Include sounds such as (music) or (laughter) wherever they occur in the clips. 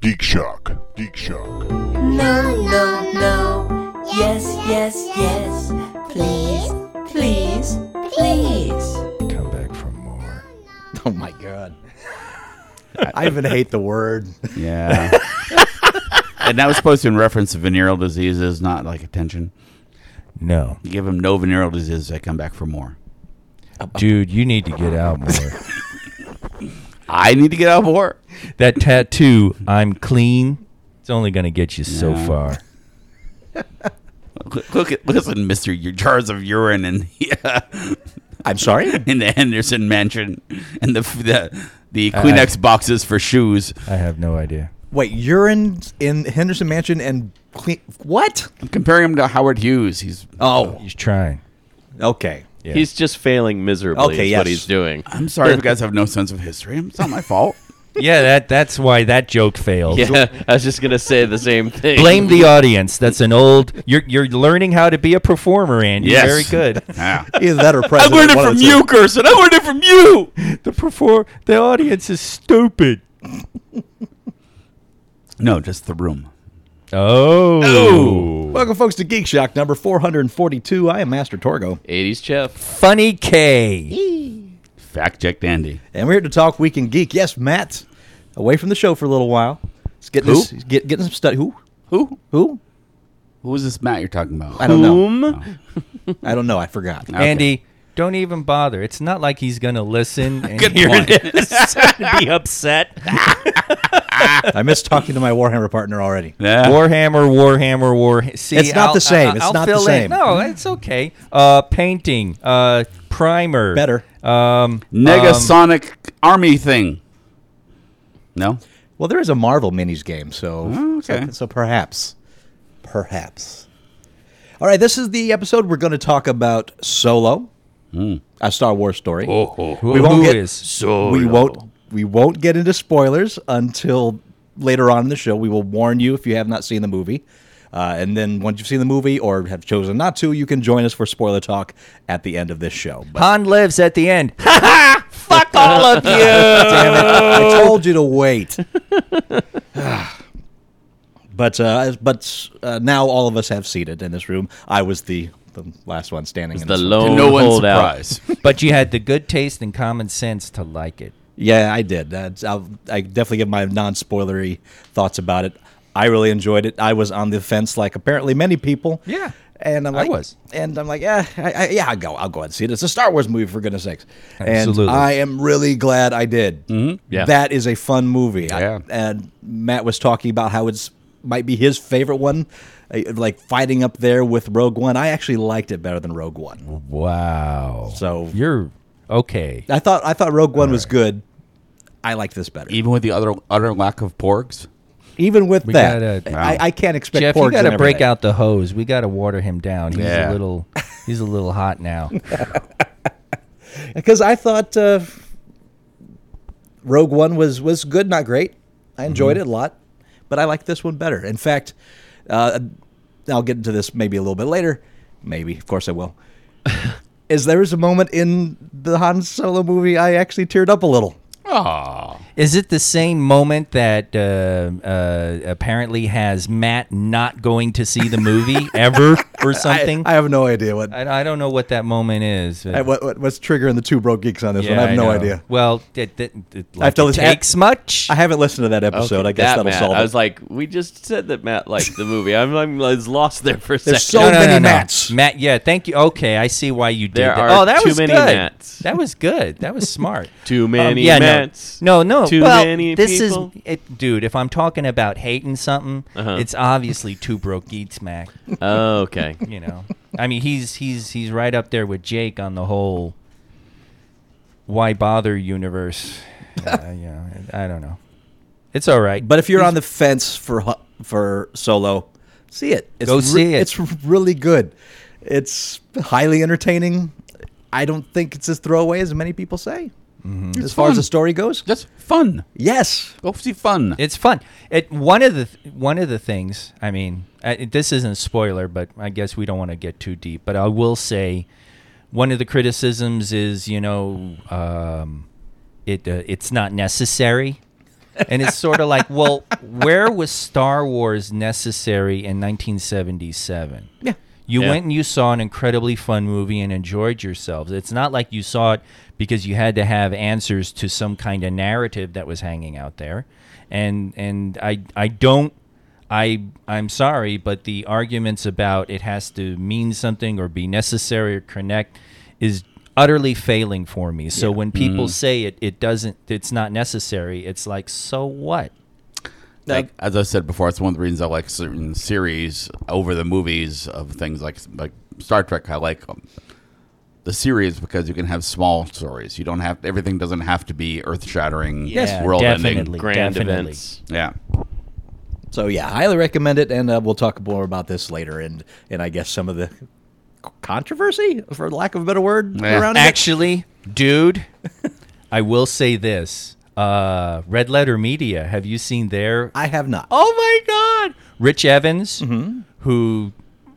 Geek Shock. Geek Shock. No, no, no. Yes, yes, yes. Please, please, please. Come back for more. Oh my god. I even hate the word. Yeah. (laughs) and that was supposed to in reference to venereal diseases, not like attention. No. You give them no venereal diseases, they come back for more. Dude, you need to get out more. I need to get out of work. that tattoo, I'm clean, it's only going to get you so Yeah. far. Look, look at, listen, Mister, your jars of urine and yeah, I'm sorry? (laughs) in the Henderson Mansion and the the the I- Kleenex boxes for shoes. I have no idea. Wait, urine in Henderson Mansion and clean. What? I'm comparing him to Howard Hughes. He's Oh, He's trying. okay. Yeah. He's just failing miserably. Okay, is yes. what he's doing. (laughs) I'm sorry if you guys have no sense of history. It's not my fault. yeah, that that's why that joke failed. Yeah, I was just gonna say the same thing. Blame the audience. That's an old. You're you're learning how to be a performer, Andy. Yes. Very good. (laughs) (laughs) Yeah. Either that or I president. learned it one of from the two. you, Gerson. I learned it from you. the perform. The audience is stupid. No, just the room. Oh. Welcome, folks, to Geek Shock number 442. I am Master Torgo, 80s Jeff. Funny K. Fact checked, Andy. and we're here to talk Week in Geek. Yes, Matt, away from the show for a little while. Let's get Who? this, get, getting some study. Who? Who? Who? Who is this Matt you're talking about? I don't know. Boom. I don't know. I forgot. Okay. Andy, don't even bother. It's not like he's gonna listen and Good hear point. this (laughs) and be upset. I missed talking to my Warhammer partner already. Uh, Yeah. Warhammer, Warhammer, Warhammer. See, It's not the same. It's I'll not the fill in. same. No, it's okay. Uh, painting, uh, primer, Better. Um, um, Negasonic army thing. No? Well, there is a Marvel minis game, so Oh, okay. so, so perhaps, perhaps. All right, this is the episode we're going to talk about Solo, a Star Wars story. who, we won't who get- is? We won't we won't get into spoilers until later on in the show. We will warn you if you have not seen the movie. Uh, and then once you've seen the movie or have chosen not to, you can join us for spoiler talk at the end of this show. But Han lives at the end. (laughs) Ha ha! Fuck all of you. damn it, Oh. I told you to (laughs) wait. but uh, but uh, now all of us have seated in this room. I was the, the last one standing. In The this one. To lone no one's holdout. surprise. (laughs) but you had the good taste and common sense to like it. Yeah, I did. That's, I'll, I definitely give my non-spoilery thoughts about it. I really enjoyed it. I was on the fence, like apparently many people. Yeah, and I'm I like, was. and I'm like, yeah, I, I, yeah, I'll go, I'll go and see it. It's a Star Wars movie for goodness sakes. Absolutely. And I am really glad I did. Mm-hmm. Yeah. that is a fun movie. I- Yeah. and Matt was talking about how it's might be his favorite one, uh, like fighting up there with Rogue One. I actually liked it better than Rogue One. Wow. So Oh. You're okay. I thought I thought Rogue One was good. I liked this better. (laughs) Even with the other utter lack of porgs? Even with We that, gotta- I, I can't expect. Jeff, you got to break out the hose. We got to water him down. He's Yeah. a (laughs) little, he's a little hot now. because I thought uh, Rogue One was was good, not great. I enjoyed it a lot, but I like this one better. In fact, uh, I'll get into this maybe a little bit later. Maybe, of course, I will. Is there is a moment in the Han Solo movie I actually teared up a little? Oh. Is it the same moment that uh, uh, apparently has Matt not going to see the movie ever (laughs) or something? I, I have no idea what, I, I don't know what that moment is. I- what what- what's triggering the two broke geeks on this one. Yeah, I have no know. idea. Well, it, it, it, like, have to it listen- takes much. I haven't listened to that episode. Okay, I guess that that will Matt. solve it. I was like, we just said that Matt liked the movie. I'm, I'm I was lost there for a There's second. so many Matts. Matt, yeah, thank you. Okay, I see why you did There that. are oh, that too was many good. Matts. That was good. That was smart. (laughs) Too Um, many yeah, no. Matts. No, no. Too well, many this people. Uh-huh. is it, dude. If I'm talking about hating something, it's obviously two broke geeks, Mac. Oh, (laughs) okay. You know, I mean, he's he's he's right up there with Jake on the whole why bother universe. Uh, yeah, I don't know. It's all right, But if you're on the fence for Hu- for solo, see it. It's Go see it. It's really good. It's highly entertaining. I don't think it's as throwaway as many people say. Mm-hmm. As far as the fun. story goes, Just fun. yes. Go see fun. It's fun. It one of the th- one of the things. I mean, I, it- this isn't a spoiler, but I guess we don't want to get too deep. But I will say, one of the criticisms is you know, um, it uh, it's not necessary. and it's sort of like, well, where was Star Wars necessary in 1977? Yeah. You Yeah. went and you saw an incredibly fun movie and enjoyed yourselves. It's not like you saw it because you had to have answers to some kind of narrative that was hanging out there. And and I I don't I I'm sorry, but the arguments about it has to mean something or be necessary or connect is utterly failing for me. So when people say it it doesn't it's not necessary, it's like so what? like as I said before, it's one of the reasons I like certain series over the movies of things like like Star Trek. I like um, the series because you can have small stories. You don't have everything doesn't have to be earth shattering, Yes. world Definitely. ending. Grand Definitely. events. Yeah, So yeah, highly recommend it, and uh, we'll talk more about this later, and and I guess some of the controversy, for lack of a better word, Yeah. around it. Actually, dude, I will say this. Uh, Red Letter Media, have you seen their I have not. Oh my God! Rich Evans, Mm-hmm. who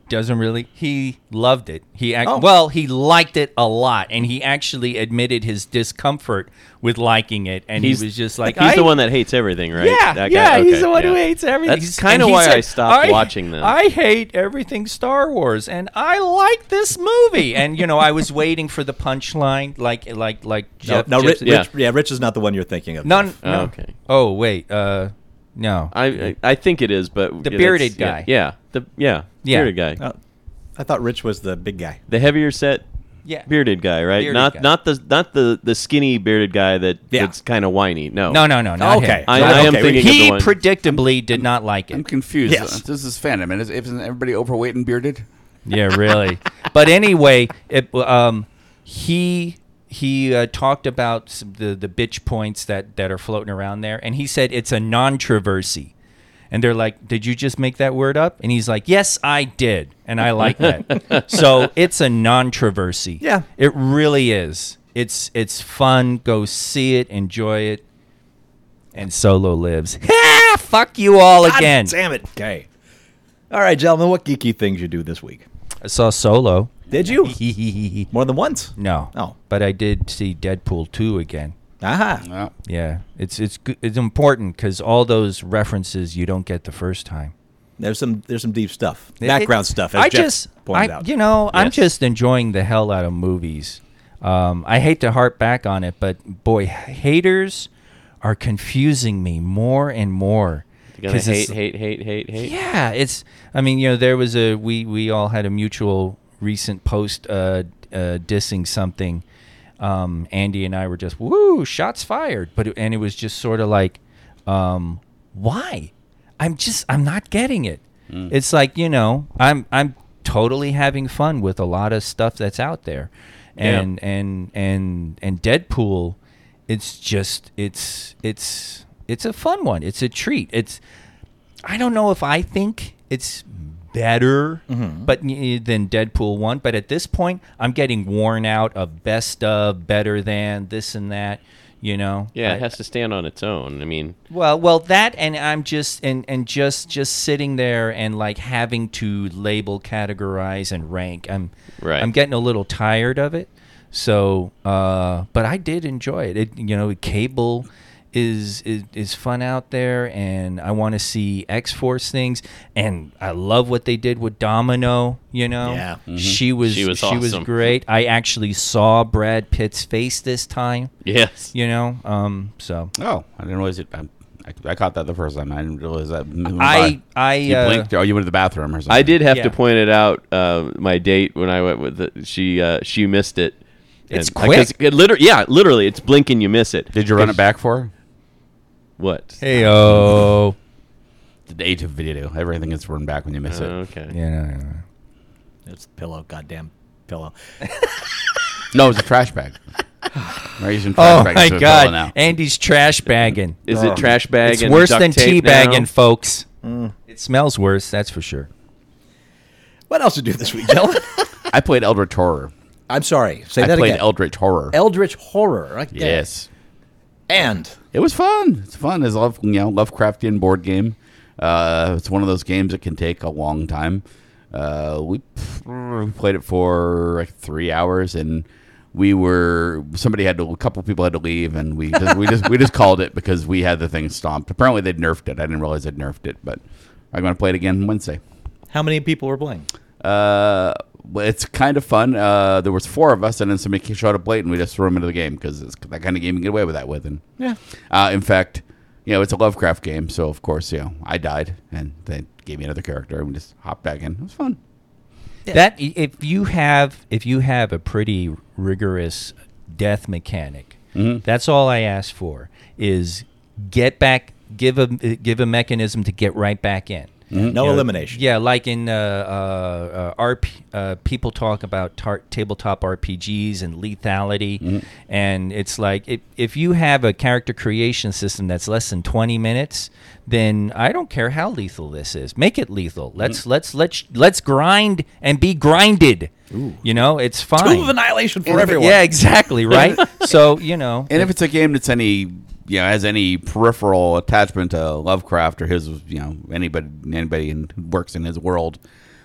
doesn't really, he loved it. He act, Oh. well, he liked it a lot, and he actually admitted his discomfort with liking it, and He's- he was just like, He's I, the one that hates everything, right? Yeah, That guy? yeah, he's Okay, the one who yeah. hates everything. That's He's- kind and of he why said, I stopped "I- watching them. I hate everything Star Wars, and I like this movie. And you know, I was waiting for the punchline, like like like No, Jeff. no, Rich, Jeff- Rich, yeah, Rich is not the one you're thinking of. none. Jeff. Oh, no. okay. Oh wait, uh, no. I, I I think it is, but The yeah, that's- bearded yeah, guy. Yeah, the yeah, Yeah. bearded guy. Uh, I thought Rich was the big guy. The heavier set yeah. bearded guy, right? Bearded not guy. not the not the the skinny bearded guy that Yeah. that's kind of whiny. No, No, no, no, not Okay. him. I, Right, I am okay, we- thinking he of the one. predictably did not like I'm it. confused. Yes. This is fandom, and is, isn't everybody overweight and bearded? yeah, really. But anyway, it, um, he he uh, talked about s- the the bitch points that that are floating around there, and he said it's a non-traversy. And they're like, "Did you just make that word up?" And he's like, "Yes, I did, and I like that." so it's a non-traversy. Yeah. it really is. It's it's fun. Go see it, enjoy it. And Solo lives. (laughs) Ha! Fuck you all again. damn it. Okay. All right, gentlemen, what geeky things you do this week? I saw Solo. (laughs) Did you? More than once? no. Oh. But I did see Deadpool 2 again. Aha. No. Yeah. It's it's good- it's important cuz all those references you don't get the first time. There's some there's some deep stuff. It- Background it- stuff, as I Jeff just pointed I, out. You know, I'm Yes. just enjoying the hell out of movies. Um, I hate to harp back on it, but boy, haters are confusing me more and more. You're gonna 'Cause it's- hate, hate, hate, hate, hate. yeah, it's. I mean, you know, there was a we we all had a mutual recent post uh, uh, dissing something. Um, Andy and I were just woo shots fired, but it, and it was just sort of like, um, why? I'm just I'm not getting it. It's like you know I'm I'm totally having fun with a lot of stuff that's out there, Yeah. and and and and Deadpool, it's just it's it's it's a fun one. It's a treat. It's I don't know if I think it's better but y- than Deadpool 1, but at this point I'm getting worn out of best of, better than, this and that, you know. Yeah, I- it has to stand on its own. I mean, well, well that and I'm just and and just just sitting there and like having to label, categorize and rank. I'm Right. I'm getting a little tired of it. So, uh but I did enjoy it. It you know, cable is is, is fun out there and I want to see X-Force things and I love what they did with Domino, you know. Yeah. Mhm. She was she She was, was awesome. great. I actually saw Brad Pitt's face this time, yes. you know. Um so Oh, I didn't realize it. I, I, I caught that the first time. I didn't realize that. Mm, I I you uh, blinked. Oh, you went to the bathroom or something. (laughs) I did have Yeah. to point it out. Uh, my date when I went with the, she, uh, she missed it. It's uh, 'cause quick. It liter- yeah, literally, it's blink and you miss it. Did you run it back for? her? What? Hey oh. The age of video. Everything is run back when you miss Oh, it. okay. Yeah, no, no, no. It's the pillow, goddamn pillow. (laughs) No, it's a trash (sighs) bag. We're using trash Oh bags my to fill it god. Now. Andy's trash bagging. Is it trash bag? Um, It's and worse duct than tape teabagging, now? folks. It smells worse, that's for sure. What else you do this (laughs) week, gentlemen? I played Eldritch Horror. I'm sorry. Say I that played again. Eldritch Horror. Eldritch horror, right there. yes. And It was fun. It's fun. It's love, you know, Lovecraftian board game. Uh, it's one of those games that can take a long time. Uh, we, we played it for like three hours, and we were somebody had to a couple people had to leave, and we just, we just we just called it because we had the thing stomped. Apparently they'd nerfed it. I didn't realize they'd nerfed it, but I'm going to play it again Wednesday. How many people were playing? Uh, well, it's kind of fun. Uh, there was four of us, and then somebody showed up late, and we just threw him into the game because it's that kind of game you can get away with that with. And yeah, uh, in fact, you know, it's a Lovecraft game, so of course, you know, I died, and they gave me another character, and we just hopped back in. It was fun. That i- if you have if you have a pretty rigorous death mechanic, that's all I ask for is get back, give a give a mechanism to get right back in. No You know, elimination. Mm, Yeah, like in uh, uh, uh, RP, uh, people talk about tar- tabletop RPGs and lethality, Mm-hmm. and it's like if if you have a character creation system that's less than twenty minutes, then I don't care how lethal this is. Make it Mm-hmm. lethal. Let's let's let's let's grind and be grinded. You know, it's fine. Move annihilation for everyone. Yeah, exactly. Right. so you know, And if it's a game that's any you know has any peripheral attachment to Lovecraft or his you know anybody anybody in, who works in his world,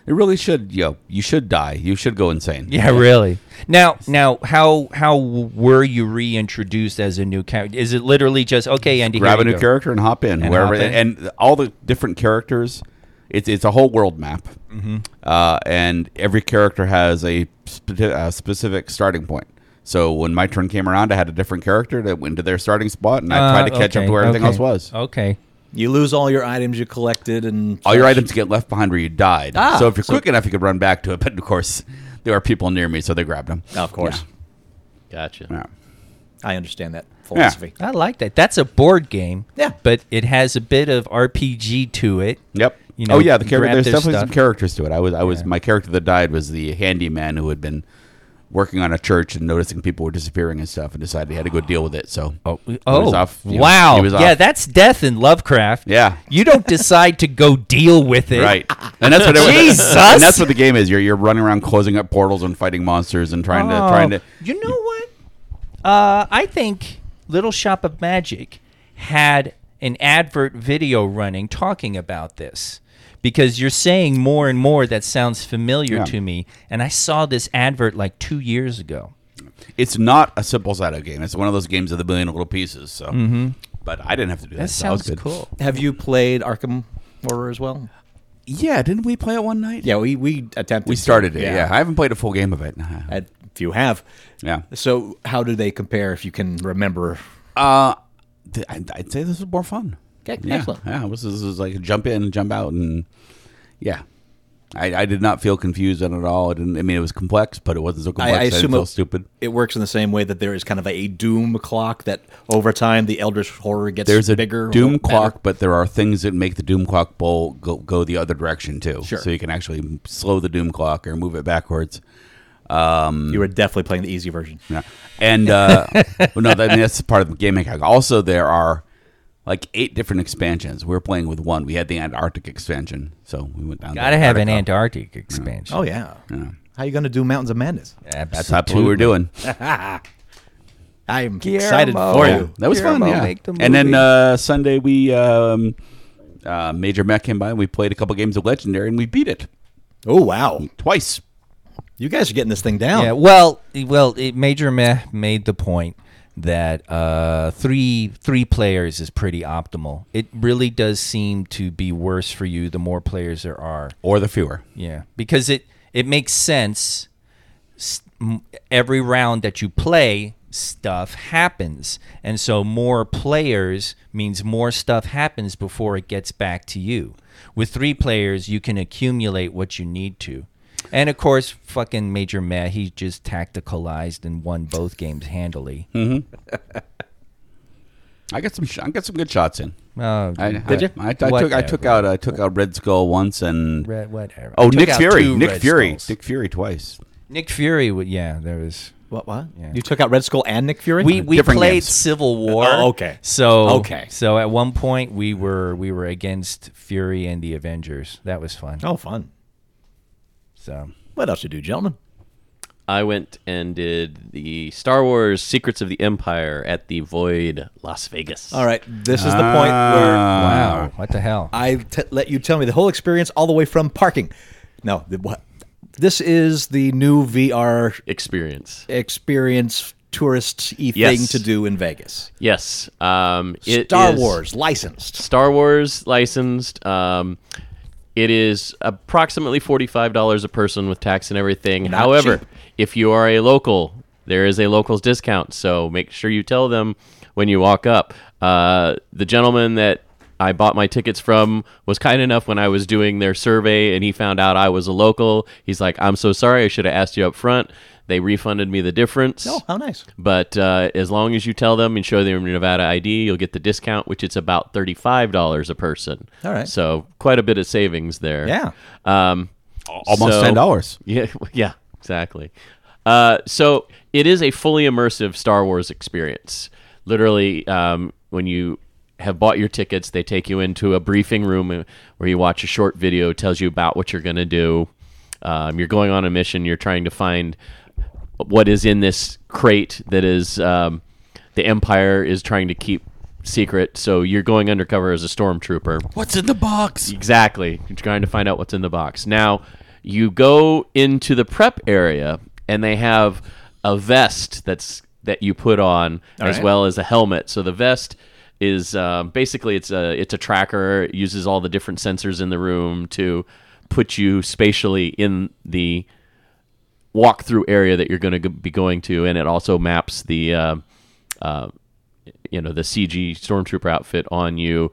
it really should you know, you should die. You should go insane. Yeah, really. Now, now, how how were you reintroduced as a new character? Is it literally just okay, Andy? grab here a you new go. character and hop in And wherever, hop in. and all the different characters. It's it's a whole world map, Mm-hmm. uh, and every character has a, spe- a specific starting point. So when my turn came around, I had a different character that went to their starting spot, and I Uh, tried to catch okay, up to where everything okay, Oh, else was. Okay. You lose all your items you collected and All your items get left behind where you died. Ah, so if you're so- quick enough, you could run back to it. But of course, there are people near me, so they grabbed them. Uh, Of course. Gotcha. Yeah. I understand that philosophy. I like that. That's a board game. Yeah. But it has a bit of RPG to it. Yep. You know, oh yeah, the character. grab There's their definitely some stuff. characters to it. I was, I was, my character that died was the handyman who had been working on a church and noticing people were disappearing and stuff, and decided he had to go deal with it. So, Oh, he oh was off, you know, wow. he was Yeah, off. that's death in Lovecraft. Yeah. You (laughs) don't decide to go deal with it. right. And that's what it was. Jesus! And that's what the game is. You're you're running around closing up portals and fighting monsters and trying to trying to. Oh, You know what? Uh, I think Little Shop of Magic had an advert video running talking about this because you're saying more and more that sounds familiar Yeah. to me, and I saw this advert like two years ago. It's not a simple Shadow game. It's one of those games of the million little pieces. So, but I didn't have to do Mm-hmm. that. That so that was sounds good. cool. Have you played Arkham Horror as well? Yeah, didn't we play it one night? Yeah, we we attempted. we to. started it. Yeah. I haven't played a full game of it. I- if you have. Yeah. So how do they compare if you can remember? Uh, th- I'd I'd say this was more fun. Okay, yeah, excellent. Yeah, this is, this is like a jump in, jump out, and yeah, I, I did not feel confused on it at all. I didn't. I mean, it was complex, but it wasn't so complex. I, didn't feel it, stupid. It works in the same way that there is kind of a doom clock that over time the Eldritch horror gets There's a bigger. better. doom clock, but there are things that make the doom clock bowl go, go the other direction too. Sure. So you can actually slow the doom clock or move it backwards. You were definitely playing the easy version. Yeah. And (laughs) uh, well, no, that, I mean, that's part of the game mechanic. Also, there are like eight different expansions. We were playing with one. We had the Antarctic expansion, so we went down. to Gotta have an Antarctica. Antarctic expansion. Oh yeah. Yeah. How you going to do Mountains of Madness? That's not what we were doing. I am excited Oh, for Yeah. you. That was fun. Guillermo, Yeah. make the And then movie. uh, Sunday we um, uh, Major Matt came by and we played a couple games of Legendary and we beat it Oh wow, twice. you guys are getting this thing down. Yeah, well, well, it, Major Meh made the point that uh, three three players is pretty optimal. It really does seem to be worse for you the more players there are. Or the fewer. Yeah, because it it makes sense. S- m- Every round that you play, stuff happens, and so more players means more stuff happens before it gets back to you. With three players, you can accumulate what you need to. And of course, fucking Major Matt, he just tacticalized and won both games handily. Hmm. I got some. Sh- I got some good shots in. Oh, I, but- I, I, I took. I took whatever. out. I took out Red Skull once and. Red- whatever. Oh, I took Nick out Fury. two Nick Red Fury. Skulls. Nick Fury twice. Nick Fury. would- Yeah, there was. What? What? You took out Red Skull and Nick Fury. we we Different played games. Civil War. Oh, okay. So Okay. So at one point we were we were against Fury and the Avengers. That was fun. Oh, fun. So What else you do, gentlemen? I went and did the Star Wars Secrets of the Empire at the Void, Las Vegas. All right, this is the point Ah. where wow, what the hell? I t- let you tell me the whole experience all the way from parking. No, the, what? This is the new VR Experience. experience tourist e thing Yes. to do in Vegas. Yes. Um, it Star is- Wars licensed. Star Wars licensed. Um, it is approximately forty-five dollars a person with tax and everything. However, cheap. if you are a local, there is a locals discount. So make sure you tell them when you walk up. Uh, the gentleman that I bought my tickets from was kind enough when I was doing their survey, and he found out I was a local. He's like, "I'm so sorry. I should have asked you up front." They refunded me the difference. Oh, how nice. But uh, as long as you tell them and show them your Nevada ID, you'll get the discount, which it's about thirty-five dollars a person. All right. So quite a bit of savings there. Yeah. Um, (laughs) Almost so- ten dollars. Yeah. Yeah. Exactly. Uh, so it is a fully immersive Star Wars experience. Literally, um, when you have bought your tickets, they take you into a briefing room uh, where you watch a short video, tells you about what you're going to do. Um, you're going on a mission. You're trying to find what is in this crate that is um, the Empire is trying to keep secret. So you're going undercover as a stormtrooper. What's in the box? Exactly. You're trying to find out what's in the box. Now, you go into the prep area and they have a vest that's that you put on as right. well as a helmet. So the vest is um, basically it's a it's a tracker. It uses all the different sensors in the room to put you spatially in the walkthrough area that you're going to be going to, and it also maps the uh, uh, you know the CG stormtrooper outfit on you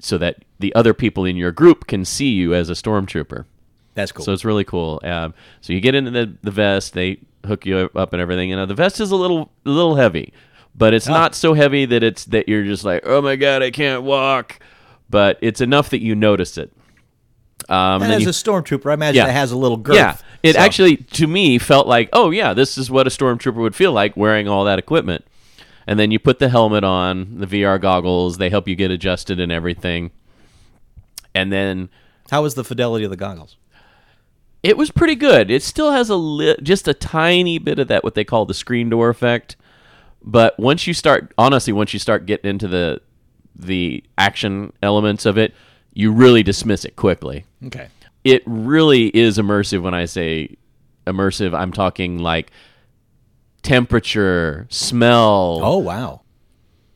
so that the other people in your group can see you as a stormtrooper. That's cool. So it's really cool. Um, so you get into the, the vest, they hook you up and everything. And uh, the vest is a little a little heavy, but it's not so heavy that it's that you're just like, oh my god, I can't walk. But it's enough that you notice it. and Um, then as you- a stormtrooper, I imagine Yeah. it has a little girth. yeah, it so- actually to me felt like, oh yeah, this is what a stormtrooper would feel like wearing all that equipment. And then you put the helmet on, the VR goggles. They help you get adjusted and everything. And then How is the fidelity of the goggles? it was pretty good. It still has a li- just a tiny bit of that what they call the screen door effect. But once you start, honestly, once you start getting into the the action elements of it, you really dismiss it quickly Okay. it really is immersive when I say immersive. I'm talking like temperature, smell. Oh wow.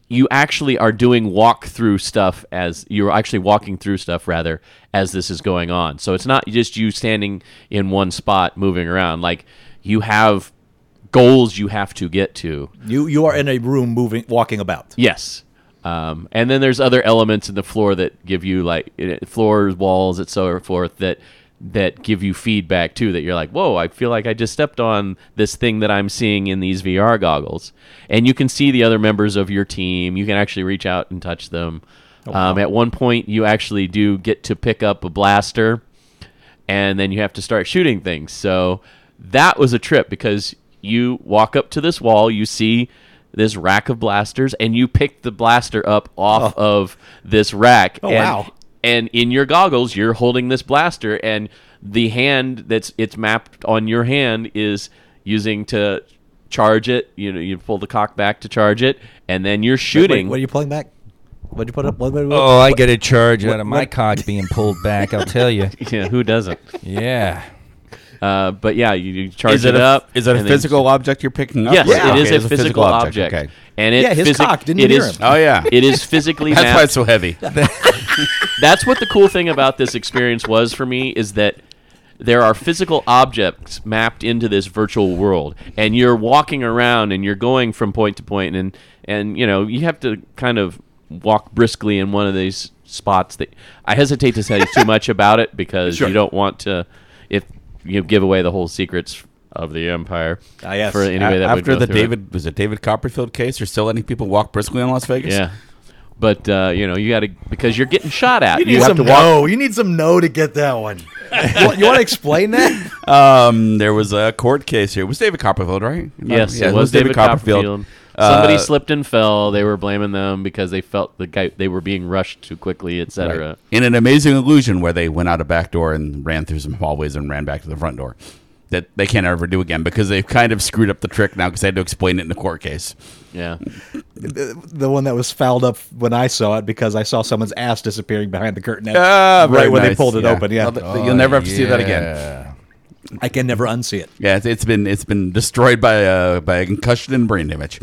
You actually are doing walkthrough stuff as you're actually walking through stuff rather as this is going on. So it's not just you standing in one spot moving around. Like you have goals you have to get to. You you are in a room moving walking about. Yes. Um, and then there's other elements in the floor that give you like it- floors, walls, and so forth that that give you feedback too. That you're like, whoa, I feel like I just stepped on this thing that I'm seeing in these VR goggles, and you can see the other members of your team. You can actually reach out and touch them. Um, at one point, you actually do get to pick up a blaster and then you have to start shooting things. So that was a trip because you walk up to this wall, you see this rack of blasters, and you pick the blaster up off Oh. of this rack. Oh, and, wow. And in your goggles, you're holding this blaster, and the hand that's it's mapped on your hand is using to charge it. You know, you pull the cock back to charge it, and then you're shooting. Wait, what are you pulling back? What'd you put up? What, what, what? Oh, I get a charge out of my cock being pulled back. I'll tell you. (laughs) yeah, who doesn't? (laughs) Yeah. Uh, but yeah, you, you charge Is it, a, up. is it a and then- physical object you're picking up? Yes, Okay, it is it's a physical object, Okay. and it Yeah, his physi- cock, didn't it hear is- him. Oh yeah, (laughs) It is physically that's why mapped. it's so (laughs) heavy. That's what the cool thing about this experience was for me is that there are physical objects mapped into this virtual world, and you're walking around and you're going from point to point, and and you know you have to kind of walk briskly in one of these spots that I hesitate to say (laughs) too much about it because you don't want to if you give away the whole secrets of the empire Ah, yes. for anybody that would After go the through it. David was it David Copperfield case, you're still letting people walk briskly in Las Vegas. Yeah. But uh, you know, you got to because you're getting shot at. need You have some to walk. No, you need some no to get that one. you want to explain that? (laughs) Um, there was a court case here. It was David Copperfield, right? Yes, Yeah, it was David Copperfield. Somebody slipped and fell. They were blaming them because they felt the guy they were being rushed too quickly, etc. Right. In an amazing illusion where they went out a back door and ran through some hallways and ran back to the front door. That they can't ever do again because they've kind of screwed up the trick now because they had to explain it in the court case. Yeah, the one that was fouled up when I saw it because I saw someone's ass disappearing behind the curtain. Ah, right very when they nice, pulled it open. Yeah. Well, th- you'll never have to see that again. I can never unsee it. Yeah, it's, it's been it's been destroyed by uh, by concussion and brain damage.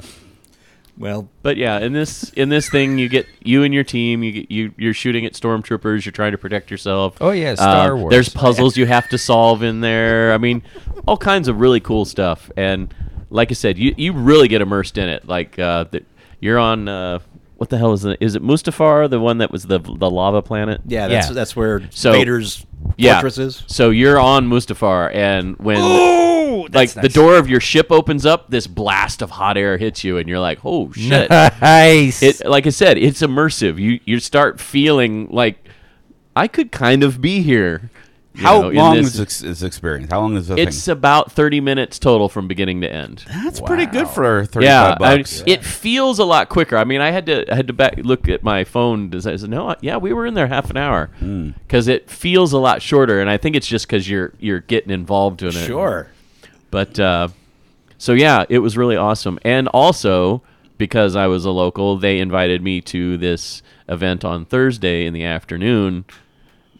Well, But yeah, in this in this thing, you get you and your team. You get, you you're shooting at stormtroopers. You're trying to protect yourself. Uh, Oh, yeah, Star Wars. There's puzzles you have to solve in there. I mean, all kinds of really cool stuff. And like I said, you you really get immersed in it. Like uh, the, you're on uh, what the hell is it? Is it Mustafar, the one that was the the lava planet? yeah, that's Yeah. that's where So- Vader's yeah. fortress is. So you're on Mustafar, and when like that's the nice. door of your ship opens up, this blast of hot air hits you, and you're like, "Oh (laughs) shit!" Nice. it like I said, it's immersive. You you start feeling like I could kind of be here. you How know, in long this- is this, this experience? How long is the It's thing? about thirty minutes total from beginning to end. That's pretty good for Yeah, thirty-five I- bucks. it feels a lot quicker. I mean, I had to I had to back look at my phone. to say, I said, no, I- yeah, we were in there half an hour Mm. because it feels a lot shorter, and I think it's just because you're you're getting involved in it. But uh, so yeah, it was really awesome. And also because I was a local, they invited me to this event on Thursday in the afternoon.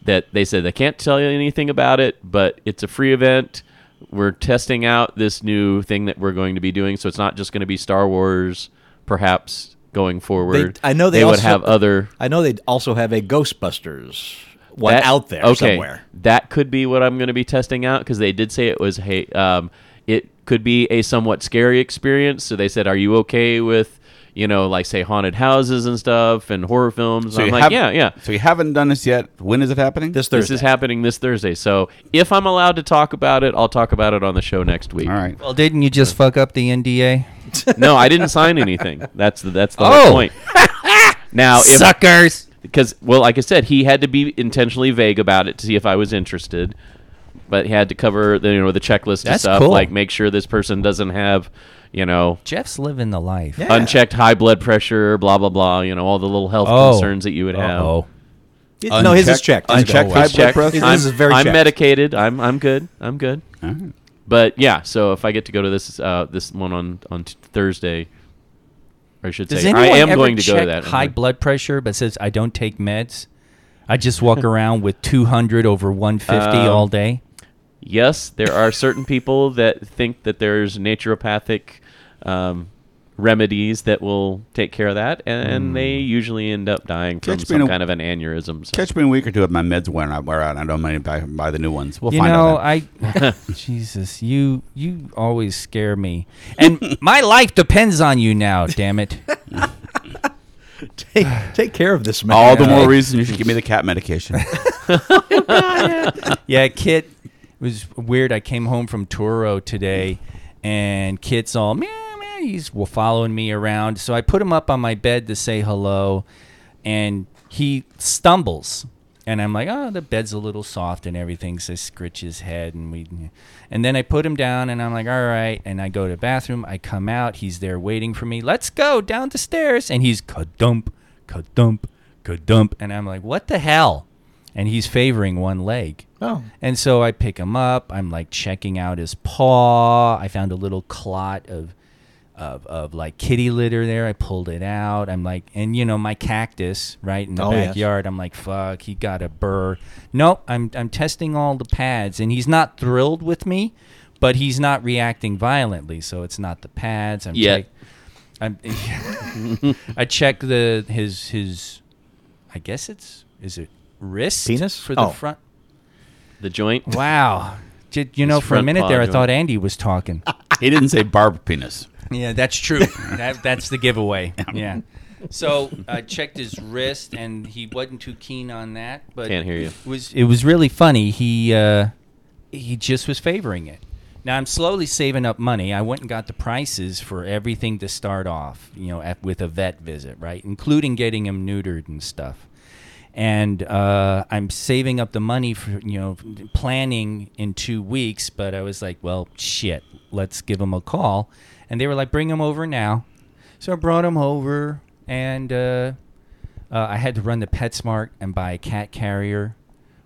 That they said they can't tell you anything about it, but it's a free event. We're testing out this new thing that we're going to be doing, so it's not just going to be Star Wars, perhaps going forward. I know they would also- have other I know they also have a Ghostbusters one that- out there okay, somewhere. That could be what I'm going to be testing out because they did say it was hey, um, it could be a somewhat scary experience. So they said, "Are you okay with you know like say haunted houses and stuff and horror films?" So I'm you like, have- "Yeah, yeah." So you haven't done this yet. When is it happening? This This Thursday. is happening this Thursday. So if I'm allowed to talk about it, I'll talk about it on the show next week. All right. well, didn't you just fuck up the NDA? No, I didn't sign anything. That's the, that's the Oh. whole point. Now, if, Suckers. because well like i said he had to be intentionally vague about it to see if i was interested but he had to cover the you know the checklist and That's stuff cool. like make sure this person doesn't have you know Jeff's living the life. unchecked high blood pressure blah blah blah you know all the little health concerns that you would have Oh, It- no, his is Unchecked- checked. His is unchecked checked. high It's checked. blood pressure? I'm, This is very I'm checked. medicated. I'm I'm good. I'm good. But yeah, so if I get to go to this uh, this one on on t- Thursday, or I should does say, anyone I am ever going to check go to that. high blood pressure, but says I don't take meds. I just (laughs) walk around with 200 over 150 Um, all day. Yes, there are certain people that think that there's naturopathic um, remedies that will take care of that, and they usually end up dying from Catch me in a- some kind of an aneurysm. So. Catch me in a week or two if my meds wear out. wear out, I don't mind buy, buy the new ones. We'll You find know, out. then. I (laughs) Jesus, you you always scare me, and my life depends on you now. Damn it! take, take care of this man. All the more reason you should give me the cat medication. Yeah, Kit it was weird. I came home from Toro today, and Kit's all meow meow. He's wa- following me around, so I put him up on my bed to say hello, and he stumbles, and I'm like, oh, the bed's a little soft and everything. So I scritch his head, and we, and then I put him down, and I'm like, all right, and I go to the bathroom. I come out, he's there waiting for me. Let's go down the stairs, and he's kadump, kadump, kadump, and I'm like, what the hell? And he's favoring one leg. Oh. And so I pick him up. I'm like checking out his paw. I found a little clot of, of, of like kitty litter there. I pulled it out. I'm like, and you know, my cactus right in the Oh, yes. backyard. I'm like, fuck, he got a burr. Nope, I'm, I'm testing all the pads and he's not thrilled with me, but he's not reacting violently. So it's not the pads. I'm Yet. check- I'm, (laughs) I check the his his, I guess it's is it wrist Penis? for the Oh. front. The joint. Wow. Did, you know, His for a front minute paw there, I joint. thought Andy was talking. he didn't say barb penis. (laughs) yeah, that's true. that, that's the giveaway. (laughs) Yeah. So I checked his wrist, and he wasn't too keen on that. But Can't hear you. It was it was really funny. He uh, he just was favoring it. Now I'm slowly saving up money. I went and got the prices for everything to start off, you know, at, with a vet visit, right, including getting him neutered and stuff. And uh, I'm saving up the money for you know planning in two weeks, but I was like, well, shit, let's give him a call. And they were like, bring him over now. So I brought him over, and uh, uh, I had to run to PetSmart and buy a cat carrier,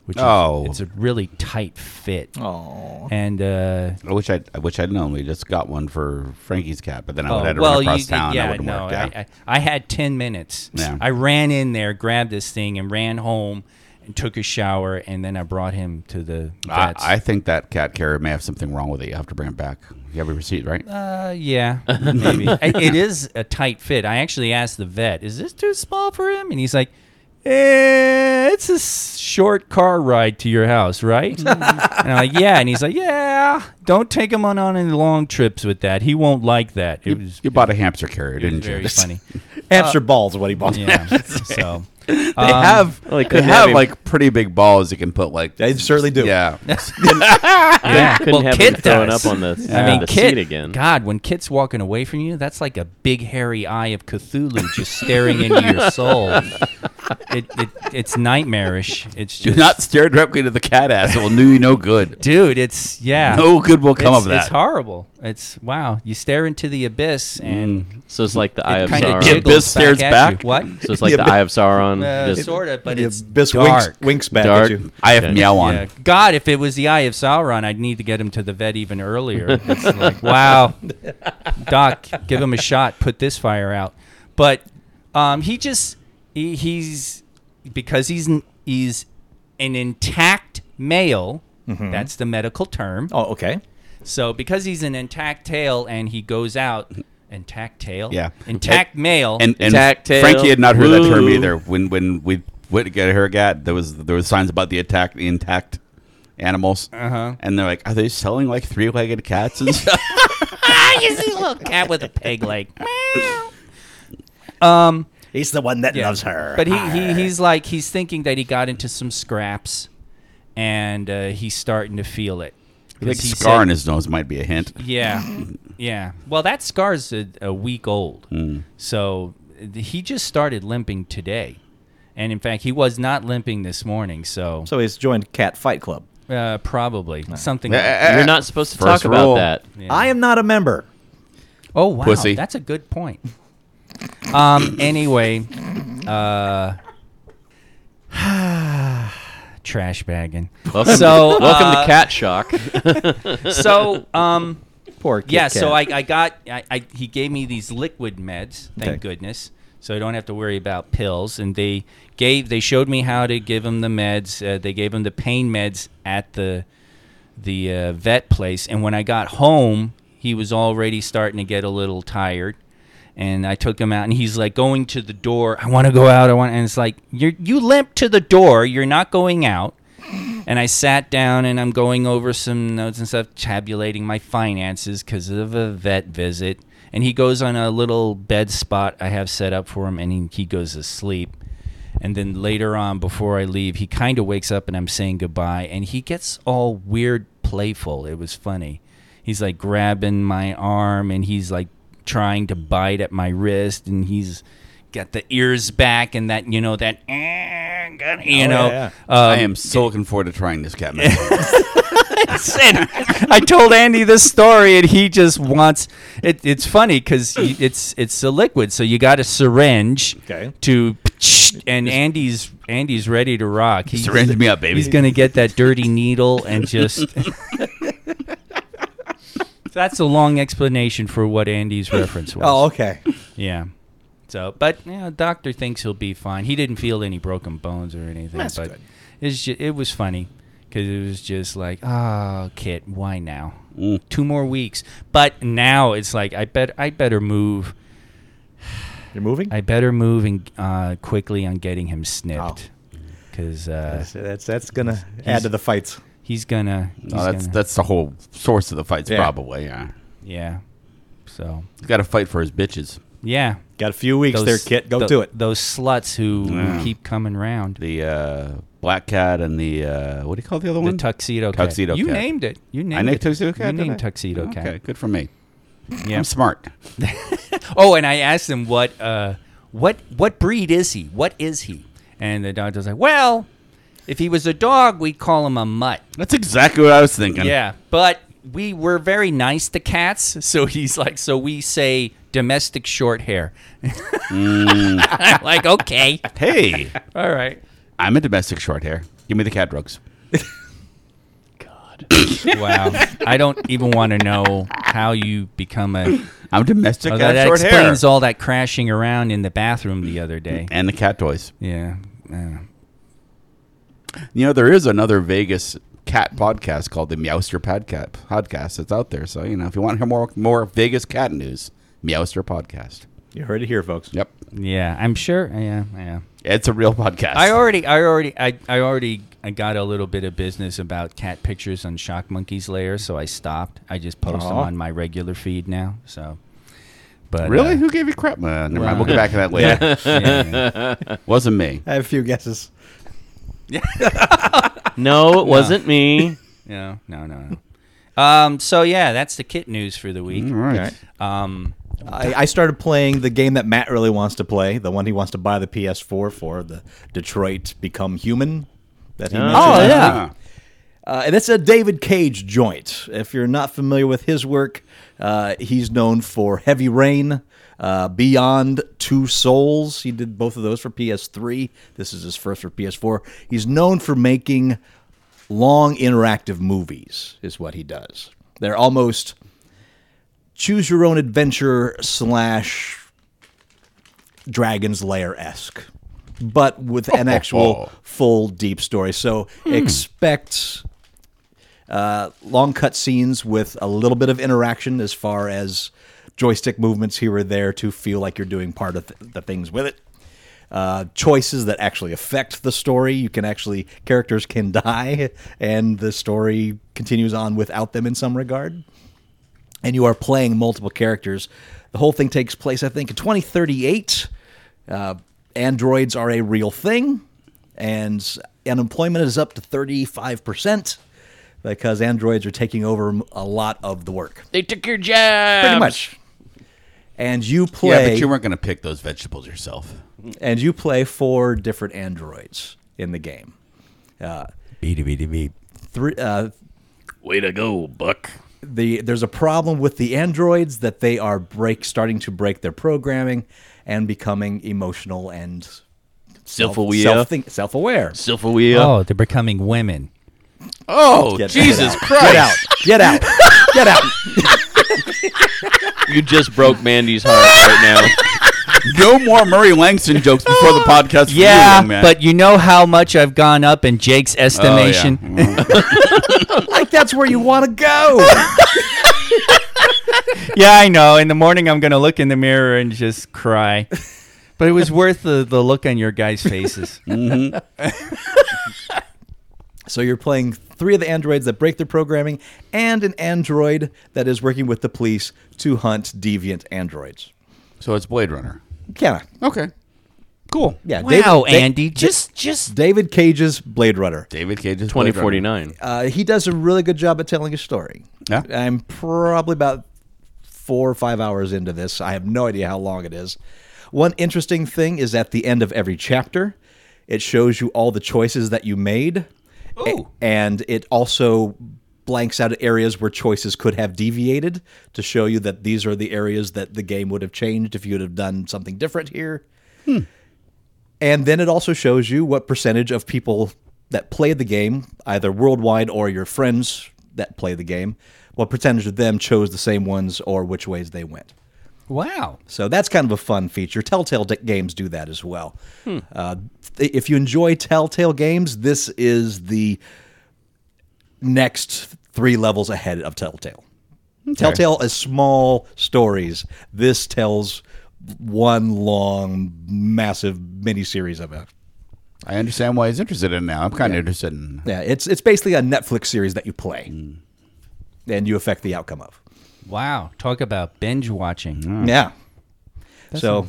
which Oh. is, it's a really tight fit. Oh. And uh, I wish I'd, I wish I'd known. We just got one for Frankie's cat, but then I would oh, have had to well, run across you, town. that yeah, wouldn't no, work. Yeah. I, I, I had ten minutes. Yeah. I ran in there, grabbed this thing, and ran home. and took a shower, and then I brought him to the I, vets. I think that cat carrier may have something wrong with it. You have to bring it back. You have a receipt, right? Uh, yeah, maybe. I- it is a tight fit. I actually asked the vet, "Is this too small for him?" And he's like, eh, "It's a s- short car ride to your house, right?" and I'm like, "Yeah." And he's like, "Yeah, don't take him on, on any long trips with that. He won't like that." It was you bought a hamster carrier, it was didn't you? very (laughs) funny. Hamster balls, what he bought. Yeah. so They have they like, couldn't have have him- like pretty big balls you can put (laughs) like They certainly do. yeah. yeah. Couldn't have him throwing up on the, I mean, the Kit. seat again. God, when Kit's walking away from you, that's like a big hairy eye of Cthulhu just staring into (laughs) your soul. It, it it's nightmarish. It's do just not stare directly into the cat ass. It will do you no good. dude. It's (laughs) yeah. No good will come it's, of that. It's horrible. It's wow. You stare into the abyss and Mm. So it's like the Eye it of kind of Sauron. giggles. jiggles Abyss stares back. back? At you. What? So it's like the Eye of Sauron. Uh, just- sort of, but The it's abyss winks, dark. winks back at Dark. you. I have Yeah. meow on. Yeah. God, if it was the Eye of Sauron, I'd need to get him to the vet even (laughs) earlier. It's like, wow, Doc, give him a shot. Put this fire out. But um, he just he, he's because he's n- he's an intact male. Mm-hmm. That's the medical term. Oh, okay. So because he's an intact tail and he goes out intact tail, Yeah. intact male, And and (laughs) Attack, tail, Frankie had not heard that term woo. either. When when we went to get her cat, there was there was signs about the attack the intact animals. Uh-huh. And they're like, are they selling like three legged (laughs) cats and stuff? ah, you see, little cat with a peg leg. He's the one that Yeah. loves her. But he, Ah. he he's like he's thinking that he got into some scraps, and uh, he's starting to feel it. I think 'Cause he scar said- on his nose might be a hint. Yeah, yeah. Well, that scar's a, a week old, Hmm. so uh, he just started limping today, and in fact, he was not limping this morning. So, So he's joined Cat Fight Club. uh, probably something. Uh, You're not supposed to First talk about rule. that. Yeah. I am not a member. Oh wow, Pussy. that's a good point. Um. Anyway, uh, (sighs) trash bagging. Welcome, So, welcome uh, to Cat Shock. So, um, Poor Kit yeah. So I, Kat. I got. I, I he gave me these liquid meds. Thank Okay. goodness. So I don't have to worry about pills. And they gave. They showed me how to give him the meds. Uh, they gave him the pain meds at the the uh, vet place. And when I got home, he was already starting to get a little tired. And I took him out, and he's like going to the door. I want to go out. I want, and it's like you you limp to the door. You're not going out. And I sat down, and I'm going over some notes and stuff, tabulating my finances because of a vet visit. And he goes on a little bed spot I have set up for him, and he, he goes to sleep. And then later on, before I leave, he kind of wakes up and I'm saying goodbye. And he gets all weird, playful. It was funny. He's like grabbing my arm and he's like trying to bite at my wrist. And he's got the ears back and that, you know, that, "Eh," you know. yeah, uh, um, I am so looking forward to trying this cat. (laughs) Man. said- (laughs) I told Andy this story, and he just wants. It, it's funny because it's it's a liquid, so you got a syringe Okay. to, and Andy's Andy's ready to rock. He's, Syringe me up, baby. He's gonna get that dirty needle and just. That's a long explanation for what Andy's reference was. (laughs) Oh, okay. Yeah. So, but you know, doctor thinks he'll be fine. He didn't feel any broken bones or anything. That's but good. It's ju- it was funny because it was just like, oh, Kit, why now? Mm. Two more weeks. But now it's like, I bet I better move. You're moving? I (laughs) better move and uh, quickly on getting him snipped because uh, that's that's, that's going to add to the fights. he's gonna. He's No, Oh, that's gonna- that's the whole source of the fights, Yeah. probably. Yeah, yeah. So he's got to fight for his bitches. yeah. Got a few weeks there, Kit. Go tho- do it. Those sluts who Yeah. keep coming round. The uh, black cat and the uh, what do you call the other one? The tuxedo cat. Tuxedo You cat. named it. You named I named it. tuxedo You cat. did I? named tuxedo cat. Okay, good for me. Yeah. I'm smart. Oh, and I asked him what uh, what what breed is he? What is he? And the doctor's like, well, if he was a dog, we'd call him a mutt. That's exactly what I was thinking. Yeah, but we were very nice to cats, (laughs) so he's like, so we say domestic short hair. Mm. (laughs) I'm like, okay, Hey, all right. I'm a domestic short hair. Give me the cat drugs. Wow, I don't even want to know how you become a. I'm domestic Oh, cat that short hair. explains all that crashing around in the bathroom the other day. and the cat toys. Yeah. yeah. You know, there is another Vegas cat podcast called the Meowster Podcat podcast that's out there. So you know, if you want to hear more more Vegas cat news, Meowster Podcast. You heard it here, folks. Yep, Yeah, I'm sure. Yeah, yeah. it's a real podcast. I already, I already, I, I already, I got a little bit of business about cat pictures on Shock Monkey's layer, so I stopped. I just post them Aw. on my regular feed now. So, but really? uh, Who gave you crap? Uh, never mind. We'll get Well. back to (laughs) that later. yeah, yeah. Wasn't me. I have a few guesses. No, it wasn't me. no, no, no, no. Um, so yeah, that's the kit news for the week. All right. Um, I, I started playing the game that Matt really wants to play, the one he wants to buy the PS4 for, the Detroit Become Human. That he mentioned. Oh, last yeah. week. Uh, and that's a David Cage joint. If you're not familiar with his work, uh, he's known for Heavy Rain, uh, Beyond Two Souls. He did both of those for PS3. This is his first for PS4. He's known for making long interactive movies, is what he does. They're almost choose your own adventure slash Dragon's Lair esque, but with an actual full deep story. So expect uh, long cut scenes with a little bit of interaction as far as joystick movements here or there to feel like you're doing part of th- the things with it. Uh, choices that actually affect the story. You can actually, characters can die, and the story continues on without them in some regard and you are playing multiple characters. The whole thing takes place, I think, in 2038. Uh, androids are a real thing, and unemployment is up to 35% because androids are taking over m- a lot of the work. They took your job. Pretty much. And you Yeah, play but you weren't going to pick those vegetables yourself. and you play four different androids in the game. Uh, beep, beep, beep, beep. Three, uh, Way to go, Buck. the there's a problem with the androids that they are break starting to break their programming and becoming emotional and Self-aware. self-think- self-aware. Silver wheel. oh, they're becoming women. Oh, Get- Jesus Get Christ! out! Get out! (laughs) Get out! You just broke Mandy's heart right (laughs) now. No more Murray Langston jokes before the podcast. for you, Yeah, young man. but you know how much I've gone up in Jake's Oh, yeah. estimation. Mm. Like that's where you want to go. yeah, I know. In the morning, I'm going to look in the mirror and just cry. (laughs) But it was worth the, the look on your guys' (laughs) faces. So you're playing three of the androids that break their programming and an android that is working with the police to hunt deviant androids. (laughs) so it's Blade Runner. Yeah, Okay, cool. yeah. wow, Da- Andy, just just David Cage's Blade Runner. David Cage's Blade Twenty Runner. forty nine. Uh, he does a really good job at telling a story. Yeah. I'm probably about four or five hours into this. I have no idea how long it is. One interesting thing is at the end of every chapter, it shows you all the choices that you made. a- and it also blanks out areas where choices could have deviated to show you that these are the areas that the game would have changed if you'd have done something different here. And then it also shows you what percentage of people that played the game, either worldwide or your friends that play the game, what percentage of them chose the same ones or which ways they went. wow. So that's kind of a fun feature. Telltale d- games do that as well. Uh, th- if you enjoy Telltale games, this is the next three levels ahead of Telltale. Telltale is small stories. This tells one long, massive miniseries of it. I understand why he's interested in it now. I'm kind of interested in. Yeah, it's it's basically a Netflix series that you play, and you affect the outcome of. Wow. Talk about binge watching. Yeah. so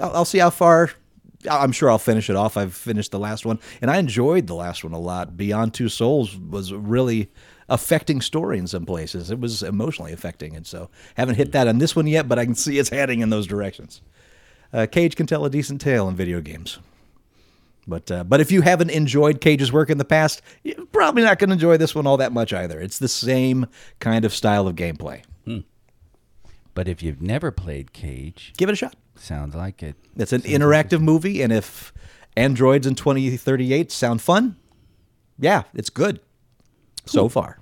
I'll, I'll see how far. I- I'm sure I'll finish it off. I've finished the last one, and I enjoyed the last one a lot. Beyond Two Souls was a really affecting story in some places. It was emotionally affecting, and so haven't hit that on this one yet, but I can see it's heading in those directions. Uh, Cage can tell a decent tale in video games. But uh, but if you haven't enjoyed Cage's work in the past, you're probably not going to enjoy this one all that much either. It's the same kind of style of gameplay. But if you've never played Cage, Give it a shot. sounds like it. It's an interactive movie, and if androids in 2038 sound fun, yeah, it's good so far.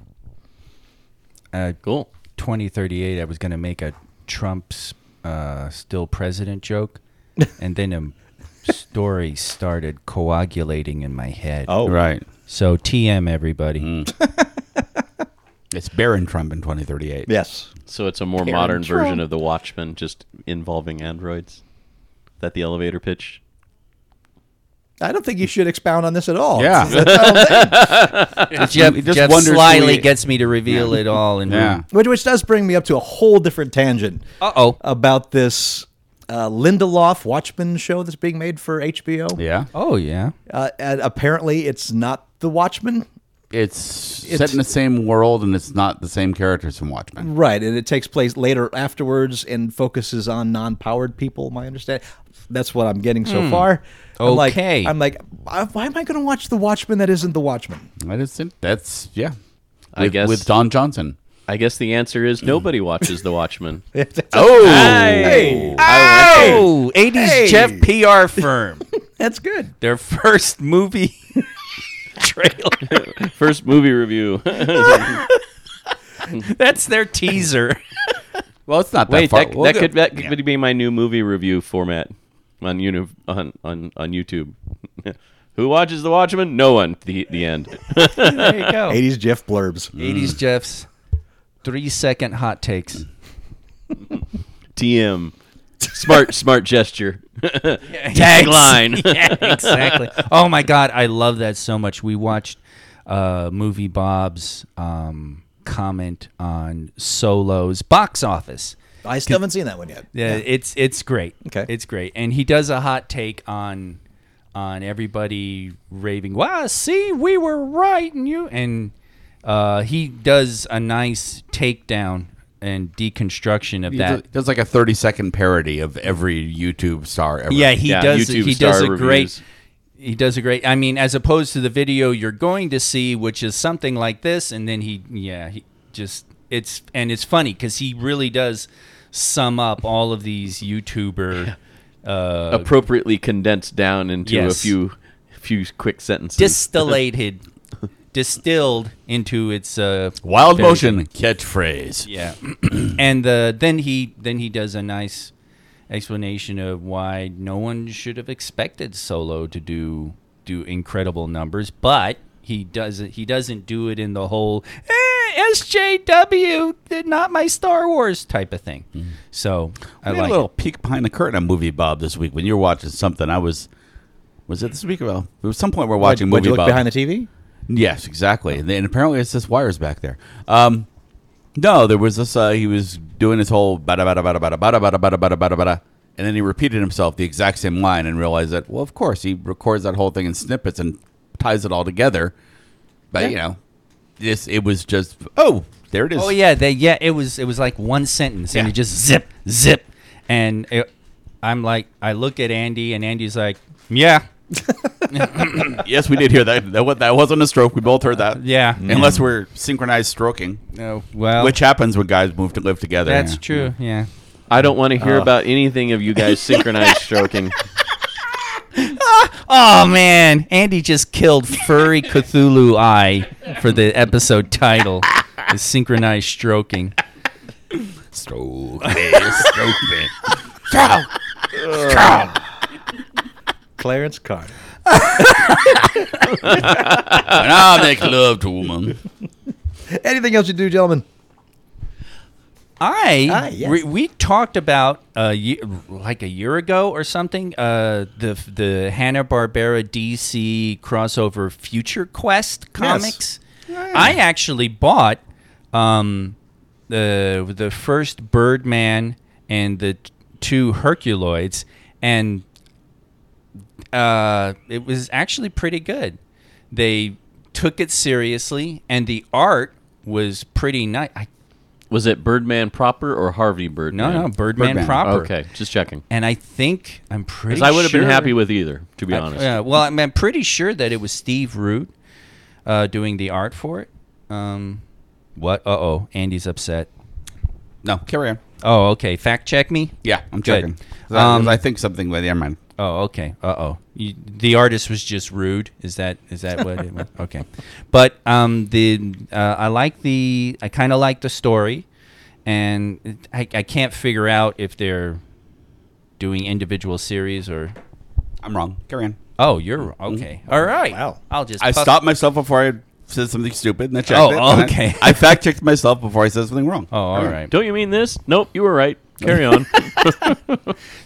Uh, Cool. 2038, I was going to make a Trump's uh, still president (laughs) joke, and then a story started coagulating in my head. Oh. Right. So TM everybody. It's Baron Trump in 2038. Yes. So it's a more modern version of the Watchmen, just involving androids. Is that the elevator pitch? I don't think you should expound on this at all. (laughs) Yeah. Jeff, It just Jeff wonders who slyly he- gets me to reveal it all. And Yeah. Which, which does bring me up to a whole different tangent uh oh, about this uh, Lindelof Watchmen show that's being made for HBO. Yeah. oh yeah. Uh, and apparently, it's not the Watchmen. It's, It's- set in the same world and it's not the same characters from Watchmen. Right, and it takes place later afterwards and focuses on non-powered people. My understanding, that's what I'm getting so far. I'm like- Hmm. Okay. I'm like, why why am I going to watch the Watchmen that isn't the Watchmen? That is it. That's yeah. I With- guess- with Don Johnson. I guess the answer is nobody watches The (laughs) Watchmen. Oh, Oh, 80s Jeff PR firm. That's good. (laughs) Their first movie (laughs) trailer. First (laughs) movie review. (laughs) That's their teaser. well, it's not that Wait, far. that, We'll that go- could that could be my new movie review format on uni- on, on on YouTube. (laughs) Who watches The Watchmen? No one. The (laughs) the end. there you (laughs) go. 80s Jeff blurbs. 80s Jeff's three second hot takes. TM. Smart smart gesture. Tagline. (laughs) yeah, exactly. Oh my god, I love that so much. We watched uh, movie Bob's um, comment on Solo's box office. I still haven't seen that one yet. Yeah, it's it's great. Okay. it's great, and he does a hot take on on everybody raving. Wow, see, we were right, and you and uh, he does a nice takedown and deconstruction of he that. does- does like a 30 second parody of every YouTube star ever. Yeah, he Yeah, does. YouTube he does a star great. reviews. He does a great. I mean, as opposed to the video you're going to see, which is something like this, and then he, yeah, he just it's and it's funny because he really does sum up all of these YouTuber uh, Appropriately condensed down into Yes. a few few quick sentences. distillated, distilled into its uh, Wild very- motion catchphrase. Yeah, and uh, then he then he does a nice explanation of why no one should have expected Solo to do do incredible numbers, but he doesn't. He doesn't do it in the whole eh, SJW, did not my Star Wars type of thing. So I like. we had Mm-hmm. a little it. peek behind the curtain on movie Bob this week when you were watching something. I was was it this week? Well, there was some point we are watching Would movie you look Bob. behind the TV? yes, exactly. And, then apparently it's this wires back there. Um, no, there was this. Uh, he was doing his whole bada bada bada bada bada bada bada bada bada bada, and then he repeated himself the exact same line and realized that well, of course, he records that whole thing in snippets and ties it all together. But you know, this it was just oh, there it is. Oh yeah, they yeah. It was it was like one sentence, and Yeah. it just zip zip, and it, I'm like, I look at Andy, and Andy's like, yeah, (laughs) yes, we did hear that. That wa- that wasn't a stroke. We both heard that. yeah. Unless we're synchronized stroking. No. "Oh, Well- which happens when guys move to live together. That's Yeah. true. Yeah. I don't want to hear about anything of you (laughs) guys synchronized stroking. Oh man, Andy just killed furry Cthulhu eye for the episode title, the synchronized stroking. Stroke me, stroke (laughs) me. Clarence Carter. And I make love to woman. Anything else you do, gentlemen? Mm-hmm. I Ah, yes. we, we talked about a ye like a year ago or something uh, the the Hanna Barbera DC crossover Future Quest comics. I actually bought um, the the first Birdman and the t- two Herculoids, and uh, it was actually pretty good. They took it seriously, and the art was pretty nice. I Was it Birdman proper or Harvey no, Birdman? no, Birdman, Birdman. proper. Okay, just checking. And I think I'm pretty. Because I would have sure- been happy with either, to be I- honest. Yeah, well, I'm, I'm pretty sure that it was Steve Root uh, doing the art for it. Um, what? Uh oh, Andy's upset. No, carry on. Oh, okay. Fact check me. Yeah, I'm Good. checking. 'Cause I- 'cause Um, I think something. Well, never mind. Oh, okay. Uh oh. The artist was just rude. Is that is that what? it (laughs) was? Okay. But um, the uh, I like the I kind of like the story, and it- I, I can't figure out if they're doing individual series or I'm wrong. Carry on. Oh, you're okay. All right. Wow. I'll just. I puff- stopped myself before I said something stupid, and I checked Oh, it. and I- okay. (laughs) I, fact checked myself before I said something wrong. Oh, all right. Don't you mean this? Nope, you were right. Carry (laughs) on.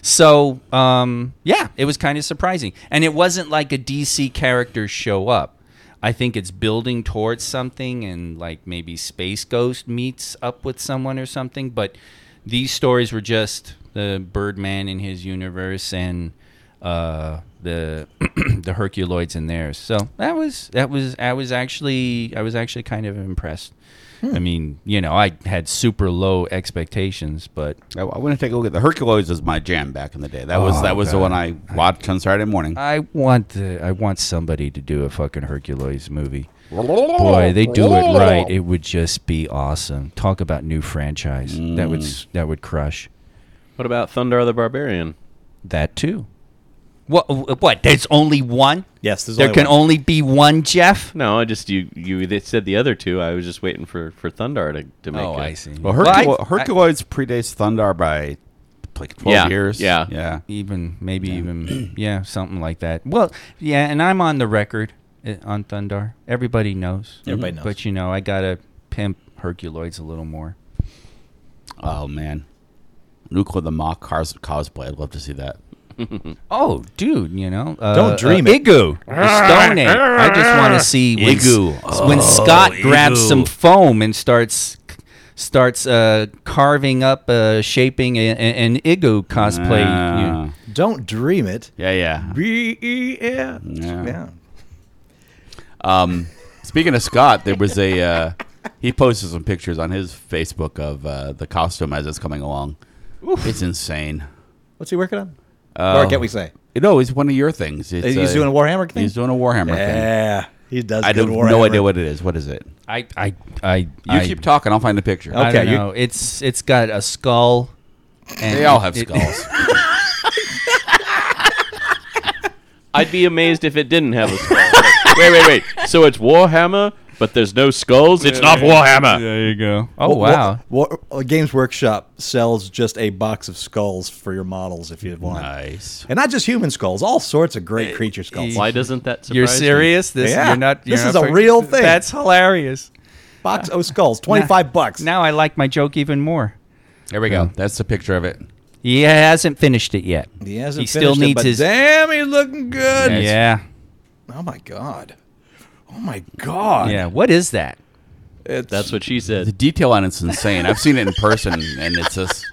So, um, yeah, it was kind of surprising, and it wasn't like a DC character show up. I think it's building towards something, and like maybe Space Ghost meets up with someone or something. But these stories were just the Birdman in his universe and uh, the (clears throat) the Herculoids in theirs. So that was that was I was actually I was actually kind of impressed. I mean, you know, I had super low expectations, but I, I want to take a look at the Hercules was my jam back in the day. That was that was the one I watched on Saturday morning. I want the, I want somebody to do a fucking Hercules movie. Boy, they do it right. It would just be awesome. Talk about new franchise. That would s- Mm. that would crush. what about Thunder the Barbarian? That too. What? What? There's only one. Yes, there's there only can one. only be one Jeff. No, I just you you they said the other two. I was just waiting for for Thunder to, to make. it. Oh, well, I- Hercules, I- Herculoids predates Thundar by like twelve Yeah, years. yeah. yeah. even maybe (clears throat) even yeah something like that. Well, yeah, and I'm on the record uh, on Thundar. Everybody knows. Everybody knows. But you know, I gotta pimp Herculoids a little more. Oh man, Nuka the Mock cars, cosplay. I'd love to see that. Oh, dude, you know, uh, Don't dream uh, it. Igu, the Stone Age. I just want (laughs) to see when, s- Igu. when Oh, Scott grabs Igu. some foam and starts starts uh, carving up, uh, shaping a, a- an Igu cosplay. Ah. You- Don't dream it. yeah, yeah. B E F. Yeah. Yeah. Um, speaking of Scott, there was a uh, he posted some pictures on his Facebook of uh, the costume as it's coming along. It's insane. What's he working on? Uh, or can we say? You know, it's one of your things. It's, He's uh, doing a Warhammer thing? He's doing a Warhammer thing. Yeah. He does. I good have Warhammer. no idea what it is. What is it? I, I, I, you You keep talking. I'll find a picture. I don't Okay, you- know. It's it's got a skull. And They all have it- skulls. I'd be amazed if it (laughs) didn't have a skull. wait, wait, wait. So it's Warhammer, but there's no skulls. It's not Warhammer. there you go. Oh Wa- wow. Wa- Wa- Games Workshop sells just a box of skulls for your models if you want. nice. And not just human skulls, all sorts of great creature skulls. Why doesn't that surprise You're me? serious? This Yeah. you're not. This you're is not a fuck- real thing. That's hilarious. box of skulls, 25 bucks. Now I like my joke even more. There we go. That's the picture of it. He hasn't finished it yet. he hasn't he still finished it, needs but his- Damn, he's looking good. Yeah. Oh my god. Oh my god. Yeah. What is that? It's, That's what she The said. detail on it's insane. I've seen it in person, and it's just.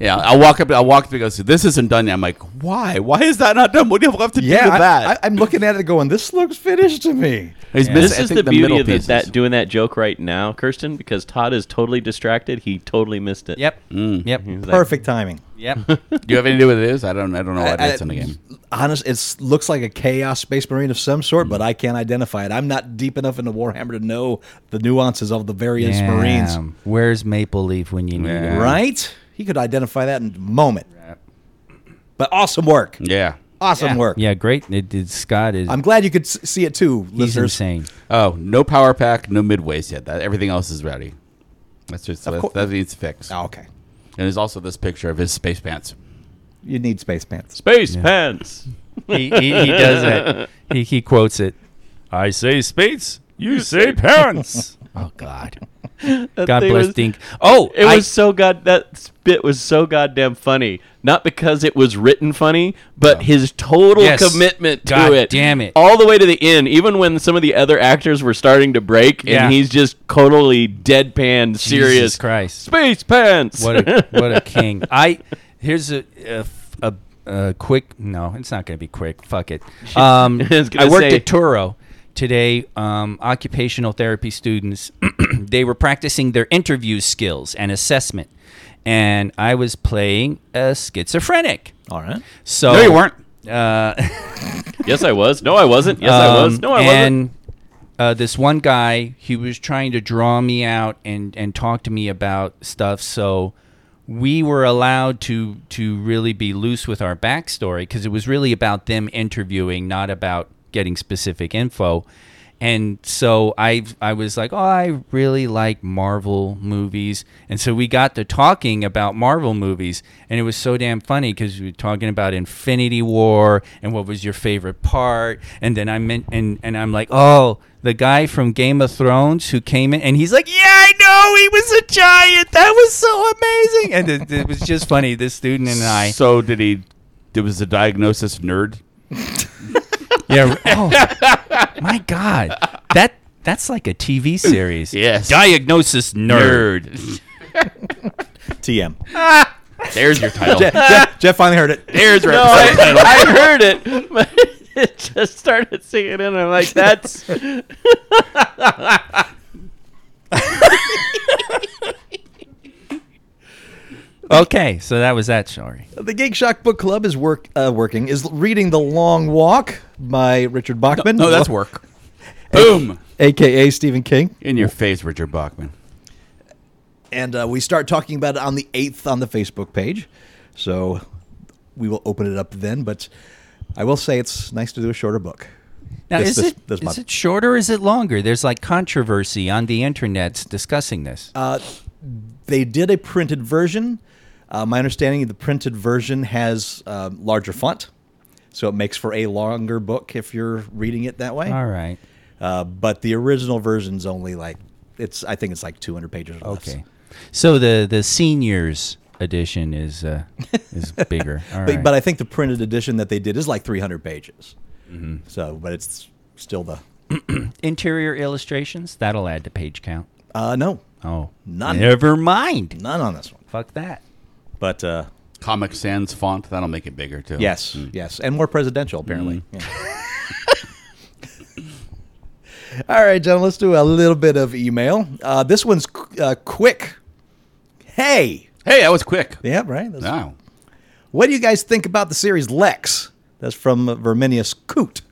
Yeah, I walk up. I walk up and go. See, this isn't done yet. I'm like, why? Why is that not done? What do you have left to do yeah, with I, that? I, am looking at it going, this looks finished to me. He's missing, This I is think the beauty middle of the, pieces. that doing that joke right now, Kirsten, because Todd is totally distracted. He totally missed it. Yep. Yep. He's like, Perfect timing. Yep. (laughs) Do you have any idea what it is? I don't. I don't know what I- it is in the game. Honest, it looks like a chaos space marine of some sort, but I can't identify it. I'm not deep enough into Warhammer to know the nuances of the various marines. Damn. Where's Maple Leaf when you need Yeah. it? Right? He could identify that in a moment. But awesome work. Mm. Yeah. Awesome work. Yeah. Great. It, it, Scott is. I'm glad you could s- see it too, he's listeners. insane. Oh, no power pack, no midways yet. That everything else is ready. That's just that, cour- that needs fixed. Oh, okay. And there's also this picture of his space pants. You need space pants. Space pants. (laughs) he, he, he does that. (laughs) He, he quotes it. I say space. You say parents. oh God. That God thing bless was- Dink. Oh, It I- was so god that bit was so goddamn funny. Not because it was written funny, but his total Oh. Yes. commitment to God it. damn it. All the way to the end, even when some of the other actors were starting to break Yeah. and he's just totally deadpan serious. Christ. Space pants. What a what a king! I here's a a, f- a- a quick. No, it's not going to be quick. Fuck it. Um, I was I gonna worked say- at Turo today. Um, occupational therapy students (clears throat) they were practicing their interview skills and assessment, and I was playing a schizophrenic. (laughs) All right. So No, you weren't. Oh. Uh, yes I was. No I wasn't. Yes I was. um, No I wasn't. and, Uh, this one guy, he was trying to draw me out and and talk to me about stuff. So we were allowed to to really be loose with our backstory because it was really about them interviewing, not about getting specific info. And so I I was like, "Oh, I really like Marvel movies." And so we got to talking about Marvel movies, and it was so damn funny cuz we were talking about Infinity War and what was your favorite part, and then I meant and and I'm like, "Oh, the guy from Game of Thrones who came in and he's like, "Yeah, I know, he was a giant. That was so amazing." And it, it was just funny. This student and I So did he? There was the diagnosis nerd. Yeah. Oh, my God. That that's like a TV series. Yes. Diagnosis nerd. TM. There's your (laughs) title. Jeff, Jeff finally heard it. There's your No, episode I, title. (laughs) I heard it, but (laughs) it just started singing, and I'm like, "That's Okay, so that was that story. The Geek Shock Book Club is work uh, working is reading The Long Walk by Richard Bachman. No, that's work. (laughs) Boom. AKA Stephen King. In your face, Richard Bachman. and uh, we start talking about it on the 8th on the Facebook page. So we will open it up then, but I will say it's nice to do a shorter book. Now, is, This- this- it is this month. it short or is it longer? There's like controversy on the internet discussing this. Um, They did a printed version. Uh, my understanding the printed version has uh, larger font, so it makes for a longer book if you're reading it that way. All right. Uh, but the original version's only like it's. I think it's like 200 pages. Or less. Okay. So the the seniors edition is uh, (laughs) is bigger. All But, right. but I think the printed edition that they did is like 300 pages. Mm-hmm. So, but it's still the interior illustrations that'll add to page count. uh, no, Oh, None. Never mind. none on this one. Fuch that. But uh, Comic Sans font. That'll make it bigger too. yes, Mm. yes, and more presidential apparently. Yeah. (laughs) All right, gentlemen, let's do a little bit of email. Uh, this one's qu- uh, quick. Hey, Hey, that was quick. yeah, right. That's- Wow. What do you guys think about the series Lex? That's from Verminius Coot.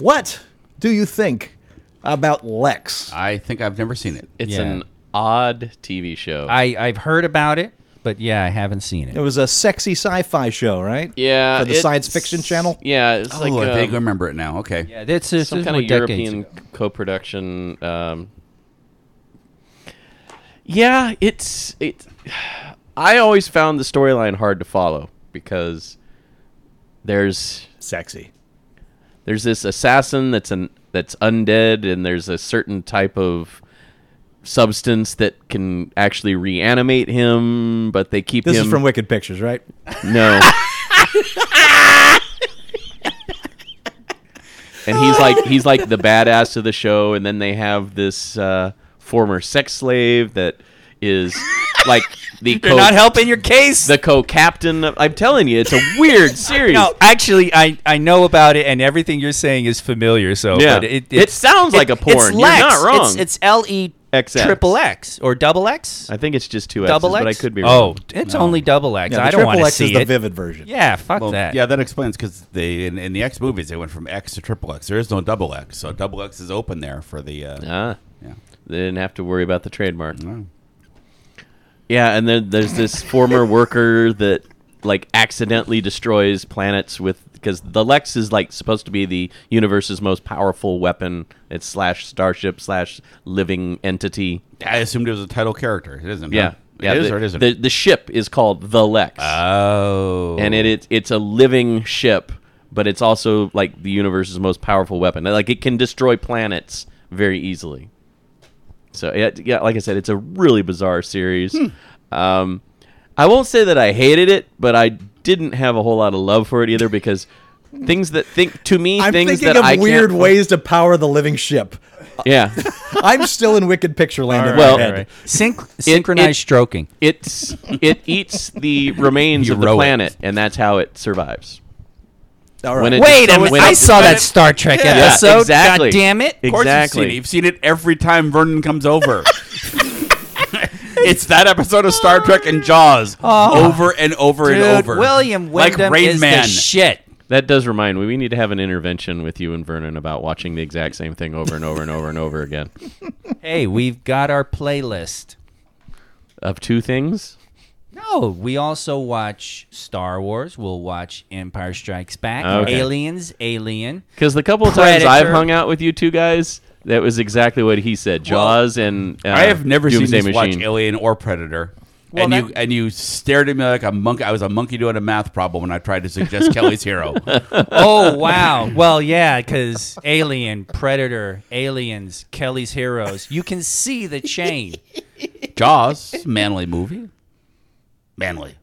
What do you think about Lex? I think I've never seen it. it's Yeah. an odd TV show." I I've heard about it, but yeah, I haven't seen It was a sexy sci-fi show, right? yeah, for the it's- science fiction channel. Yeah, it's Oh, like I um, vaguely remember it now. Okay. Yeah, that's this some is kind of what decades European ago. co-production. Um, yeah, it's it. I always found the storyline hard to follow because there's Sexy. there's this assassin that's an that's undead, and there's a certain type of substance that can actually reanimate him, but they keep This him. is from Wicked Pictures, right? No. and he's like he's like the badass of the show, and then they have this uh, former sex slave that is like the They're co- not helping your case. the co-captain. Of, I'm telling you, it's a weird series. no, actually, I, I know about it, and everything you're saying is familiar. So Yeah. but it, It sounds like a porn. It's You're Lex. not wrong. It's, it's L E X X. triple X or double X. I think it's just two X's, double X. but I could be Oh, wrong. it's only double X. Yeah, the I don't want triple to X see is the it. vivid version. Yeah, fuck Well, that. yeah, that explains because they in, in the X movies they went from X to triple X. There is no double X, so double X is open there for the. Uh, Ah, Yeah. they didn't have to worry about the trademark. No. Yeah, and then there's this former worker that like accidentally destroys planets with because the Lex is like supposed to be the universe's most powerful weapon. It's slash starship slash living entity. I assumed it was a title character. It isn't. Yeah, huh? yeah. it is the, or it isn't. The, the ship is called the Lex, Oh, and it, it's it's a living ship, but it's also like the universe's most powerful weapon. Like it can destroy planets very easily. So yeah, yeah, like I said, it's a really bizarre series. Hmm. Um, I won't say that I hated it, but I didn't have a whole lot of love for it either because things that think to me I'm things thinking that of I weird can't, ways to power the living ship. (laughs) (laughs) Yeah, I'm still in Wicked Picture Land. in my Well- head. right. Synch- synchronized it- stroking. it's it eats the remains of the Heroic. planet, and that's how it survives. all right. when it- Wait a when minute! it- I saw that Star Trek Yeah, episode. exactly. God damn it! of course exactly. you've seen it. You've seen it every time Vernon (laughs) comes over. (laughs) it's that episode of Star Trek and Jaws over and over Oh. Dude, and over. William like Wyndham Rain is Man. the shit. That does remind me. We need to have an intervention with you and Vernon about watching the exact same thing over and over and over and over again Hey, we've got our playlist. of two things. No, we also watch Star Wars. We'll watch Empire Strikes Back, Okay. Aliens, Alien. Because the couple of times Predator. I've hung out with you two guys, that was exactly what he said. Jaws and uh, I have never Doomsday seen this watch Machine. Alien or Predator. Well, and you that- and you stared at me like a monkey. I was a monkey doing a math problem when I tried to suggest Kelly's Hero. Oh wow! Well, yeah, because Alien, Predator, Aliens, Kelly's Heroes. You can see the chain. Jaws, manly movie, manly.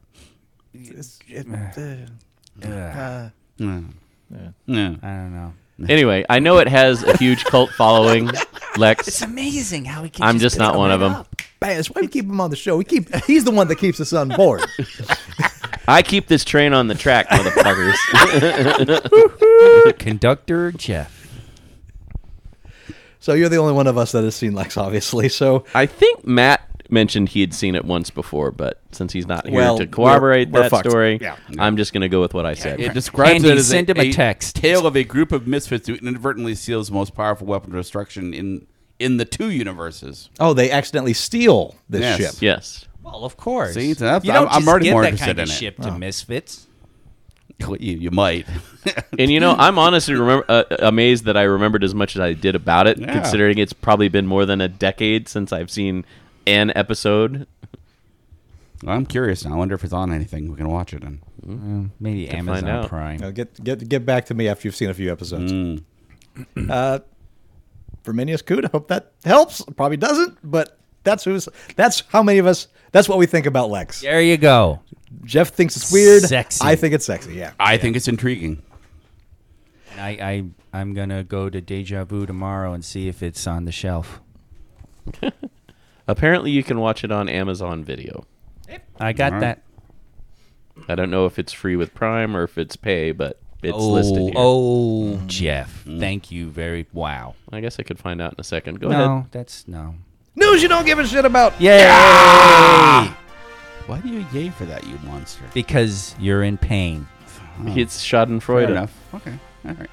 uh, Yeah. I don't know. Anyway, I know it has a huge cult following, Lex. It's amazing how we can. I'm just not one of them. Bang, that's why we keep him on the show. We keep he's the one that keeps us on (laughs) board. I keep this train on the track, motherfuckers. (laughs) Conductor Jeff. so you're the only one of us that has seen Lex, obviously. So I think Matt mentioned he had seen it once before, but since he's not here Well, to corroborate we're- we're that fucked. story, I'm just going to go with what I said. It describes Andy, it as send a, him a text. tale of a group of misfits who inadvertently steals the most powerful weapon of destruction in in the two universes. oh, they accidentally steal this Yes. ship. Yes. Well, of course. See, so that's- you don't I'm- I'm just already give more that interested kind of in it. ship to misfits. You, you (laughs) might. And you know, I'm honestly remember, uh, amazed that I remembered as much as I did about it, Yeah. considering it's probably been more than a decade since I've seen an episode. I'm curious now. I wonder if it's on anything. We can watch it. And Maybe Amazon out. Prime. Now get get get back to me after you've seen a few episodes. Mm. (clears throat) Uh, Verminius Coot. I hope that helps. Probably doesn't, but that's who's that's how many of us. That's what we think about Lex. There you go. Jeff thinks it's weird. Sexy. I think it's sexy. Yeah. I think it's intriguing. And I, I I'm gonna go to Deja Vu tomorrow and see if it's on the shelf. Apparently, you can watch it on Amazon Video. I got All right. that. I don't know if it's free with Prime or if it's pay, but it's oh, listed here. oh, Jeff. Thank you very. Wow. I guess I could find out in a second. Go no, ahead. that's no. News you don't give a shit about. Yay! Why do you yay for that, you monster? Because you're in pain. It's Schadenfreude. Fair enough. Okay. All right.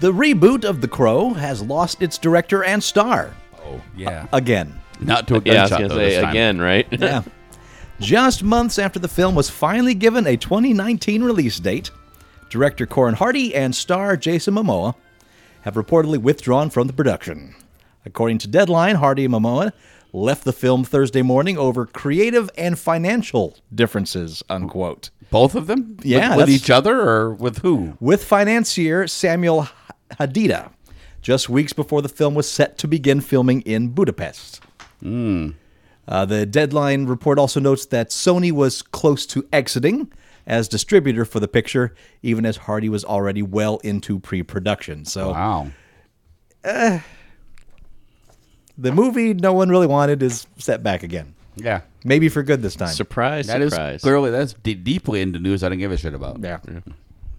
The reboot of The Crow has lost its director and star Oh, yeah. again. Not to a Yeah, I was gunshot gonna though, this say time. again, right? Yeah. Just months after the film was finally given a 2019 release date, director Corin Hardy and star Jason Momoa have reportedly withdrawn from the production. According to Deadline, Hardy and Momoa left the film Thursday morning over creative and financial differences, unquote. Both of them? Yeah, With, with that's- each other or with who? with financier Samuel Hadida just weeks before the film was set to begin filming in Budapest. Uh, the deadline report also notes that Sony was close to exiting as distributor for the picture, even as Hardy was already well into pre production. So Wow. the movie no one really wanted is set back again. Yeah. Maybe for good this time. (laughs) Surprise, That is surprise. clearly that's d- deeply into news I don't give a shit about. yeah.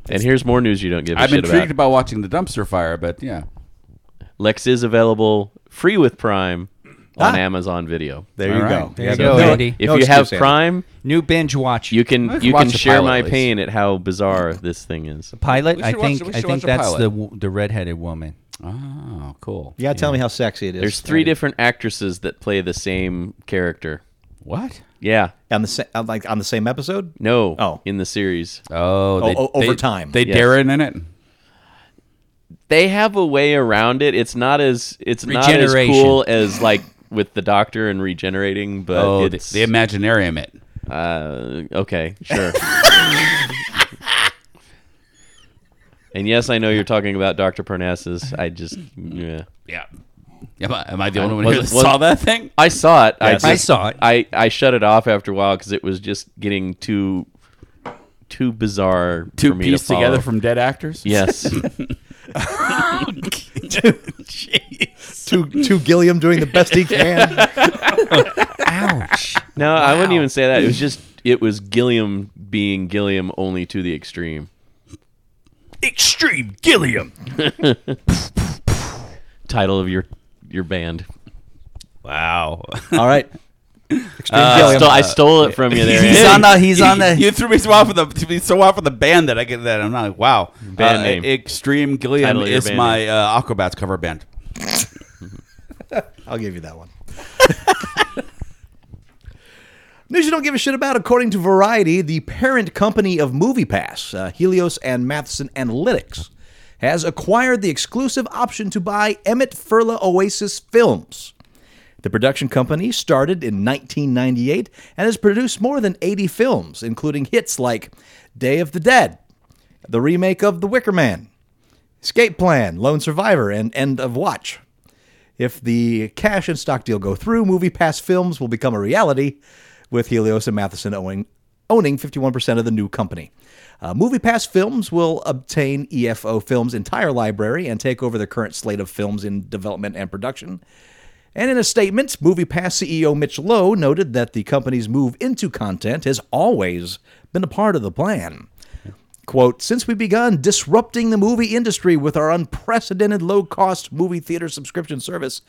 and here's more news you don't give a I'm shit intrigued about. about watching the dumpster fire, but yeah. Lex is available free with Prime on Ah. Amazon Video. There All you right. go. There you go, no- Andy. If no you excuse, have Andy. Prime, New binge watch. you can can you watch can the share pilot my at least. pain at how bizarre this thing is. pilot. We I should watch- think we should I watch think the that's pilot. the w- the redheaded woman. Oh, cool. Yeah, tell me how sexy it is. There's three Andy. different actresses that play the same character. What? Yeah. on the sa- on, like on the same episode. No. Oh. In the series. Oh, they, o- over they- time. They Yes. Darren in it. They have a way around it. It's not as it's not as Regeneration. cool as like with the doctor and regenerating, but Oh, the, it's the Imaginarium it. Uh, okay, sure. and yes, I know you're talking about Dr. Parnassus. I just, yeah. Yeah. Am I, am I the only one who Was it- was- saw that thing? I saw it. Yes. I, I just- saw it. I, I shut it off after a while because it was just getting too too bizarre Two for me to pieced together follow. from dead actors? (laughs) yes To to Gilliam doing the best he can. (laughs) Ouch. no i wouldn't even say that it was just it was gilliam being gilliam only to the extreme Extreme Gilliam. title of your your band Wow. All right. Extreme I, Gilliam. stole, I stole (laughs) it from you there He's Andy. on the. He's on the. you threw me so off of the threw me so off of the band that I get that I'm not like wow Band Uh, name. Extreme Title Gilliam of your is band my uh, Aquabats cover band. I'll give you that one. (laughs) News you don't give a shit about, according to Variety, the parent company of MoviePass, uh, Helios and Matheson Analytics, has acquired the exclusive option to buy Emmett Furla Oasis films. The production company started in 1998 and has produced more than 80 films, including hits like Day of the Dead, the remake of The Wicker Man, Escape Plan, Lone Survivor, and End of Watch. If the cash and stock deal go through, MoviePass films will become a reality, with Helios and Matheson owning, owning 51% of the new company. Uh, MoviePass films will obtain EFO Films' entire library and take over their current slate of films in development and production. And in a statement, MoviePass CEO E Mitch Lowe noted that the company's move into content has always been a part of the plan. Quote, since we begun disrupting the movie industry with our unprecedented low cost movie theater subscription service,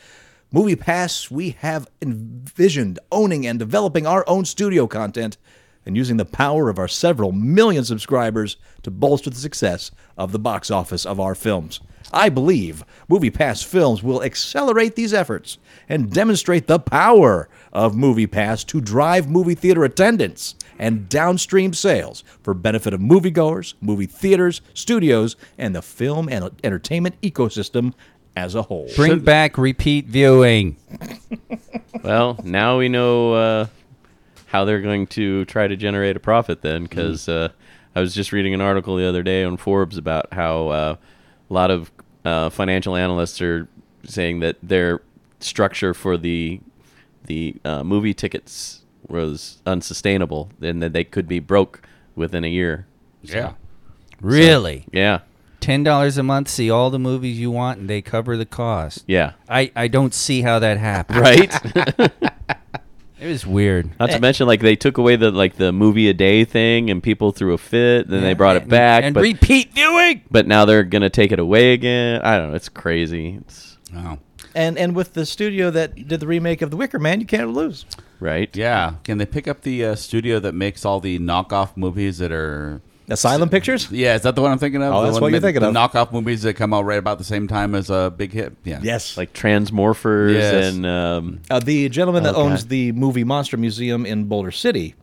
MoviePass, we have envisioned owning and developing our own studio content and using the power of our several million subscribers to bolster the success of the box office of our films. I believe MoviePass films will accelerate these efforts and demonstrate the power of MoviePass to drive movie theater attendance and downstream sales for benefit of moviegoers, movie theaters, studios, and the film and entertainment ecosystem as a whole. Bring back repeat (laughs) viewing. Well, now we know uh, how they're going to try to generate a profit Mm-hmm. then, because uh, I was just reading an article the other day on Forbes about how uh, a lot of uh, financial analysts are saying that their structure for the the uh, movie tickets was unsustainable, and that they could be broke within a year. Yeah. Really? Yeah, Ten dollars a month, see all the movies you want, and they cover the cost. yeah, (laughs) I, I don't see how that happened. right. It was weird. Not to mention, like they took away the like the movie a day thing, and people threw a fit. Then they brought it And- back, and but repeat viewing. but now they're gonna take it away again. I don't know. It's crazy. It's Wow. And and with the studio that did the remake of The Wicker Man, you can't lose. right. Yeah. Can they pick up the uh, studio that makes all the knockoff movies that are? Asylum Pictures? Yeah, is that the one I'm thinking of? Oh, The that's one what you're that- thinking the of. knockoff movies that come out right about the same time as a big hit. Yeah. Yes. Like Transmorphers Yes. and um, Uh, the gentleman that Oh, owns God. the movie Monster Museum in Boulder City,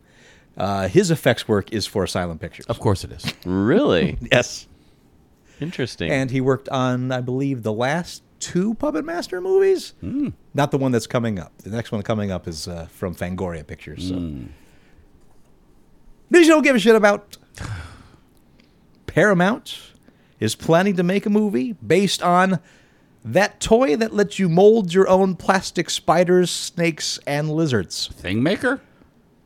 uh, his effects work is for Asylum Pictures. Of course it is. (laughs) really Yes. interesting. And he worked on, I believe, the last two Puppet Master movies. Not the one that's coming up. The next one coming up is uh, from Fangoria Pictures. So. News you don't give a shit about. Paramount is planning to make a movie based on that toy that lets you mold your own plastic spiders, snakes, and lizards. Thing maker.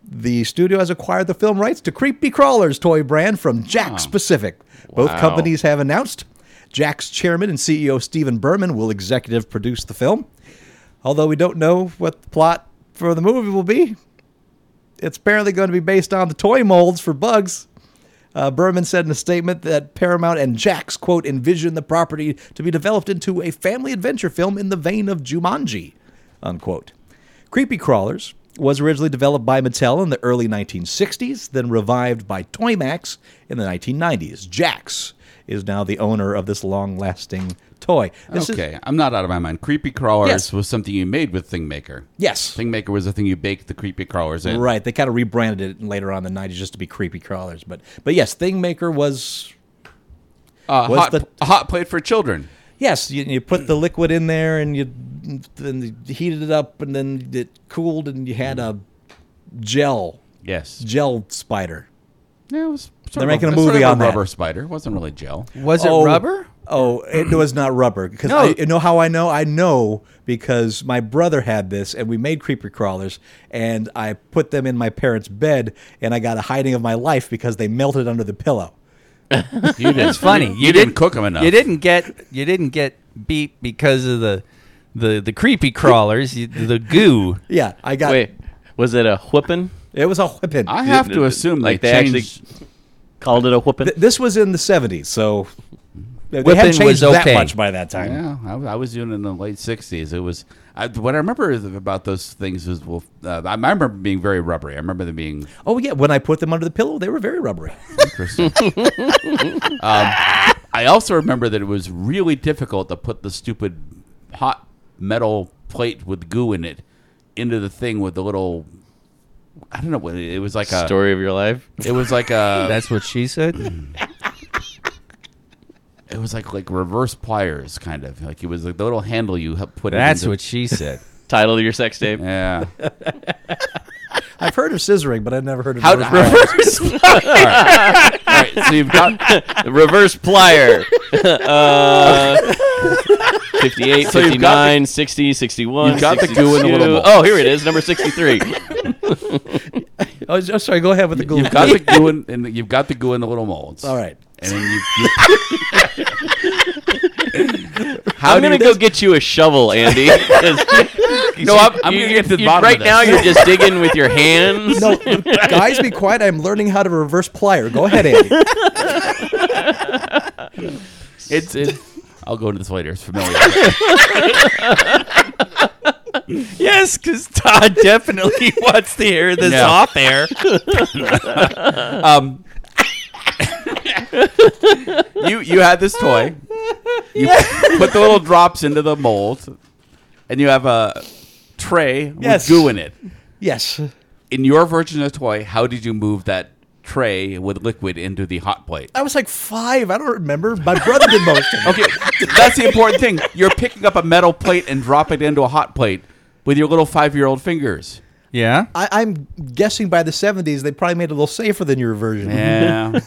The studio has acquired the film rights to Creepy Crawlers toy brand from Jax Pacific. Both Wow. companies have announced. Jax chairman and CEO Steven Berman will executive produce the film. Although we don't know what the plot for the movie will be, it's apparently going to be based on the toy molds for bugs. Uh, Berman said in a statement that Paramount and Jax, quote, envision the property to be developed into a family adventure film in the vein of Jumanji, unquote. Creepy Crawlers was originally developed by Mattel in the early 1960s, then revived by Toymax in the 1990s. Jax is now the owner of this long lasting toy. This Is, okay, I'm not out of my mind. Creepy crawlers Yes. was something you made with Thing Maker. yes. Thing Maker was the thing you baked the creepy crawlers in. Right. They kind of rebranded it later on in the 90s just to be Creepy Crawlers. But, but yes, Thing Maker was Uh, Was hot, the- a hot plate for children. Yes, you, you put the liquid in there and you then you heated it up and then it cooled and you had a gel Yes. gel spider. Yeah, it was sort They're of making a it's sort of movie on that. rubber spider. It wasn't really gel. Was it rubber? Oh, it was not rubber. Because No. I you know how I know. I know because my brother had this, and we made creeper crawlers, and I put them in my parents' bed, and I got a hiding of my life because they melted under the pillow. You did. It's funny. You, didn't, cook them Oh. enough. You didn't get you didn't get beat because of the the the creepy crawlers, you- the goo. Yeah, I uh, got. Wait, was it a whooping? It was a whipping. I have Th- to th- assume like they, they actually- changed. Called it a whooping? Th- this was in the '70s, so they Whipping hadn't was changed okay. that much by that time. Yeah, I, I was doing it in the late '60s. It was I, what I remember is about those things was well, uh, I remember being very rubbery. I remember them being Oh yeah, when I put them under the pillow, they were very rubbery. interesting. um, I also remember that it was really difficult to put the stupid hot metal plate with goo in it into the thing with the little I don't know. what- It was like a (laughs) Story of your life. It was like a. That's what she said. it was like like reverse pliers, kind of like it was like the little handle you help put. it That's into- what she (laughs) said. Title of your sex tape. Yeah. (laughs) I've heard of scissoring, but I've never heard of How reverse (laughs) reverse? All right. So you've got (laughs) (laughs) (laughs) Reverse plier. uh, 58, So you've got 59, 60, 61. you've got the goo in the little 62. bowl. Oh, here it is, number 63. (laughs) Oh, s- oh, sorry. Go ahead with the glue. you've got the goo in, in the, you've got the goo in the little (laughs) molds. All right. And then you. you How I'm do going you- to go get you a shovel, (laughs) Andy. 'cause No, I'm, I'm you- gonna get to the you- bottom Right of now, this. you're just (laughs) digging with your hands. No, guys, be quiet. I'm learning how to reverse plier. Go ahead, Andy. It's, it's (laughs) I'll go into this later. It's familiar. Yes, because Todd definitely wants to hear this Yeah. off air. um, (laughs) you you had this toy. You put the little drops into the mold, and you have a tray Yes. with goo in it. (laughs) Yes. In your version of the toy, how did you move that tray with liquid into the hot plate? I was like five. I don't remember. My brother did most of it. Okay, (laughs) that's the important thing. You're picking up a metal plate and drop it into a hot plate with your little five year old fingers. Yeah. I, I'm guessing by the 70s, they probably made it a little safer than your version. Yeah.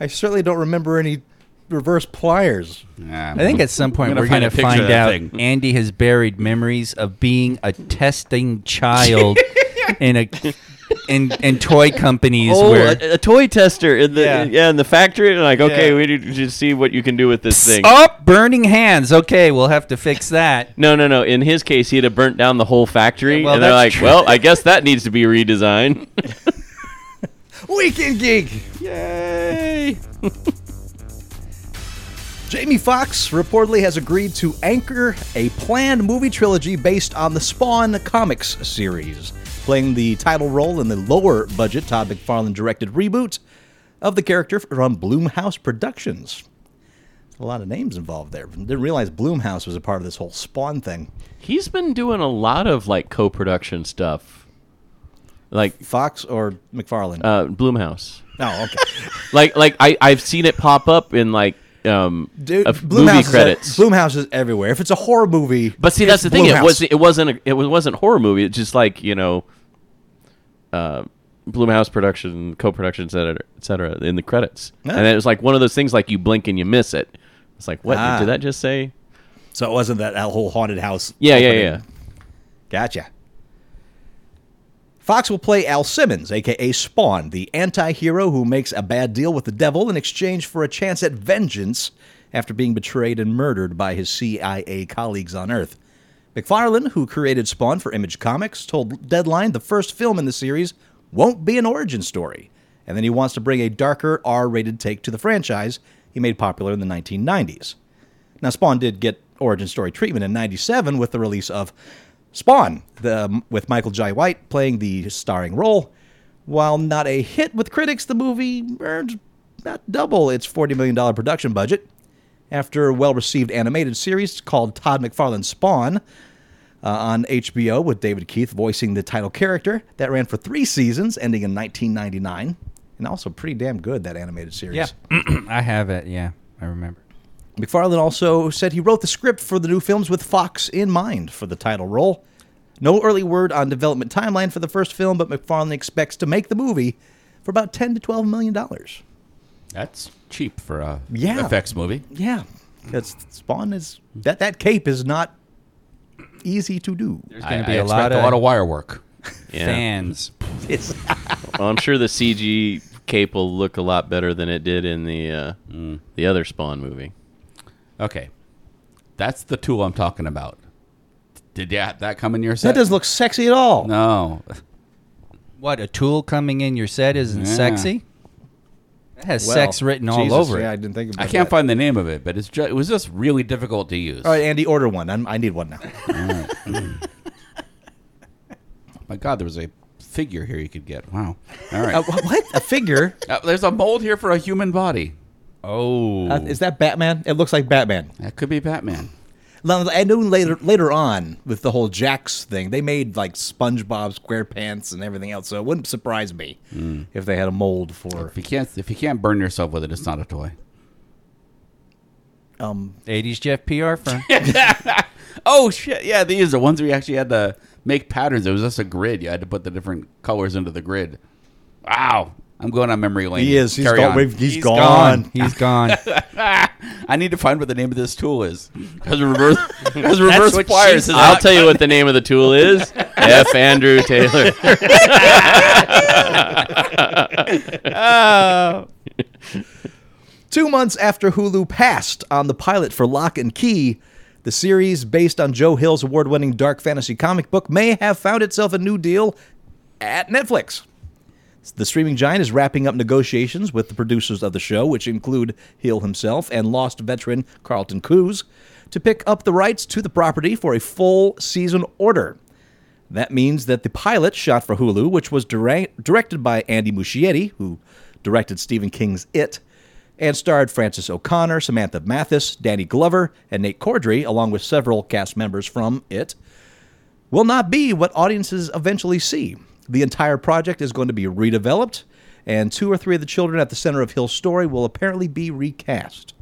I certainly don't remember any reverse pliers. Yeah. I think at some point I'm gonna we're find going a to picture of find that out thing. Andy has buried memories of being a testing (laughs) child in a in in toy companies Oh, where a, a toy tester in the yeah. Yeah. in the factory. And like, okay, Yeah. we need to just see what you can do with this thing. up Oh, burning hands. Okay, we'll have to fix that. No, no, no. In his case, he'd have burnt down the whole factory. Yeah, well, and they're like, that's true. well, I guess that needs to be redesigned. Weekend Geek! Yay. (laughs) Jamie Foxx reportedly has agreed to anchor a planned movie trilogy based on the Spawn comics series, playing the title role in the lower budget Todd McFarlane directed reboot of the character from Bloomhouse Productions. A lot of names involved there. Didn't realize Bloomhouse was a part of this whole Spawn thing. (laughs) He's been doing a lot of like co-production stuff, like Fox or McFarlane? uh, Bloomhouse. oh, okay. Like, like I I've seen it pop up in like um Dude, of Bloom movie House Is, credits. Bloomhouse is everywhere. If it's a horror movie, but see, it's that's the thing. It Blumhouse. was it wasn't a, it was- wasn't a horror movie. It's just like you know, uh, Bloomhouse production, co-production, et cetera, et cetera, in the credits. Yeah. And it was like one of those things like you blink and you miss it. It's like what Ah. did that just say? so it wasn't that whole haunted house. Yeah, yeah, opening. yeah. Gotcha. Fox will play Al Simmons, aka Spawn, the anti hero who makes a bad deal with the devil in exchange for a chance at vengeance after being betrayed and murdered by his CIA colleagues on Earth. McFarlane, who created Spawn for Image Comics, told Deadline the first film in the series won't be an origin story, and then he wants to bring a darker, R rated take to the franchise he made popular in the 1990s. Now, Spawn did get origin story treatment in '97 with the release of Spawn, the, um, with Michael J. White playing the starring role. While not a hit with critics, the movie earned about double its $40 million production budget. After a well received animated series called Todd McFarlane's Spawn uh, on HBO with David Keith voicing the title character, that ran for three seasons, ending in 1999. And also pretty damn good, that animated series. Yeah, (clears throat) I have it. Yeah, I remember. McFarlane also said he wrote the script for the new films with Fox in mind for the title role. No early word on development timeline for the first film, but McFarlane expects to make the movie for about 10 to 12 million dollars. That's cheap for a Yeah. effects movie. Yeah, that's Spawn is that that cape is not easy to do. There's I, going to I be a expect lot, of a lot of wire work. Yeah. fans. It's Well, I'm sure the CG cape will look a lot better than it did in the uh, Mm. the other Spawn movie. Okay, that's the tool I'm talking about. Did that that come in your set? that doesn't look sexy at all. No, What a tool coming in your set isn't Yeah. sexy. It has Well, sex written all Jesus, over Yeah, I it. didn't think about I can't that. find the name of it, but it's just, it was just really difficult to use. All right, Andy, order one. I'm, I need one now. My God, there was a figure here you could get. Wow. All Uh, right, wh- what? A figure? Uh, there's a mold here for a human body. Oh, Uh, is that Batman? It looks like Batman. That could be Batman. Now, I know later later on with the whole Jax thing, they made like SpongeBob SquarePants and everything else. So it wouldn't surprise me if they had a mold for Hmm. If you can't if you can't burn yourself with it, it's not a toy. um 80s Jeff PR (laughs) firm. Oh shit! Yeah, these are ones where you actually had to make patterns. It was just a grid. You had to put the different colors into the grid. Wow, I'm going on memory lane. He is. He's Carry gone. on. We've- he's He's gone. He's (laughs) gone. I need to find what the name of this tool is. Has (laughs) reverse has reverse what she pliers. is I'll not- tell you what the name of the (laughs) tool is. F. Andrew Taylor. Two months after Hulu passed on the pilot for Lock and Key, the series, based on Joe Hill's award winning dark fantasy comic book, may have found itself a new deal at Netflix. The streaming giant is wrapping up negotiations with the producers of the show, which include Hill himself and Lost veteran Carlton Coos, to pick up the rights to the property for a full season order. That means that the pilot shot for Hulu, which was direct, directed by Andy Muschietti, who directed Stephen King's It, and starred Francis O'Connor, Samantha Mathis, Danny Glover, and Nate Cordry, along with several cast members from It, will not be what audiences eventually see. The entire project is going to be redeveloped, and two or three of the children at the center of Hill's story will apparently be recast.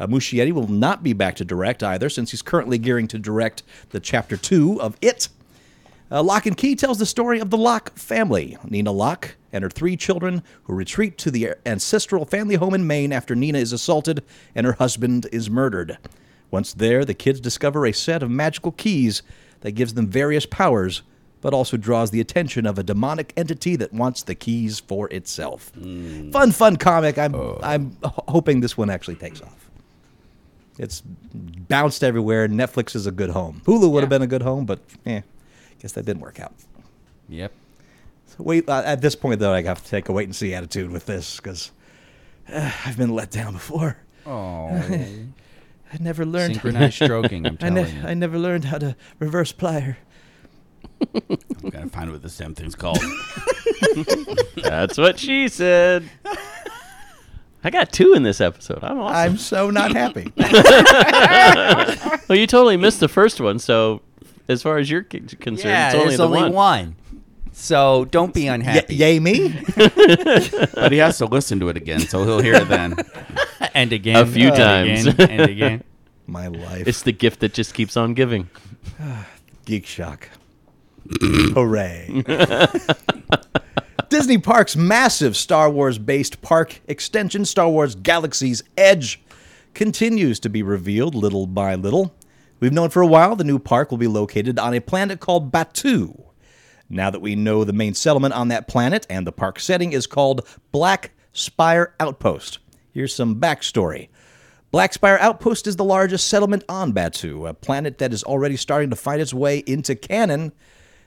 Uh, Muschietti will not be back to direct either, since he's currently gearing to direct the chapter two of It. Uh, Lock and Key tells the story of the Locke family Nina Locke and her three children, who retreat to the ancestral family home in Maine after Nina is assaulted and her husband is murdered. Once there, the kids discover a set of magical keys that gives them various powers, but also draws the attention of a demonic entity that wants the keys for itself. Fun, fun comic. I'm, I'm h- hoping this one actually takes off. It's bounced everywhere. Netflix is a good home. Hulu would have been a good home, but eh, guess that didn't work out. Yep. So wait, uh, at this point though, I have to take a wait and see attitude with this because I've been let down before. (laughs) Oh, I never learned. synchronized stroking. (laughs) I'm I, telling ne- you. I never learned how to reverse plier. I'm gonna find what this damn thing's (laughs) called. That's what (laughs) she said. I got two in this episode. I'm awesome. I'm so not happy. Well, you totally missed the first one, so as far as you're c- concerned, yeah, it's only there's the only one. one. So don't be unhappy. (laughs) yay me? but he has to listen to it again, so he'll hear it (laughs) then. And again. A uh, few and times. Again, and again. My life. It's the gift that just keeps on giving. Geek Shock. (clears throat) Hooray. (laughs) Disney Park's massive Star Wars based park extension, Star Wars Galaxy's Edge, continues to be revealed little by little. We've known for a while the new park will be located on a planet called Batu. Now that we know the main settlement on that planet and the park setting is called Black Spire Outpost. Here's some backstory. Blackspire Outpost is the largest settlement on Batu, a planet that is already starting to find its way into canon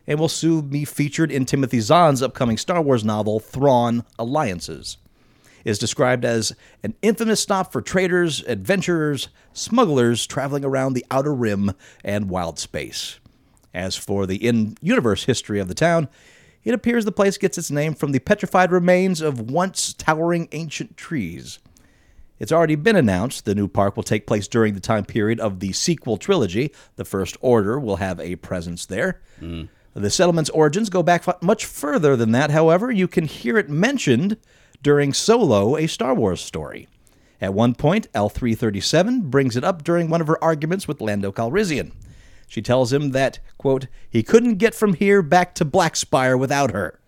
and will soon be featured in Timothy Zahn's upcoming Star Wars novel, Thrawn Alliances. It is described as an infamous stop for traders, adventurers, smugglers traveling around the Outer Rim and wild space. As for the in universe history of the town, it appears the place gets its name from the petrified remains of once towering ancient trees. It's already been announced the new park will take place during the time period of the sequel trilogy. The First Order will have a presence there. The settlement's origins go back fu- much further than that, however. You can hear it mentioned during Solo, a Star Wars story. At one point, L337 brings it up during one of her arguments with Lando Calrissian. She tells him that, quote, he couldn't get from here back to Blackspire without her.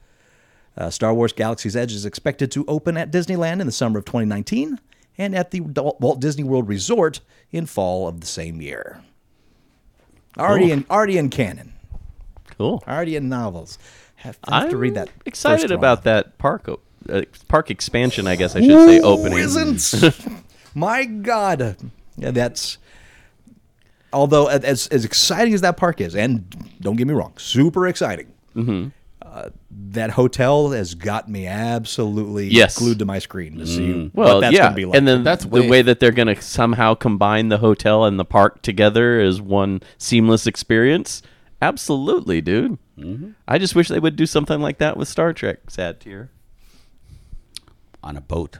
Uh, Star Wars Galaxy's Edge is expected to open at Disneyland in the summer of 2019 and at the Dal- Walt Disney World Resort in fall of the same year. Already in already in canon, Cool. already in novels. Have, I have I'm to read that. Excited first one. about that park o- uh, park expansion, I guess I should say. Opening. isn't? (laughs) My God, yeah, that's. Although a- as as exciting as that park is, and don't get me wrong, super exciting. Mm-hmm. Uh, that hotel has got me absolutely Yes. Mm. glued to my screen to see Well, what that's yeah, going to be like. and then That's the way- way that they're going to somehow combine the hotel and the park together is one seamless experience. Absolutely, dude. Mm-hmm. I just wish they would do something like that with Star Trek. Sad tear. (laughs) on a boat.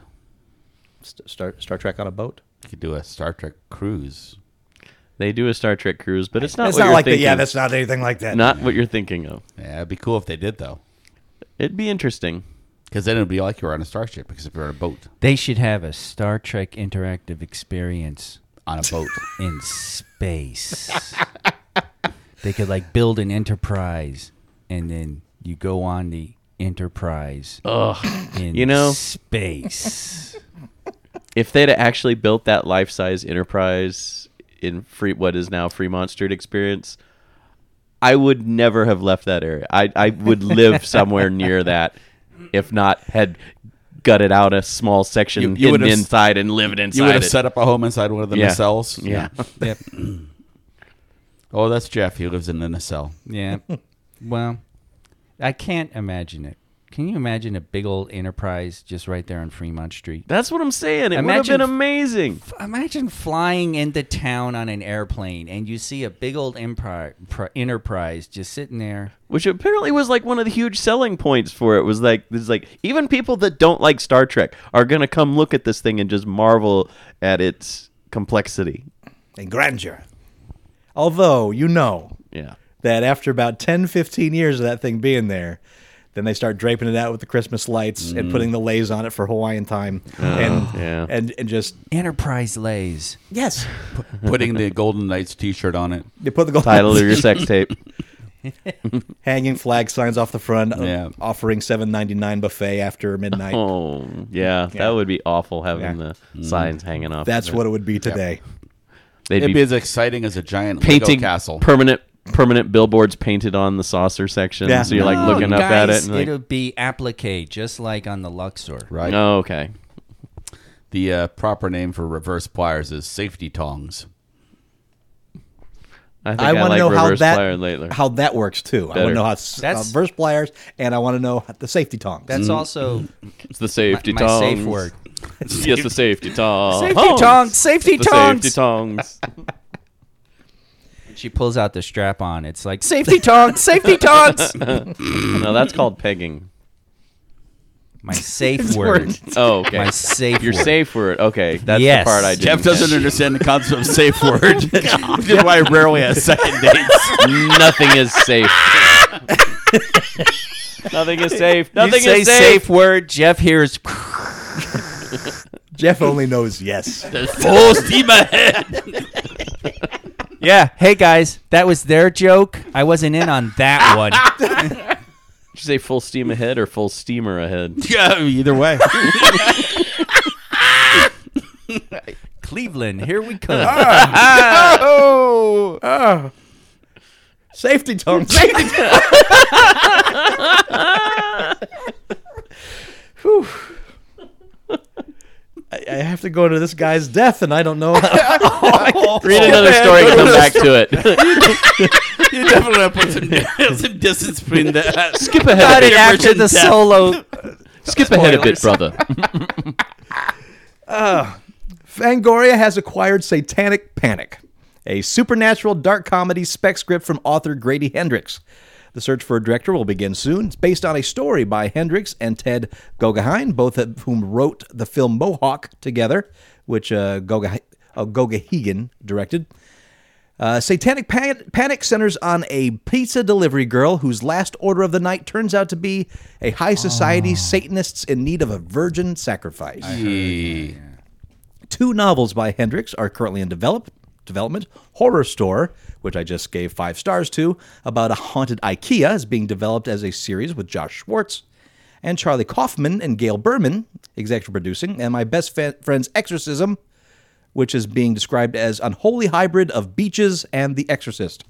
St- Star Star Trek on a boat. You could do a Star Trek cruise. They do a Star Trek cruise, but it's not. It's what not you're like that. thinking. Yeah, that's not anything like that. not what you're thinking of. Yeah, it'd be cool if they did though, It'd be interesting. because then it'd be like you were on a starship. Because if you're on a boat, They should have a Star Trek interactive experience on a boat, in (laughs) space. they could like build an enterprise and then you go on the enterprise Ugh. in you know- (laughs) space. If they'd actually built that life-size Enterprise in free, what is now Fremont Street Experience, I would never have left that area. I I (laughs) would live somewhere near that, if not had gutted out a small section You- you hidden would've s- inside and lived (laughs) inside. you would have it. set up a home inside one of the Yeah. nacelles. Yeah. (laughs) yep. (clears throat) Oh, that's Jeff. He lives in the (laughs) nacelle. Yeah. well, I can't imagine it. Can you imagine a big old enterprise just right there on Fremont Street? That's what I'm saying. It would have Imagine been f- amazing. F- Imagine flying into town on an airplane and you see a big old empire, pr- enterprise just sitting there. which apparently was like one of the huge selling points for it was like there's like even people that don't like Star Trek are going to come look at this thing and just marvel at its complexity. And grandeur. Although, you know Yeah. that after about 10, 15 years of that thing being there, then they start draping it out with the Christmas lights and putting the lays on it for Hawaiian time. and, Mm. Oh, yeah. and and just, Enterprise lays. yes. Putting the Golden Knights T-shirt on it. They put the gold Title of your (laughs) sex tape. (laughs) hanging flag signs off the front, uh, Yeah. offering seven ninety nine buffet after midnight. Oh, yeah, that would be awful having Yeah. Mm-hmm. the signs hanging off. That's of it. what it would be today. they'd It'd be, be as exciting as a giant painting Lego castle. permanent permanent billboards painted on the saucer section. Yeah. So you're like No, looking up at it guys, and like, it'll be applique, just like on the Luxor. right. "Oh, okay. The uh, proper name for reverse pliers is safety tongs. I think I, I, want to like know how reverse flyer that later. how that works too. I want Better. to know how s- That's- uh, verse pliers, and I want to know how- the safety tongs. That's Mm. also it's the safety my tongs. safe word. (laughs) yes, the safety tongs. Safety tongs. Safety The tongs. safety tongs. She pulls out the strap on. It's like safety tongs. Safety tongs. No, that's called pegging. My safe word. Oh, okay. My safe. Your word. safe word. Okay, that's Yes. the part I did. Jeff doesn't understand the concept (laughs) of safe word. (laughs) Which is why I rarely has second (laughs) dates. Nothing is safe. Nothing is safe. You Nothing say is safe. safe word. Jeff hears. (laughs) Jeff only knows yes. (laughs) Full steam ahead. Yeah. Hey guys, that was their joke. I wasn't in on that one. Did you say full steam ahead or full steamer (laughs) ahead? Yeah, either way. Cleveland, here we come. safety tongs. (laughs) Whew. I, I have to go into this guy's death, and I don't know. Read another story. Come back to (laughs) it. (laughs) you definitely have to put (laughs) some, some distance between (laughs) the. Skip ahead. A bit. after the solo. Skip ahead a bit, brother. Fangoria has acquired Satanic Panic, a supernatural dark comedy spec script from author Grady Hendrix. The search for a director will begin soon. It's based on a story by Hendrix and Ted Gogahine, both of whom wrote the film Mohawk together, which uh, Goga, uh, Gogahegan directed. Uh, Satanic Pan- Panic centers on a pizza delivery girl whose last order of the night turns out to be a high society Satanists in need of a virgin sacrifice. Two novels by Hendricks are currently in develop, development. Horror Store, which I just gave five stars to, about a haunted IKEA, is being developed as a series with Josh Schwartz. And Charlie Kaufman and Gail Berman, executive producing, and My Best Fa- Friend's Exorcism, which is being described as unholy hybrid of Beaches and The Exorcist,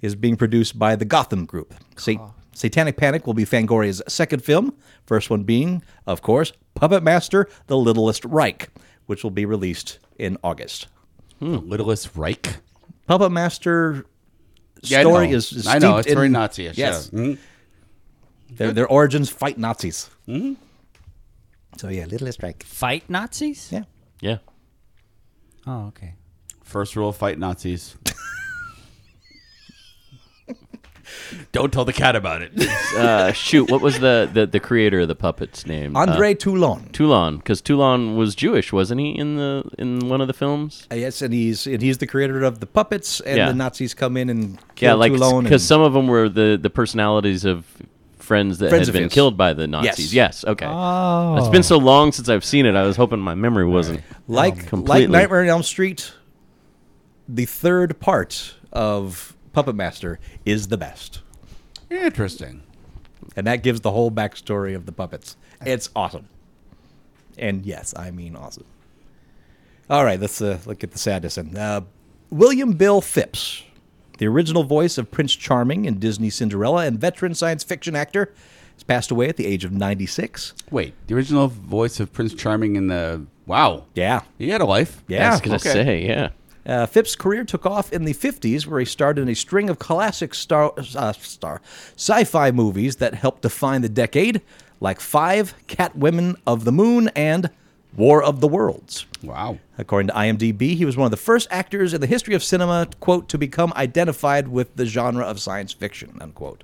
is being produced by the Gotham Group. Sa- Satanic Panic will be Fangoria's second film, first one being, of course, Puppet Master: The Littlest Reich, which will be released in August. Littlest Reich. Puppet Master I story know. is, is I know. steeped It's very Mm-hmm. in Nazi. Yes. Yes. Mhm. their, their origins fight Nazis. Mm-hmm. So yeah, Littlest Reich. (laughs) Fight Nazis? Yeah. Yeah. Oh, okay. First rule: fight Nazis. Don't tell the cat about it. uh, shoot, what was the, the the creator of the puppet's name? Uh, Andre Toulon. Toulon, because Toulon was Jewish, wasn't he in the in one of the films? Yes, and he's and he's the creator of the puppets, and Yeah. the Nazis come in and Yeah, kill like Toulon. because and- some of them were the the personalities of friends that Friends had of been his. killed by the Nazis. Yes. Okay. Oh. It's been so long since I've seen it. I was hoping my memory wasn't like Oh, completely. like Nightmare on Elm Street, the third part of Puppet Master is the best, Interesting. and that gives the whole backstory of the puppets. It's awesome, and yes, I mean awesome. All right, let's uh, look at the sadness. And uh, William Bill Phipps, the original voice of Prince Charming in Disney Cinderella and veteran science fiction actor, has passed away at the age of ninety six. Wait, the original voice of Prince Charming in the wow. Yeah, He had a life. yeah. I was gonna Okay. say, yeah. Uh, Phipps' career took off in the 50s, where he starred in a string of classic star, uh, star sci-fi movies that helped define the decade, like Five, Catwomen of the Moon, and War of the Worlds. Wow. According to IMDb, he was one of the first actors in the history of cinema, quote, to become identified with the genre of science fiction, unquote.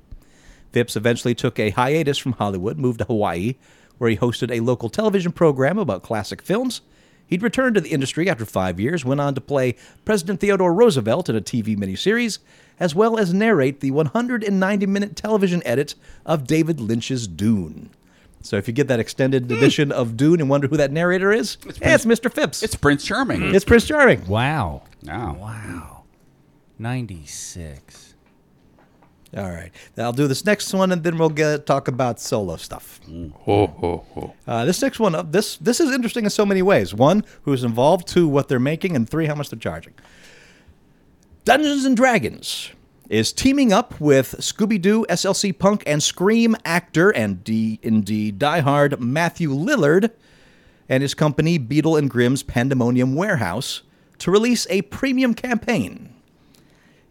Phipps eventually took a hiatus from Hollywood, moved to Hawaii, where he hosted a local television program about classic films. He'd returned to the industry after five years, went on to play President Theodore Roosevelt in a TV miniseries, as well as narrate the 190 minute television edit of David Lynch's Dune. So if you get that extended edition of Dune and wonder who that narrator is, it's, Mr. Phipps. It's Prince Charming. It's Prince Charming. Wow. Wow. Wow. 96. All right. I'll do this next one, and then we'll get, talk about solo stuff. Uh, this next one, uh, this this is interesting in so many ways. One, who's involved. Two, what they're making, and three, how much they're charging. Dungeons and Dragons is teaming up with Scooby Doo, SLC Punk, and Scream actor and D and D diehard Matthew Lillard and his company Beetle and Grimm's Pandemonium Warehouse to release a premium campaign.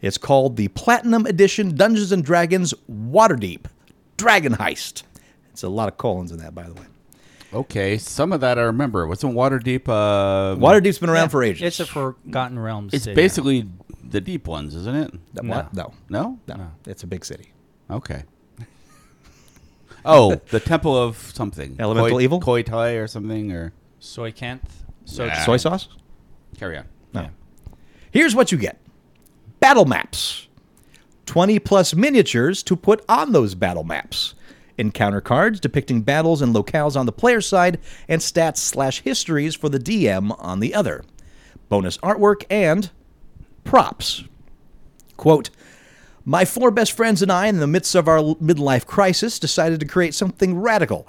It's called the Platinum Edition Dungeons and Dragons Waterdeep Dragon Heist. It's a lot of colons in that, by the way. Okay, some of that I remember. What's in Waterdeep? Uh, Waterdeep's been around for ages. It's a Forgotten Realms. It's city. basically the deep ones, isn't it? no, what? no, No. no, It's a big city. Okay. (laughs) Oh, the temple of something. Elemental Koi- evil? Koi Tai or something, or Soykanth. So Yeah. Soy sauce? carry on. Here's what you get battle maps, 20 plus miniatures to put on those battle maps, encounter cards depicting battles and locales on the player's side, and stats slash histories for the DM on the other, bonus artwork, and props. Quote, my four best friends and I, in the midst of our l- midlife crisis, decided to create something radical.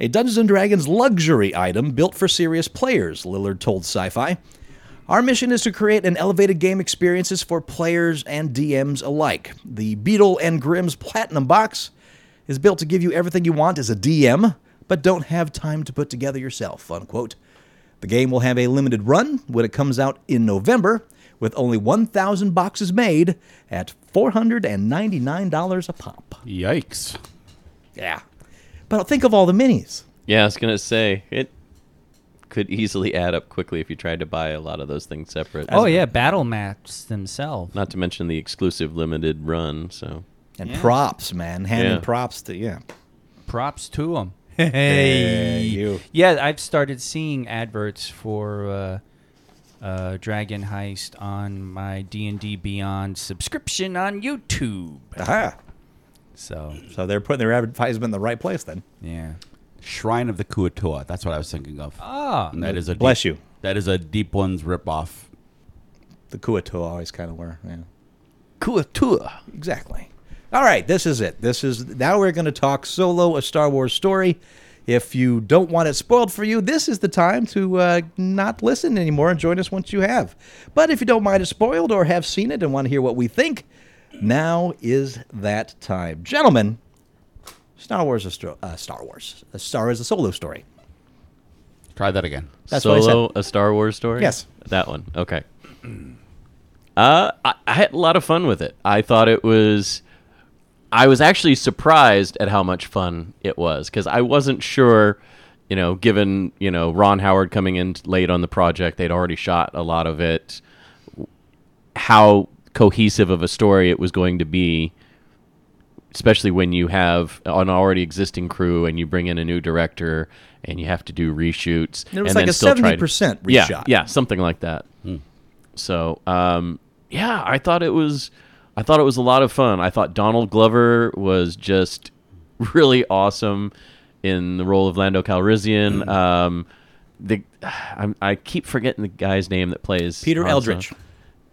A Dungeons & Dragons luxury item built for serious players, Lillard told Sci-Fi. Our mission is to create an elevated game experiences for players and DMs alike. The Beetle and Grimm's Platinum Box is built to give you everything you want as a DM, but don't have time to put together yourself, unquote. The game will have a limited run when it comes out in November, with only 1,000 boxes made at $499 a pop. Yikes! Yeah. But think of all the minis. Yeah, I was gonna say it could easily add up quickly if you tried to buy a lot of those things separate. Oh yeah, battle maps themselves. Not to mention the exclusive limited run. So And props, man. Handing Yeah. props to, yeah. Props to them. Hey, you. Yeah, I've started seeing adverts for uh, uh, Dragon Heist on my D and D Beyond subscription on YouTube. Aha. So So they're putting their advertisement in the right place then. yeah. Shrine of the Kuatua. That's what I was thinking of. Ah, And that is a Bless deep, you. That is a deep ones ripoff. The Kuatua always kind of were. Yeah. Kuatua. Exactly. All right, this is it. This is now we're going to talk solo a Star Wars story. If you don't want it spoiled for you, this is the time to uh, not listen anymore and join us once you have. But if you don't mind it spoiled or have seen it and want to hear what we think, now is that time, gentlemen. Star Wars, a stro- uh, Star Wars, a Star Wars, a solo story. Try that again. That's what I Solo, a Star Wars story. Yes. that one. Okay. (clears throat) Uh, I, I had a lot of fun with it. I thought it was. I was actually surprised at how much fun it was because I wasn't sure, you know, given you know Ron Howard coming in late on the project, they'd already shot a lot of it. How cohesive of a story it was going to be especially when you have an already existing crew and you bring in a new director and you have to do reshoots. It was like and then a still try to- 70% Yeah, reshot. Hmm. yeah, something like that. So, um, yeah, I thought it was, I thought it was a lot of fun. I thought Donald Glover was just (laughs) really awesome in the role of Lando Calrissian. Hmm. Um, the (sighs) I'm, I keep forgetting the guy's name that plays Peter Han Solo. Eldridge.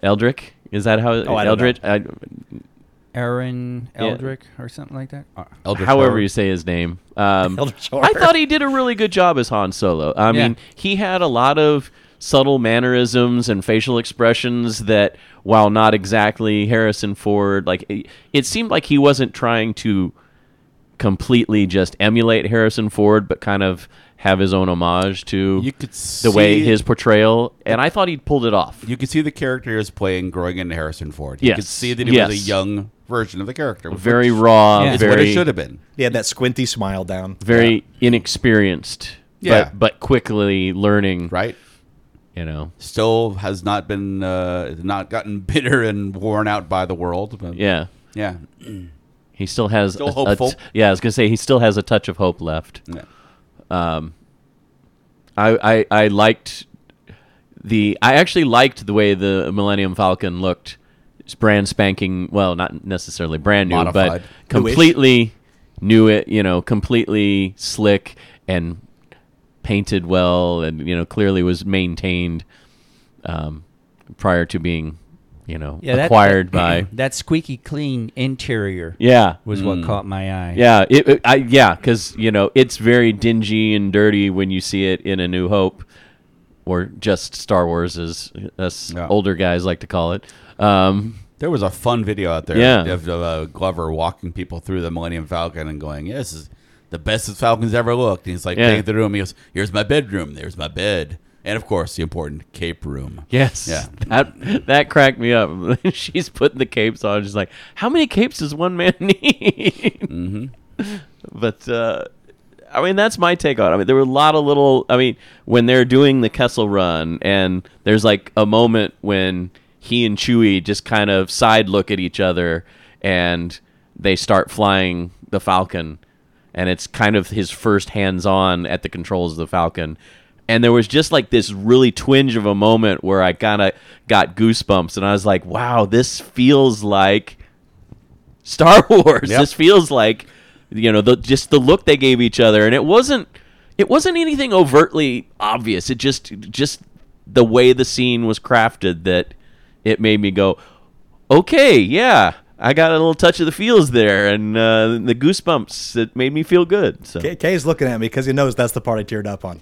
Eldrick is that how I don't Eldridge? I, Aaron Yeah. Eldrick or something like that. Uh, Eldritch however Horror. you say his name. Um, Eldritch (laughs) I Horror. thought he did a really good job as Han Solo. I Yeah. mean, he had a lot of subtle mannerisms and facial expressions that, while not exactly Harrison Ford, like it, it seemed like he wasn't trying to completely just emulate Harrison Ford, but kind of have his own homage to You could the way see- his portrayal. And I thought he pulled it off. you could see the character he was playing growing into Harrison Ford. You Yes. could see that he was a Yes. young version of the character. which very raw, Yeah. is very what it should have been. He had that squinty smile down. very inexperienced, Yeah. but but quickly learning. Right? You know. Still has not been uh, not gotten (laughs) bitter and worn out by the world. But Yeah. yeah, He still has Still a- a t- hopeful. yeah, I was gonna say he still has a touch of hope left. yeah. I, I I liked the I actually liked the way the Millennium Falcon looked. It's brand spanking well, not necessarily brand new, Modified. but completely new it, you know, completely slick and painted well and you know, clearly was maintained um, prior to being, you know, that- (clears throat) acquired that- (clears throat) by that squeaky clean interior Yeah. was what caught my eye. Yeah, it, it- I, yeah, because you know it's very dingy and dirty when you see it in A New Hope, or just Star Wars, as us Yeah. older guys like to call it. Um, There was a fun video out there Yeah. of, of uh, Glover walking people through the Millennium Falcon and going, "Yeah, this is the best this Falcon's ever looked." And he's like, Yeah. taking the room. He goes, "Here's my bedroom. There's my bed, and of course the important cape room." yes, Yeah. (laughs) that that cracked me up. (laughs) She's putting the capes on. She's like, "How many capes does one man (laughs) need?" Mm-hmm. But uh, I mean, that's my take on. it. I mean, there were a lot of little. I mean, when they're doing the Kessel Run, and there's like a moment when he and Chewie just kind of side look at each other, and they start flying the Falcon, and it's kind of his first hands-on at the controls of the Falcon. And there was just like this really twinge of a moment where I kind of got goosebumps, and I was like, "Wow, this feels like." Star (laughs) Wars. Yep. This feels like you know the just the look they gave each other, and it wasn't it wasn't anything overtly obvious. It just just the way the scene was crafted that it made me go, okay, yeah. I got a little touch of the feels there, and uh, the goosebumps. It made me feel good. So Kay, Kay's looking at me because he knows that's the part I teared up on.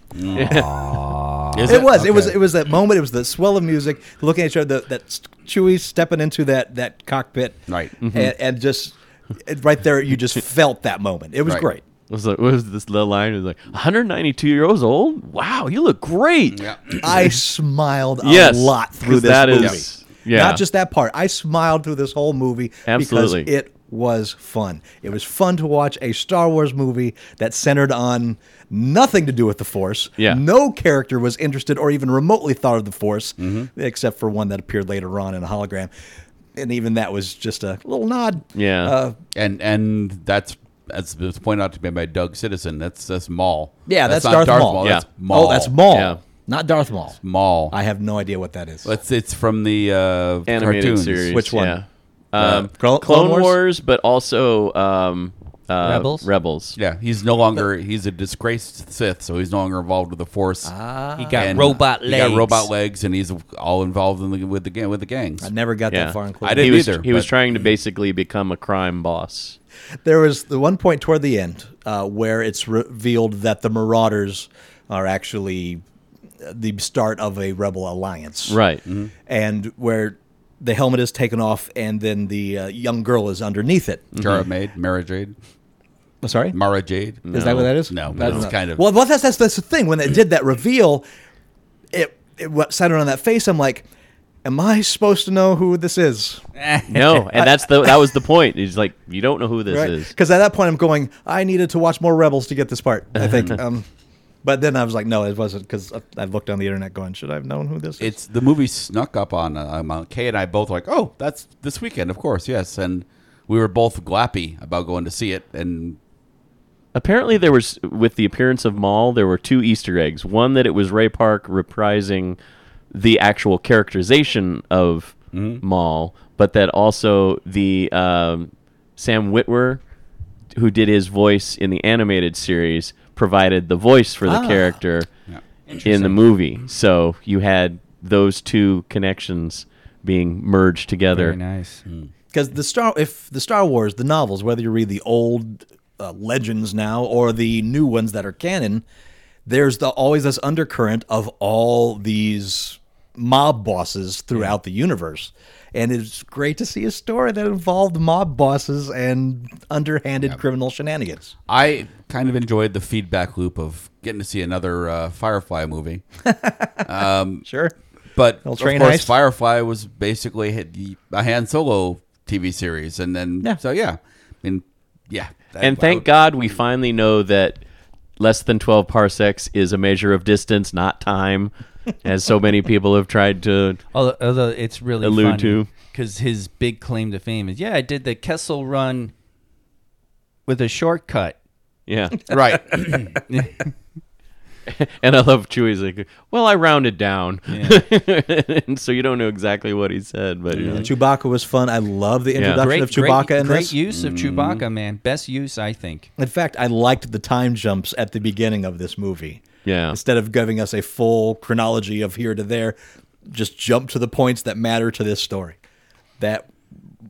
(laughs) Is It was. It was. Okay. It was that moment. It was the swell of music, looking at each other. The, that Chewie stepping into that that cockpit, Right. And, and just it- right there, you (laughs) just felt that moment. It was Right. great. it was like, what was this little line? It was like 192 years old. Wow, you look great. Yeah. I smiled a Yes, lot through 'cause this that movie. is- yeah. Not just that part. I smiled through this whole movie Absolutely. because it was fun. It was fun to watch a Star Wars movie that centered on nothing to do with the Force. Yeah. No character was interested or even remotely thought of the Force, Mm-hmm. except for one that appeared later on in a hologram. And even that was just a little nod. Yeah. Uh, and and that's as was pointed out to me by Doug Citizen. That's that's Maul. yeah, that's, not Darth, Maul. Yeah. That's Maul. Oh, that's Maul. Yeah. Not Darth Maul. Maul. I have no idea what that is. it's it's from the uh, animated cartoons. series. Which one? Yeah. Uh, Um, Clo- Clone Clone, Wars? Wars? but also um, uh, Rebels? Rebels. Yeah, he's no longer he's a disgraced Sith, so he's no longer involved with the Force. Ah. He got And robot he legs. got robot legs, and he's all involved in the, with the gang with the gangs. I never got Yeah. that far in Clone I didn't he was either, he was but- trying to basically become a (laughs) crime boss. There was the one point toward the end uh, where it's revealed that the Marauders are actually uh, the start of a rebel alliance, Right. Mm-hmm. And where the helmet is taken off, and then the uh, young girl is underneath it. Jara Maid, Mara Jade, I'm sorry, Mara Jade. is that what that is? Mm. No, but that's it's not- kind of- Well, well, that's that's that's the thing. When they did that reveal, it it wa- centered on that face. I'm like, am I supposed to know who this is? No, and that's the that was the point. He's like, you don't know who this is. Because at that point, I'm going, I needed to watch more Rebels to get this part, I think. um, but then I was like, no, it wasn't, because I looked on the internet going, should I have known who this is? It's the movie snuck up on uh, um, uh, Kay and I both like, oh, that's this weekend, of course, yes. And we were both glappy about going to see it, and Apparently, there was with the appearance of Maul, there were two Easter eggs. One that it was Ray Park reprising the actual characterization of Maul, but that also the um, Sam Witwer, who did his voice in the animated series, provided the voice for the character in the movie. So you had those two connections being merged together. Very nice. because the star if the Star Wars the novels, whether you read the old uh, legends now or the new ones that are canon, there's the always this undercurrent of all these mob bosses throughout the universe. And it's great to see a story that involved mob bosses and underhanded criminal shenanigans. I kind of enjoyed the feedback loop of getting to see another uh, Firefly movie. Sure. But Little of train course, heist. Firefly was basically hit the- a Han Solo TV series, and then Yeah. so yeah, I mean yeah, that- and I thank would- God we finally know that less than 12 parsecs is a measure of distance, not time, as so many people have tried to. Although, although it's really Allude funny to. because his big claim to fame is yeah, I did the Kessel Run with a shortcut. Yeah. right. And I love Chewie's like, well, I rounded down. (laughs) and so you don't know exactly what he said, but you're like, Chewbacca was fun. I love the introduction Great, of Chewbacca great, in great this. use of Chewbacca, man. Best use, I think. In fact, I liked the time jumps at the beginning of this movie. Yeah. Instead of giving us a full chronology of here to there, just jump to the points that matter to this story. That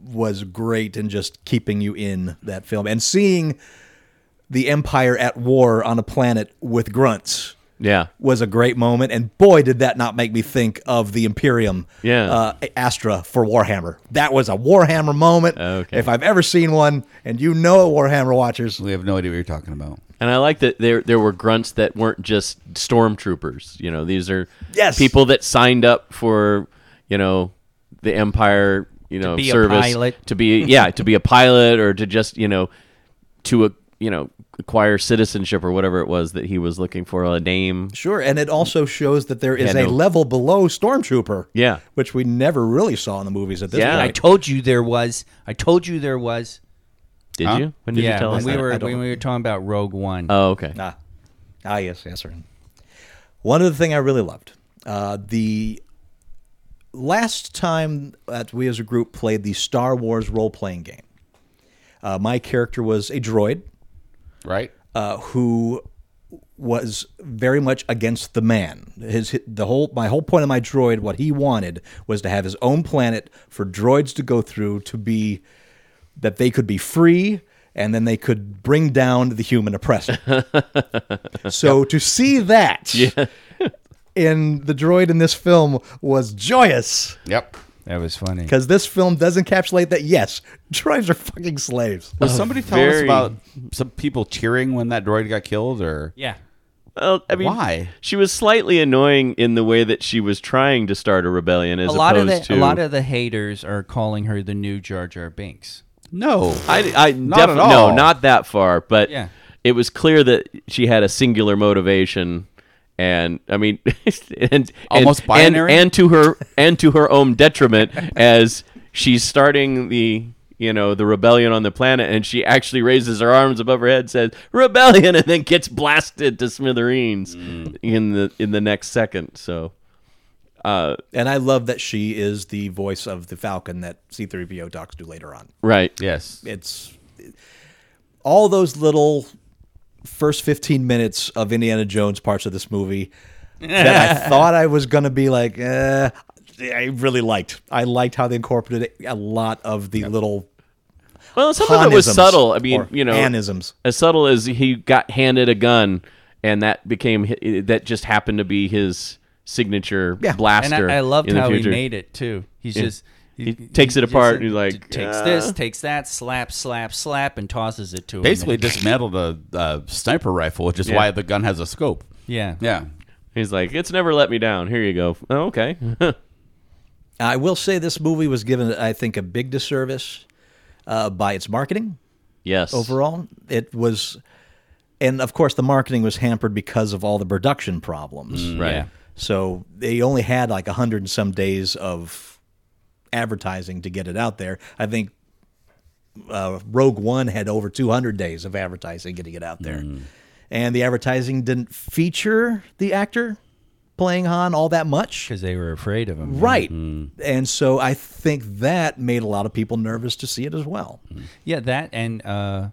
was great in just keeping you in that film and seeing the Empire at war on a planet with grunts yeah. was a great moment. And boy, did that not make me think of the Imperium Yeah. uh, Astra for Warhammer. That was a Warhammer moment. Okay. If I've ever seen one, and you know it, Warhammer watchers. we have no idea what you're talking about. And I like that there there were grunts that weren't just stormtroopers. You know, these are Yes. people that signed up for you know the Empire you know be a service pilot. to be yeah to be a pilot or to just you know to a you know acquire citizenship or whatever it was that he was looking for a name. Sure, and it also shows that there is Yeah, a no. level below stormtrooper. Yeah. which we never really saw in the movies at this Yeah. I point. told you there was. I told you there was. Did Huh? you? When did yeah, you tell when us we that? were don't when we were talking about Rogue One. Oh, okay. Ah, ah, yes, yes, sir. One other thing I really loved: uh, the last time that we as a group played the Star Wars role-playing game, uh, my character was a droid Right? uh, who was very much against the man. His the whole my whole point of my droid, what he wanted was to have his own planet for droids to go through to be that they could be free and then they could bring down the human oppressor. so to see that (laughs) in the droid in this film was joyous Yep. that was funny. because this film does encapsulate that. Yes, droids are fucking slaves. Was somebody telling us very- about some people cheering when that droid got killed, or Yeah. Well, I mean, Why? she was slightly annoying in the way that she was trying to start a rebellion as A lot of opposed the a to lot of the haters are calling her the new Jar Jar Binks. no? I, I Not at defi- No, all. not that far. But Yeah. it was clear that she had a singular motivation, and I mean, (laughs) and- and Almost binary? and, and to her and to her own detriment, as she's starting the you know the rebellion on the planet, and she actually raises her arms above her head, says "rebellion," and then gets blasted to smithereens Mm. in the in the next second. So And I love that she is the voice of the Falcon that C3PO talks to later on. right, yes. It's all those little first 15 minutes of Indiana Jones parts of this movie (laughs) that I thought I was going to be like, eh, I really liked. I liked how they incorporated a lot of the little Well, some of it was Hanisms subtle. I mean, or you know, Hanisms. as subtle as he got handed a gun, and that became hi- that just happened to be his signature Yeah. blaster. And I, I loved in the how he future. made it too. He's just he, takes it just, apart uh, and he's like, takes "Ah." this, takes that, slap, slap, slap, and tosses it to him. Basically dismantled a, a sniper rifle, which is why the gun has a scope. yeah, Yeah. He's like, "It's never let me down." Here you go. Oh, okay. (laughs) I will say this movie was given, I think, a big disservice uh, by its marketing. yes. overall. It was, and of course, the marketing was hampered because of all the production problems. Mm. Right. Yeah. So they only had like a hundred and some days of advertising to get it out there. I think uh, Rogue One had over 200 days of advertising getting it out there. And the advertising didn't feature the actor playing Han all that much. because they were afraid of him. Right. And so I think that made a lot of people nervous to see it as well. Yeah, that and uh,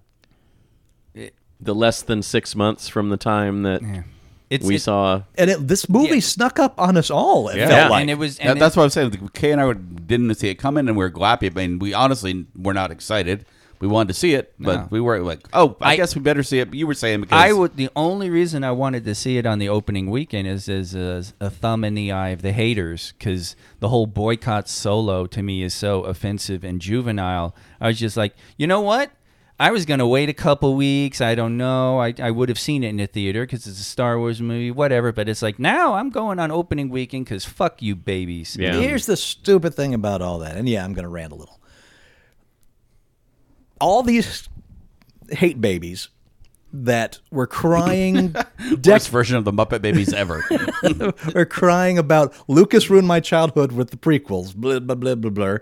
The less than six months from the time that it's we it- saw And it, this movie snuck up on us all, it Yeah, felt like. and it was. That, And that's what I'm saying. Kay and I were, didn't see it coming, and we are glad. I mean, we honestly were not excited. We wanted to see it, but No. we were like, "Oh, I, I- guess we better see it." But you were saying because I would. The only reason I wanted to see it on the opening weekend is is a, a thumb in the eye of the haters because the whole boycott solo to me is so offensive and juvenile. I was just like, you know what? I was gonna wait a couple weeks. I don't know. I, I would have seen it in the theater because it's a Star Wars movie, whatever. But it's like now I'm going on opening weekend because fuck you, babies. Yeah. Here's the stupid thing about all that. And yeah, I'm going to rant a little. All these hate babies that were crying worst version of the Muppet Babies (laughs) ever. are crying about Lucas ruined my childhood with the prequels, blah blah blah blah blah.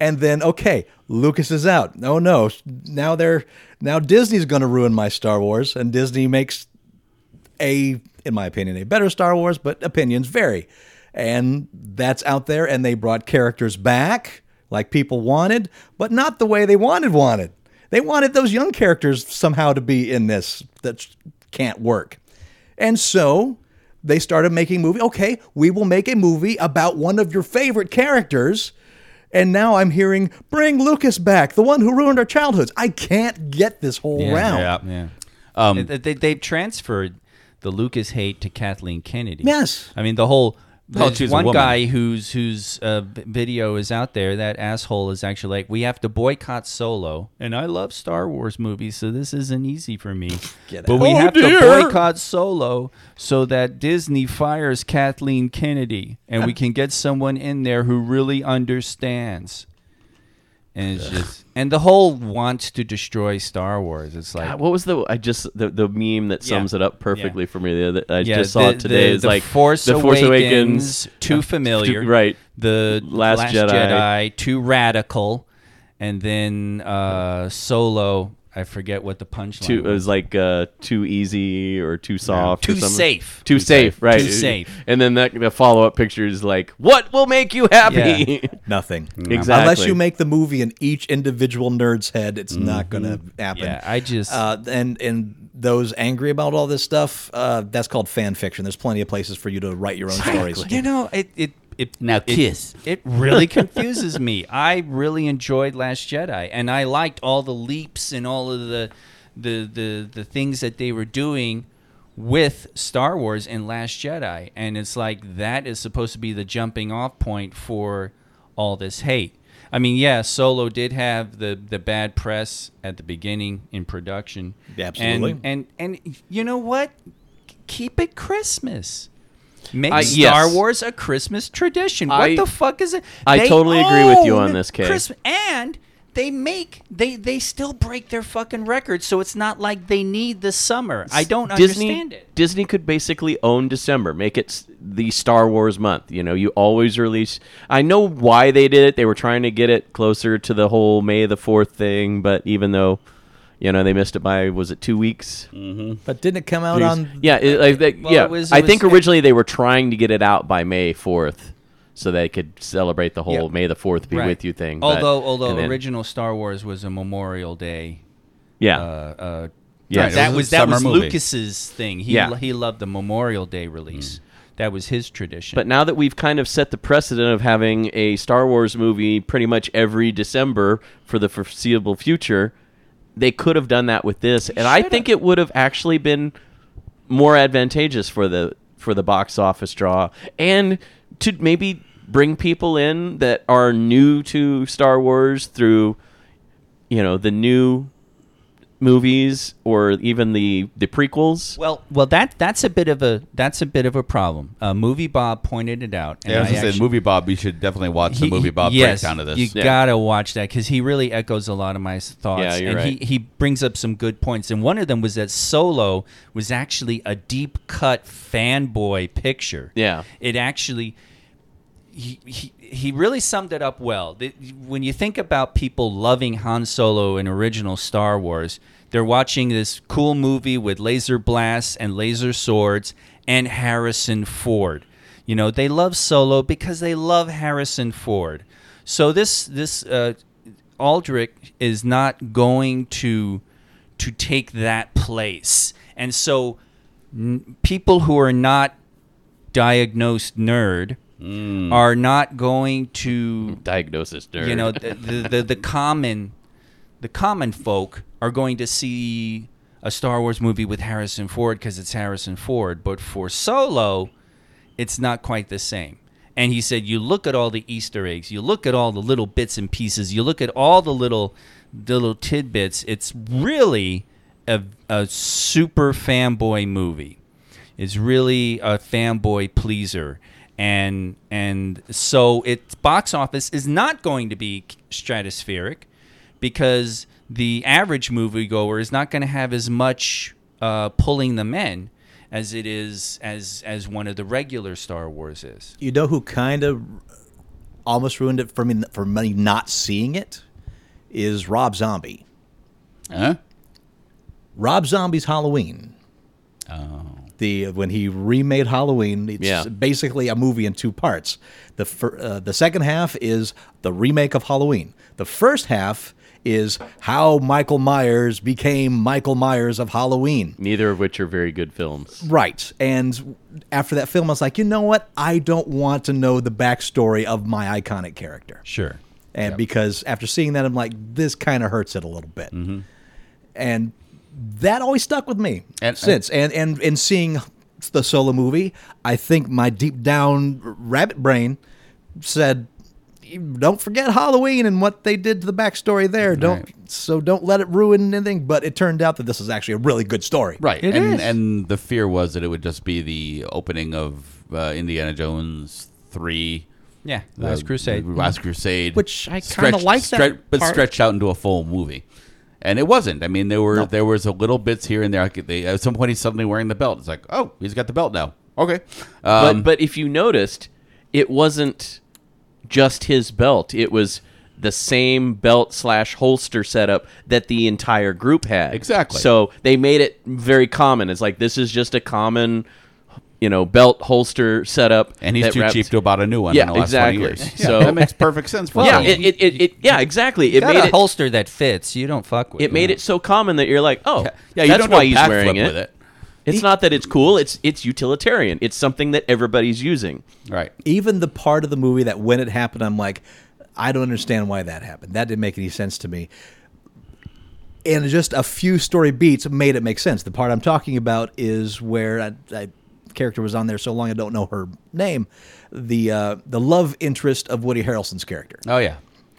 And then okay, Lucas is out. Oh no, now they're now Disney's going to ruin my Star Wars, and Disney makes a, in my opinion, a better Star Wars, but opinions vary. And that's out there, and they brought characters back like people wanted, but not the way they wanted wanted. They wanted those young characters somehow to be in this that can't work. And so they started making movie. Okay, we will make a movie about one of your favorite characters. And now I'm hearing, bring Lucas back, the one who ruined our childhoods. I can't get this whole round. yeah. Um, Yeah. they, they, they've transferred the Lucas hate to Kathleen Kennedy. Yes. I mean, the whole. Oh, There's she's a one woman. guy whose whose uh, v- video is out there. That asshole is actually like, we have to boycott Solo, and I love Star Wars movies, so this isn't easy for me. but we Oh, have dear. to boycott Solo so that Disney fires Kathleen Kennedy, and we can get someone in there who really understands. And it's just, and the whole wants to destroy Star Wars. It's like, God, what was the I just the, the meme that sums Yeah. it up perfectly Yeah. for me the other I Yeah, just saw the- it today. the- It's the like Force the Force Awakens, Awakens, Uh, (laughs) too familiar, too- right. The Last, Last Jedi. Jedi. too radical, and then uh, Solo. I forget what the punchline Too, it was. was like uh, too easy or too soft. or Too something. safe. Too, safe, right? Too safe. And then that the follow up picture is like, "What will make you happy?" (laughs) Nothing. Exactly. Unless you make the movie in each individual nerd's head, it's not going to Mm-hmm. happen. Yeah, I just uh, and and those angry about all this stuff, uh, that's called fan fiction. There's plenty of places for you to write your own stories. you know it it. It, Now it- kiss. It, really confuses me. I really enjoyed Last Jedi, and I liked all the leaps and all of the, the the the things that they were doing with Star Wars and Last Jedi. And it's like that is supposed to be the jumping off point for all this hate. I mean, yeah, Solo did have the the bad press at the beginning in production. Yeah, absolutely. And and, and you know what? Keep it Christmas. Make I- Star yes. Wars a Christmas tradition. What I- the fuck is it? I totally agree with you on own this, Kay. Christmas, and they make they they still break their fucking records, so it's not like they need the summer. I don't Disney, understand it. Disney could basically own December, make it s- the Star Wars month. You know, you always release. I know why they did it. They were trying to get it closer to the whole May the Fourth thing, but even though, you know, they missed it by was it two weeks? But didn't it come out on? Yeah, it, like that, Well, yeah. it was- I it think was- originally they were trying to get it out by May Fourth, so they could celebrate the whole Yeah. May the Fourth be Right. with you thing. but- Although although and then- original Star Wars was a Memorial Day. yeah, Uh, uh, yeah, Right, it that was a was that summer was movie. Lucas's thing. He Yeah. Mm. he loved the Memorial Day release. That was his tradition. But now that we've kind of set the precedent of having a Star Wars movie pretty much every December for the foreseeable future, they could have done that with this, and I think it would have actually been more advantageous for the for the box office draw and to maybe bring people in that are new to Star Wars through you know the new movies or even the the prequels. Well, well, that that's a bit of a that's a bit of a problem. Uh, movie Bob pointed it out. and Yeah, I was I gonna say, actu- movie Bob. You should definitely watch the he- movie he- Bob yes, breakdown of this. You Yeah. gotta watch that because he really echoes a lot of my s- thoughts. Yeah, you're and right. he, he brings up some good points. And one of them was that Solo was actually a deep cut fanboy picture. Yeah. It actually he, he, he really summed it up well. The- When you think about people loving Han Solo in original Star Wars, they're watching this cool movie with laser blasts and laser swords and Harrison Ford. You know, they love Solo because they love Harrison Ford. So this this uh, Aldrich is not going to to take that place. And so n- people who are not diagnosed nerd are not going to Diagnosis nerd. you know the, the, the the common the common folk are going to see a Star Wars movie with Harrison Ford because it's Harrison Ford, but for Solo, it's not quite the same. And he said, you look at all the Easter eggs, you look at all the little bits and pieces, you look at all the little the little tidbits. It's really a, a super fanboy movie. It's really a fanboy pleaser, and and so its box office is not going to be stratospheric because the average moviegoer is not going to have as much uh, pulling them in as it is as as one of the regular Star Wars is. You know who kind of almost ruined it for me for me not seeing it is Rob Zombie. Huh? Rob Zombie's Halloween. Oh. The when he remade Halloween, it's Yeah. basically a movie in two parts. The fir- uh, the second half is the remake of Halloween. The first half is how Michael Myers became Michael Myers of Halloween. Neither of which are very good films. Right. And after that film, I was like, you know what? I don't want to know the backstory of my iconic character. Sure. And because after seeing that, I'm like, this kind of hurts it a little bit. Mm-hmm. And that always stuck with me And- since. And, and, and seeing the solo movie, I think my deep down rabbit brain said, don't forget Halloween and what they did to the backstory there. Don't so don't let it ruin anything. But it turned out that this is actually a really good story. Right. and, and the fear was that it would just be the opening of uh, Indiana Jones 3. Yeah. the- Last Crusade. the Last Crusade. Which I kinda Stretched- like that stretch- But part. stretched out into a full movie. And it wasn't. I mean, there were there was a little bits here and there. I could- They, at some point, he's suddenly wearing the belt. It's like, oh, he's got the belt now. Okay. Um, but but if you noticed, it wasn't just his belt. It was the same belt slash holster setup that the entire group had. Exactly. So they made it very common. It's like this is just a common, you know, belt holster setup. and he's that too wraps- cheap to have bought a new one Yeah, in the last exactly. 20 years. (laughs) So- that makes perfect sense for Yeah, him. it, it, it, it- yeah, exactly. It Got made a it holster that fits. You don't fuck with. it made it so common that you're like, oh, yeah, you that's don't do a why he's backflip wearing it. with it. It's not that it's cool. It's it's utilitarian. It's something that everybody's using. Right. even the part of the movie that when it happened, I'm like, I don't understand why that happened. That didn't make any sense to me. And just a few story beats made it make sense. The part I'm talking about is where I, I character was on there so long I don't know her name. The uh, the love interest of Woody Harrelson's character. Oh, yeah.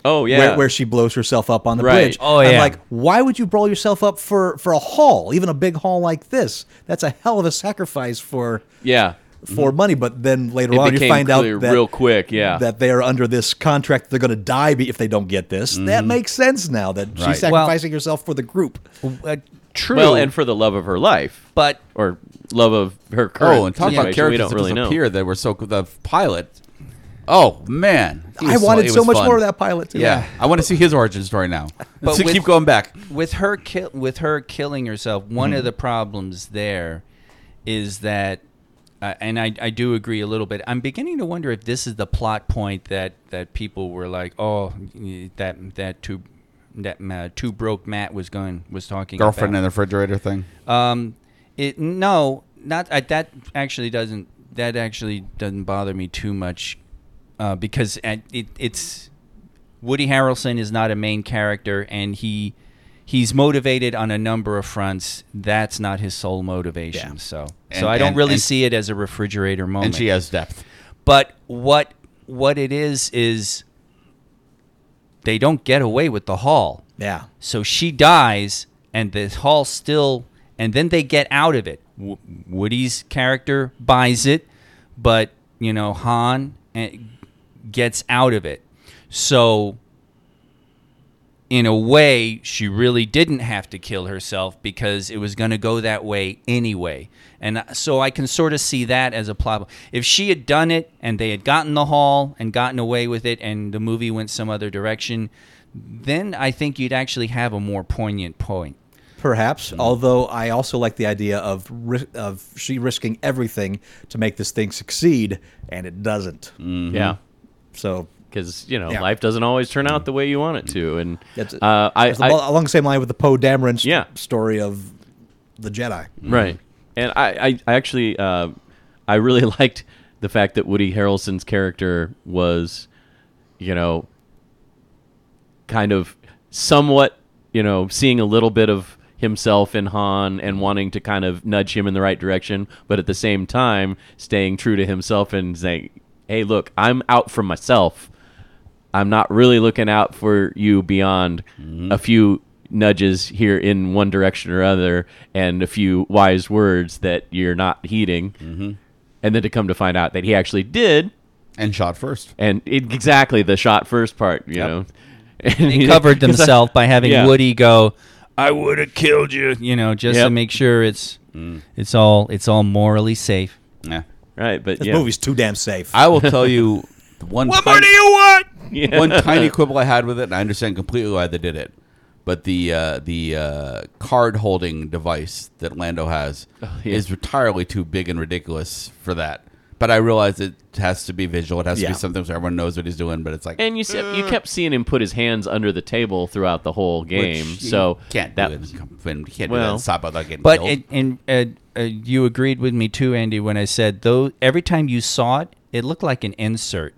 Oh yeah, Where, where she blows herself up on the Right. bridge. Oh, I'm yeah. like, why would you blow yourself up for, for a haul, even a big haul like this? That's a hell of a sacrifice for yeah. for money, but then later Mm-hmm. It on you became find out clear that real quick, yeah. that they are under this contract. They're going to die be- if they don't get this. That Mm-hmm. makes sense now that Right. she's sacrificing herself for the group. Uh, true. Well, and for the love of her life, but or love of her current. Oh, and talk about situation, we characters don't that really just know. appeared that were so cool. The pilot. Oh man, He I was wanted it so was much fun. more of that pilot too. Yeah, I want to see his origin (laughs) story now. But so with- keep going back. with her kill with her killing herself, one Mm-hmm. of the problems there is that, uh, and I, I do agree a little bit. I'm beginning to wonder if this is the plot point that that people were like, oh, y- that that two that uh, two broke Matt was going was talking Girlfriend about. in the refrigerator thing. Um, it no, not I, that. Actually, doesn't that actually doesn't bother me too much, uh, because at, it, it's Woody Harrelson is not a main character, and he he's motivated on a number of fronts. That's not his sole motivation. So, And- so I don't and- really and- see it as a refrigerator Oh, moment. and she has depth. But what what it is is they don't get away with the haul. Yeah. So she dies, and the hall still, and then they get out of it. W- Woody's character buys it, but you know Han eh, gets out of it. So in a way, she really didn't have to kill herself because it was going to go that way anyway. And uh, so I can sort of see that as a plot. If she had done it and they had gotten the haul and gotten away with it and the movie went some other direction, then I think you'd actually have a more poignant (laughs) point. Perhaps, Mm-hmm. although I also like the idea of ri- of she risking everything to make this thing succeed, and it doesn't. Yeah. So Because you know, Yeah. life doesn't always turn out the way you want it to, and That's- uh, I, it's the- I- along the same line with the Poe Dameron st- Yeah. story of the Jedi. Mm-hmm. right and i i, I actually uh, i really (laughs) liked the fact that woody harrelson's character was you know kind of somewhat you know seeing a little bit of himself in han and wanting to kind of nudge him in the right direction but at the same time staying true to himself and saying hey look i'm out for myself I'm not really looking out for you beyond a few nudges here in one direction or other and a few wise words that you're not heeding. Mm-hmm. And then to come to find out that he actually did. and shot first. And it, exactly the shot first part, you know. (laughs) And They covered themselves by having Yeah. Woody go, "I would have killed you," you know, just to Yep. Mm. make sure it's it's all it's all morally safe. Yeah. (laughs) Right, but This yeah. movie's too damn safe. I will tell you (laughs) the one. tiny- you want? Yeah. one (laughs) tiny quibble I had with it, and I understand completely why they did it. But the uh, the uh, card holding device that Lando has Oh, yeah. is entirely too big and ridiculous for that. But I realize it has to be visual. It has to Yeah. be something so everyone knows what he's doing. But it's like and you se- you kept seeing him put his hands under the table throughout the whole which game. you so can't that do it. was- You can't do that. Well- and Stop without getting But killed. it, and uh, uh, you agreed with me too, Andy, when I said though every time you saw it, it looked like an insert.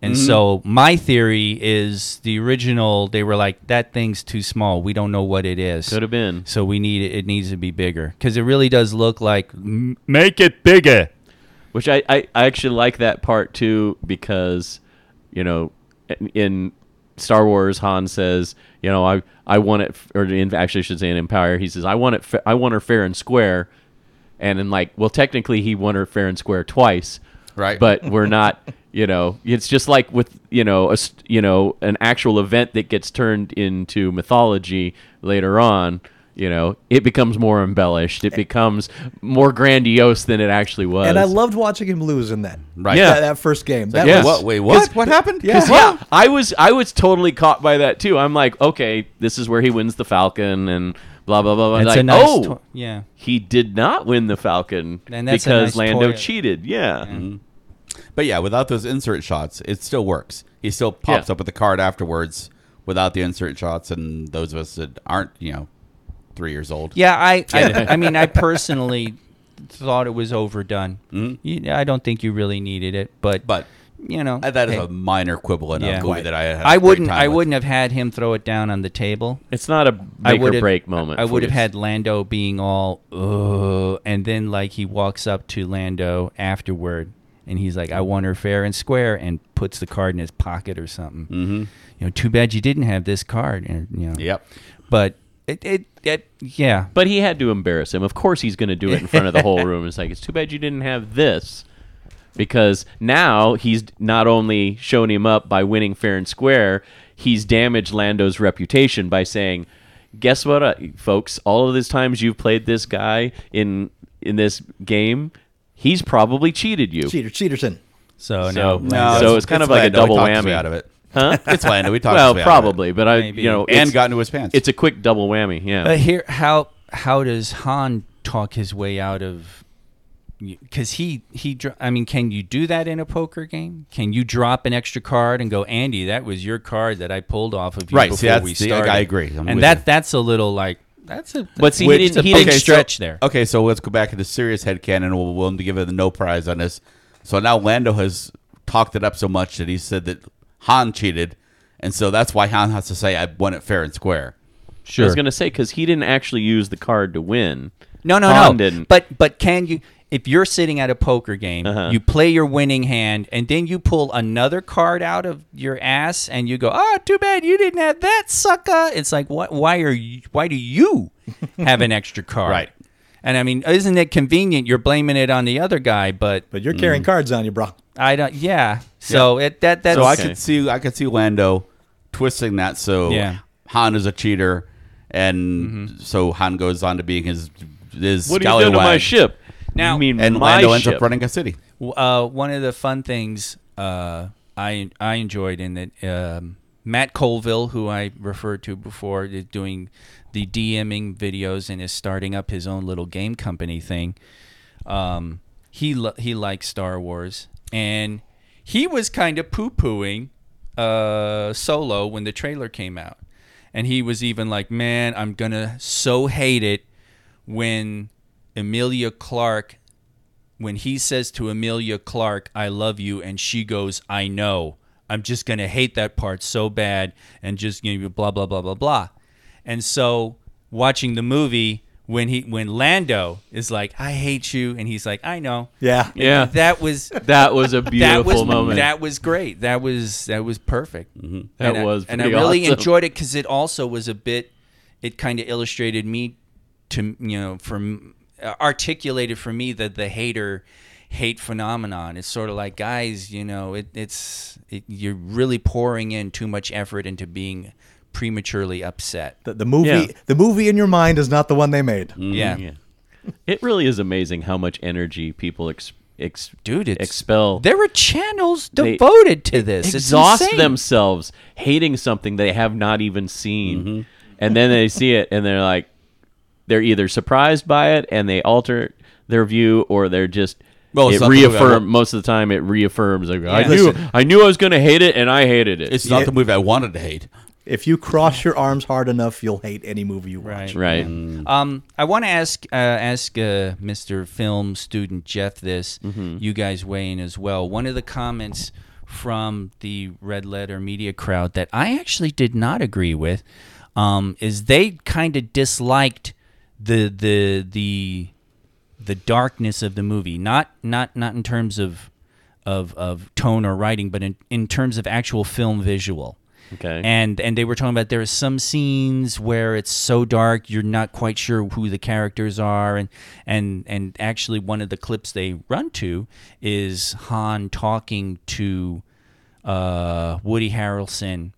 And Mm-hmm. so my theory is the original. They were like, "That thing's too small. We don't know what it is. Could have been. So we need it. It needs to be bigger because it really does look like "M- make it bigger. which I, I, I actually like that part too because you know in- in Star Wars Han says you know I I want it f- or in, actually I should say in Empire he says I want it fa- I want her fair and square and in like well technically he won her fair and square twice Right. but we're not (laughs) you know it's just like with you know a st- you know an actual event that gets turned into mythology later on you know it becomes more embellished it becomes more grandiose than it actually was and I loved watching him lose in that. right. yeah. That, that first game. That yeah. was- What? Wait. What? What happened? Yeah. yeah, I was I was totally caught by that too. I'm like, okay, this is where he wins the Falcon and blah blah blah. blah. That's like, a nice. oh, to- yeah. he did not win the Falcon And that's a because nice Lando toy. cheated. Yeah. But yeah, without those insert shots, it still works. He still pops Yeah. up with the card afterwards without the insert shots, and those of us that aren't, you know, three years old. Yeah, I, I, I mean, I personally thought it was overdone. You- I don't think you really needed it, but But you know, uh, that is hey, a minor quibble in a Yeah. movie that I had. a I great wouldn't, time I with. wouldn't have had him throw it down on the table. It's not a I make would or have- break moment. I for would have you. had Lando being all, Ugh, and then like he walks up to Lando afterward, and he's like, "I want her fair and square," and puts the card in his pocket or something. Mm-hmm. You know, too bad you didn't have this card. And, you know, Yep. But it, it, it, yeah. But he had to embarrass him. Of course, he's going to do it in front of the whole room. It's like it's too bad you didn't have this, because now he's not only shown him up by winning fair and square, he's damaged Lando's reputation by saying, "Guess what, uh, folks? All of these times you've played this guy in in this game, he's probably cheated you." Cheater, Cheaterson. So, So, no, so it's, kind of like Lando. a We double talked his whammy way out of it. Huh? (laughs) It's Lando. We talked. his well, way out of it. probably, but I, Maybe. you know, And it's, got into his pants. it's a quick double whammy. Yeah. But here, how how does Han talk his way out of? Because he he, dr- I mean, can you do that in a poker game? Can you drop an extra card and go, Andy, that was your card that I pulled off of you Right, see, before that's we the- started? I agree. I'm with and that you. that's a little like that's a But see, he that's didn't- a he big didn't- stretch there. Okay, so let's go back to the serious headcanon and we'll, we'll give it the no prize on this. So now Lando has talked it up so much that he said that Han cheated, and so that's why Han has to say, I won it fair and square. I Sure. was gonna say because he didn't actually use the card to win. No, no, Han no. Didn't. But but can you? If you're sitting at a poker game, you play your winning hand, and then you pull another card out of your ass, and you go, "Oh, too bad you didn't have that, sucker." It's like, what? Why are you? Why do you have an extra card? Right. And I mean, isn't it convenient? You're blaming it on the other guy, but But you're Mm. carrying cards on you, bro. I don't. Yeah. So it that that's So I Okay. could see I could see Lando twisting that so Yeah. Mm-hmm. Han is a cheater, and so Han goes on to being his his What have you done to my scallywag. ship? Now- you mean And my Lando ends ship. up running a city. Uh, one of the fun things uh, I I enjoyed in that um, Matt Colville, who I referred to before, is doing the DMing videos and is starting up his own little game company thing. Um, he lo- he likes Star Wars, and he was kind of poo pooing uh, Solo when the trailer came out, and he was even like, "Man, I'm gonna so hate it when Amelia Clark when he says to Amelia Clark, I love you, and she goes, I know. I'm just going to hate that part so bad and just you know, blah, blah, blah, blah, blah. And so watching the movie, when he when Lando is like, I hate you, and he's like, I know. Yeah. Yeah, (laughs) that, That was was (laughs) a that beautiful was moment. that was great. That was that was perfect. Mm-hmm. That and I- was and I pretty really awesome. enjoyed it because it also was a bit. It kind of illustrated me to you know from uh, articulated for me that the hater hate phenomenon. It's sort of like guys, you know, it, it's it, you're really pouring in too much effort into being prematurely upset. The, the movie, Yeah. Mm. the movie in your mind is not the one they made. Mm-hmm. yeah. it really is amazing how much energy people ex, ex, dude, it's expel. There are channels They devoted to this. It's exhaust insane. themselves hating something they have not even seen and then they see it and they're like they're either surprised by it and they alter their view or they're just Well, it's it not the movie I reaffirm wa- most of the time it reaffirms like, I knew Listen. I knew I was going to hate it and I hated it. It's not the movie I wanted to hate. If you cross your arms hard enough, you'll hate any movie you watch. Right. right. Um, I want to ask uh, ask uh, Mr. Film Student Jeff this. You guys weigh in as well. One of the comments from the Red Letter Media crowd that I actually did not agree with um, is they kind of disliked the the the the darkness of the movie. Not not not in terms of of, of tone or writing, but in, in terms of actual film visual Okay. and and they were talking about there are some scenes where it's so dark you're not quite sure who the characters are and and and actually one of the clips they run to is Han talking to uh, Woody Harrelson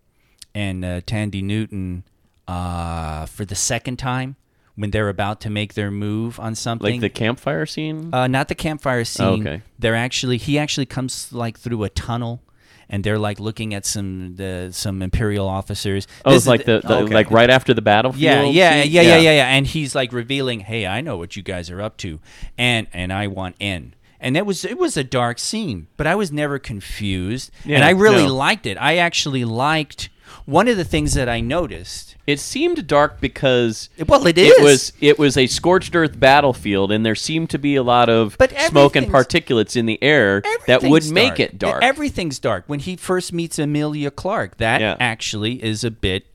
and uh, Tandy Newton uh, for the second time when they're about to make their move on something like the campfire scene? uh, not the campfire scene. Oh, okay. They're actually he actually comes like through a tunnel, and they're like looking at some the some imperial officers. oh, This it's is like the, the- like right after the battlefield. yeah, yeah, scene? yeah, yeah, Yeah. yeah, yeah. And he's like revealing, "Hey, I know what you guys are up to, and and I want in." And that was it was a dark scene, but I was never confused, and Yeah, I really no. liked it. I actually liked one of the things that I noticed. It seemed dark because Well, it It is. was it was a scorched earth battlefield, and there seemed to be a lot of But smoke and everything's- particulates in the air that would Everything's make it dark. Everything's dark. When he first meets Amelia Clark, that Yeah. actually is a bit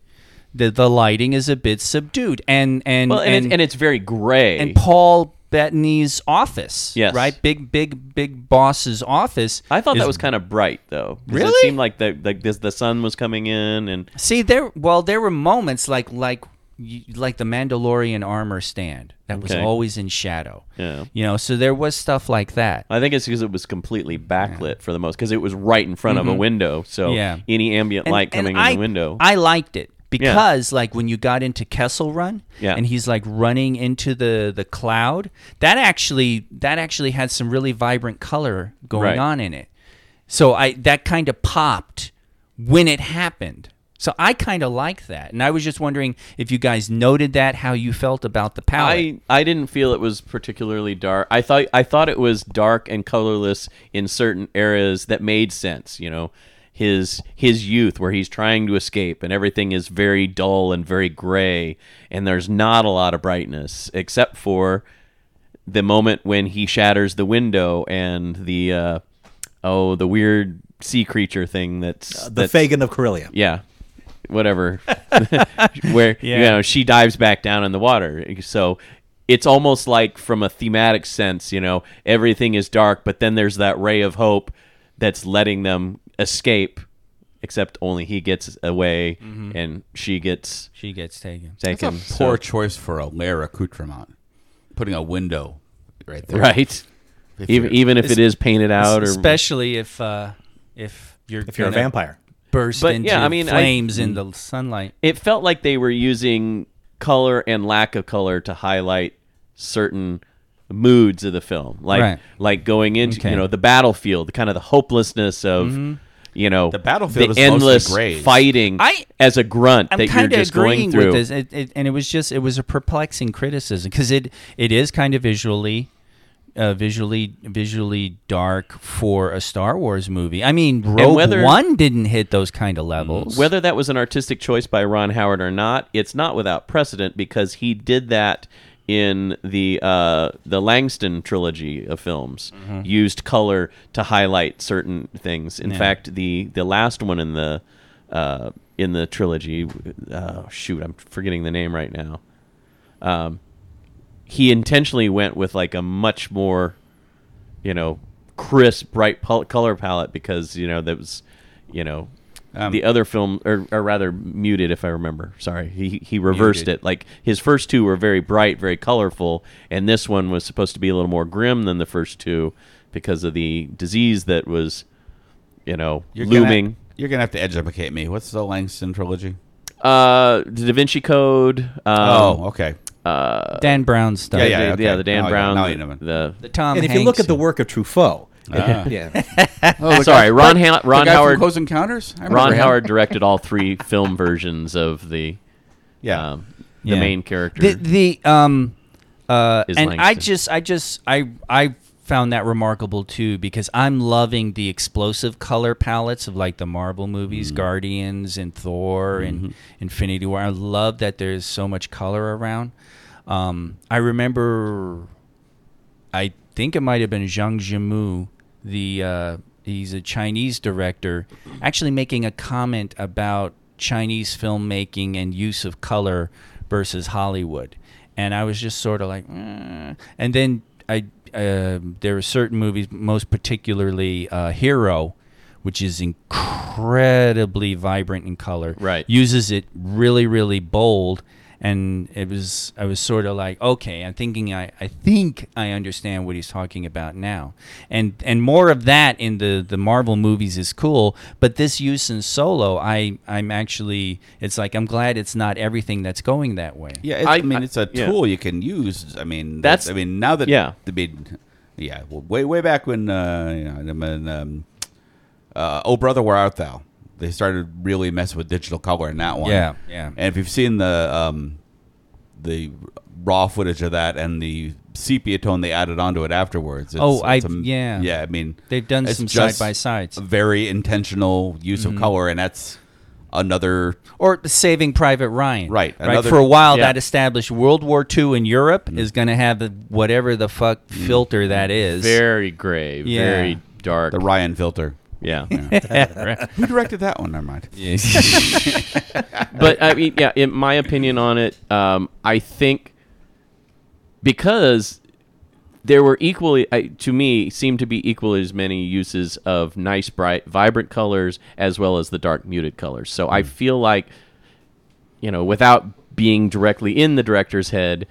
the the lighting is a bit subdued. And and well, and, and, it's, and it's very gray. and Paul Bettany's office. Yes. Right? Big big big boss's office. I thought is- that was kind of bright though. 'cause Really? It seemed like the like this, the sun was coming in, and See there well, there were moments like like y- like the Mandalorian armor stand that was Okay. always in shadow. Yeah. You know, so there was stuff like that. I think it's because it was completely backlit for the most because it was right in front of a window. So Mm-hmm. Yeah. any ambient And- light and coming I- in the window. I liked it because, like, when you got into Kessel Run, Yeah. and he's like running into the the cloud, that actually that actually had some really vibrant color going Right. on in it. So I that kind of popped when it happened. So I kind of like that, and I was just wondering if you guys noted that, how you felt about the palette. I, I didn't feel it was particularly dark. I thought I thought it was dark and colorless in certain areas that made sense. You know, his his youth where he's trying to escape and everything is very dull and very gray, and there's not a lot of brightness except for the moment when he shatters the window and the uh, oh the weird sea creature thing that's Uh, The that's, Fagin of Corellia. yeah whatever where you know she dives back down in the water so it's almost like from a thematic sense you know everything is dark but then there's that ray of hope that's letting them escape except only he gets away and she gets she gets taken. It's a taken so- poor choice for a lair accoutrement. Putting a window right there. (laughs) right If even, you're- even if it is painted out or especially if uh, if you're If you're a gonna- vampire, burst But, into yeah, I mean, I- flames in the sunlight. it felt like they were using color and lack of color to highlight certain moods of the film like Right. like going into Okay. Mm-hmm. you know the battlefield the kind of the hopelessness of you know the battlefield is mostly endless grays. fighting I- as a grunt I'm that you're kind of just agreeing going through with this, it, it, and it was just it was a perplexing criticism because it it is kind of visually, uh, visually visually dark for a Star Wars movie. I mean, Rogue whether- One didn't hit those kind of levels. Whether that was an artistic choice by Ron Howard or not, it's not without precedent because he did that in the uh, the Langston trilogy of films. Used color to highlight certain things. In fact, the the last one in the uh, in the trilogy, uh, shoot, I'm forgetting the name right now. Um, he intentionally went with like a much more you know crisp bright pol- color palette because you know that was you know Um, the other film or, or rather muted if i remember sorry he he reversed Muted. it like his first two were very bright very colorful and this one was supposed to be a little more grim than the first two because of the disease that was you know looming Gonna, you're gonna have to educate me. What's the Langston trilogy? uh the da vinci code um, oh, okay. Dan Brown stuff. the, yeah, yeah, the, okay. the dan Now I- brown now I the, know. the- The Tom And if you look Hanks- at the work of Truffaut, (laughs) Ah. yeah, Oh, the Sorry, guy- Ron Ha- the Ron guy from Howard- Close Encounters. I remember ron him. howard directed all three (laughs) film versions of the Yeah. um, Yeah. the main character. the, the um uh Is and I Langston. just I just I I found that remarkable too because I'm loving the explosive color palettes of like the Marvel movies, Guardians and Thor and Infinity War. I love that there's so much color around. Um, I remember I think it might have been Zhang Yimou, the uh, he's a Chinese director, actually making a comment about Chinese filmmaking and use of color versus Hollywood, and I was just sort of like, "Mm." and then I uh, there are certain movies, most particularly uh, Hero. Which is incredibly vibrant in color. Right. Uses it really, really bold, and it was I was sort of like, okay, I'm thinking I, I think I understand what he's talking about now. And and more of that in the, the Marvel movies is cool, but this use in solo, I I'm actually it's like I'm glad it's not everything that's going that way. Yeah, it's, I, I- mean, I- it's a yeah. tool you can use. I mean, That's- that's. I mean, now that yeah. I mean, yeah, well, way way back when, uh, you know, when, um, uh, oh brother, where art thou? They started really messing with digital color in that one. Yeah, yeah. And if you've seen the um, the raw footage of that and the sepia tone they added onto it afterwards. It's, Oh, I- a- yeah. yeah. I mean, They've done it's some side just by sides. Mm-hmm. a Very intentional use of color, and that's another Or Saving Private Ryan. Right, Right. another- Mm-hmm. For a while, Yeah. that established World War II in Europe is going to have the, whatever the fuck filter that is. very gray, Yeah. very dark. the Ryan filter. (laughs) yeah. Who directed that one? Never mind. but I mean, yeah. In my opinion on it, um, I think because there were equally, I, to me, seemed to be equally as many uses of nice, bright, vibrant colors as well as the dark, muted colors. So Hmm. I feel like, you know, without being directly in the director's head,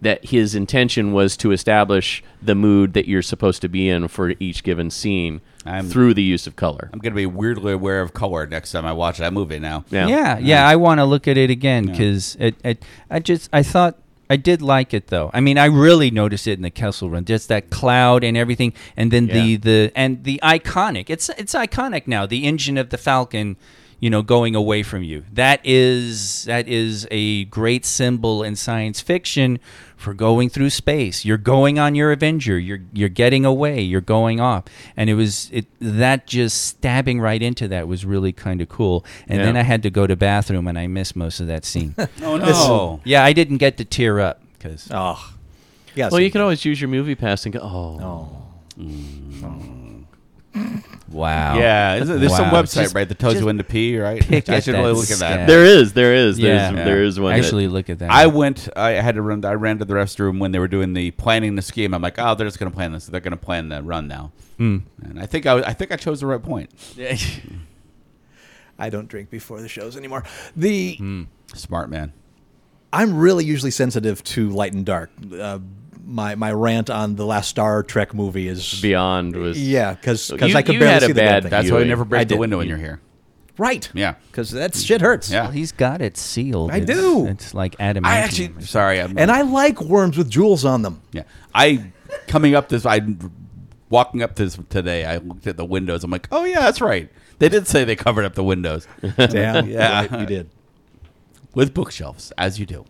that his intention was to establish the mood that you're supposed to be in for each given scene I'm- through the use of color. I'm gonna be weirdly aware of color next time I watch that movie. Now, Yeah, yeah. I want to look at it again because it, it. I just I thought I did like it though. I mean, I really noticed it in the Kessel Run, just that cloud and everything, and then the Yeah. the and the iconic. It's it's iconic now. The engine of the Falcon, you know, going away from you. That is that is a great symbol in science fiction for going through space. You're going on your Avenger. You're you're getting away. You're going off. And it was it that just stabbing right into that was really kind of cool. And Yeah. then I had to go to bathroom and I missed most of that scene. (laughs) oh no, yeah, I didn't get to tear up because (laughs) oh, yes. Well, you can always use your movie pass and go, oh. wow. yeah, is it- there's some Wow. website Just- right that tells you just when to pee, right? pick (laughs) I at should that really look at that. scab. There is, there is, Yeah. there's, there is one. that- Actually, look at that. I went. I had to run. I ran to the restroom when they were doing the planning the scheme. I'm like, oh, they're just gonna plan this. They're gonna plan the run now. Hmm. And I think I, was- I think I chose the right point. I don't drink before the shows anymore. The Hmm. Smart man. I'm really usually sensitive to light and dark. Uh, my my rant on the last Star Trek movie is Beyond was. yeah because You- I could you barely had a see the bad- damn thing. That's why you Really? never I break the did. window when you're here. Right. Yeah. Because that shit hurts. Yeah. Well, he's got it sealed. I It's- do. It's like adamantium. I actually, sorry, I'm, And I like worms with jewels on (laughs) them. yeah, I coming up this, I walking up this today. I looked at the windows. I'm like, oh yeah, that's right. They did say they covered up the windows Damn. Yeah. Right, you did. with bookshelves, as you do.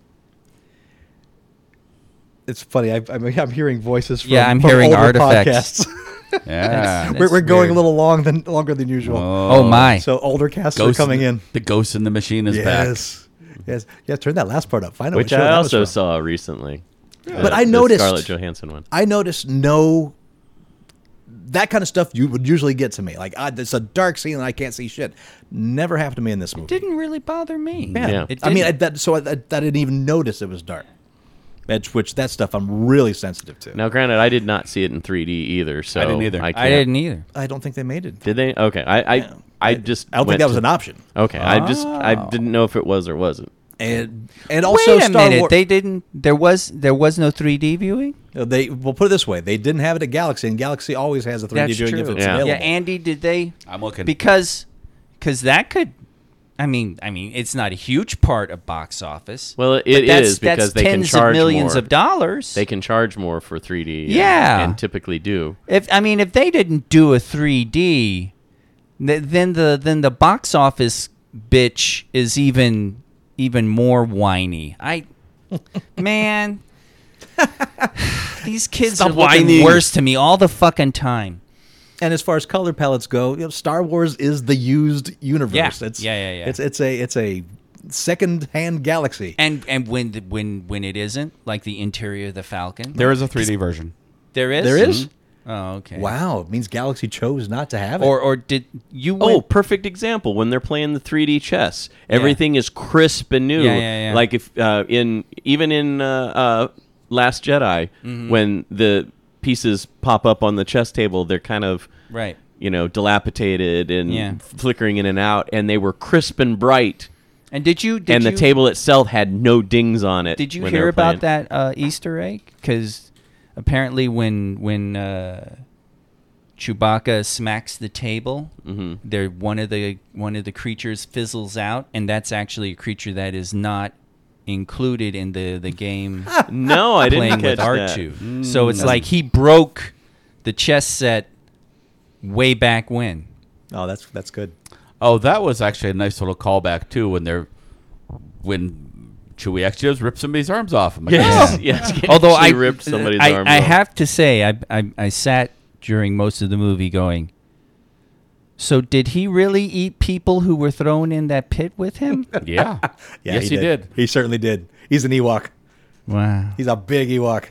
It's funny. I, I mean, I'm hearing voices from Yeah, I'm from hearing older artifacts. podcasts. (laughs) Yeah, That's we're, we're going a weird. little long than longer than usual. Oh my! So older casts Ghost are coming the, in. The ghost in the machine is back. Yes. Yes. Yeah, turn that last part up. Find out which what show I that was also from. saw recently. But I the noticed- Scarlett Johansson one. I noticed no that kind of stuff you would usually get to me. Like ah, it's a dark scene and I can't see shit. Never happened to me in this movie. didn't really bother me. Yeah. It I mean, I, didn't. that, so I, that, I didn't even notice it was dark. That's which that stuff I'm really sensitive to. Now, granted, I did not see it in 3D either, so didn't either. I I can't- didn't either. I don't think they made it. Did they? Okay, I I, I just I don't think went that was Oh. to- an option. Okay, I just I didn't know if it was or wasn't. And and also Wait a Star minute. Wars. They didn't. There was there was no 3D viewing. They well put it this way: they didn't have it at Galaxy, and Galaxy always has a 3D That's viewing true. if it's Yeah. available. Yeah, Andy, did they? I'm looking. because because that could. I mean, I mean, it's not a huge part of box office. Well, it but that's, is because that's they can tens charge of millions more. of dollars. They can charge more for 3D. and- Yeah. and typically do. If I mean, if they didn't do a 3D, th- then the then the box office bitch is even even more whiny. I (laughs) man, (sighs) these kids are whining. whining. worse to me all the fucking time. And as far as color palettes go, you know, Star Wars is the used universe. Yeah. It's, Yeah, yeah, yeah. It's it's a it's a second-hand galaxy. And and when the, when when it isn't like the interior of the Falcon, There is a 3D version. there is There is? Oh, okay. Wow, it means Galaxy chose not to have it. Or or did you? Oh, went- perfect example when they're playing the 3D chess. Everything is crisp and new. Yeah, yeah, yeah. Like if uh, in even in uh, uh, Last Jedi, Mm-hmm. when the pieces pop up on the chess table, they're kind of right. you know dilapidated and Yeah. flickering in and out, and they were crisp and bright. And did you? Did and you, the table itself had no dings on it. Did you when they hear were about playing. that uh, Easter egg? Because apparently, when when uh, Chewbacca smacks the table, Mm-hmm. there one of the one of the creatures fizzles out, and that's actually a creature that is not included in the the game No, (laughs) (laughs) I didn't playing catch with R that. Mm. two. So it's like he broke the chess set way back when. oh, that's that's good. Oh, that was actually a nice little callback too when they're when Chewie actually just ripped somebody's arms off. I'm like, (laughs) (laughs) Yes, "Oh." yes. he Although I actually ripped somebody's I, arm. I have to say, I, I I sat during most of the movie going. So did he really eat people who were thrown in that pit with (laughs) him? "Oh, yeah, (laughs) Yeah, yes, he, did. He certainly did. He's an Ewok. wow. He's a big Ewok.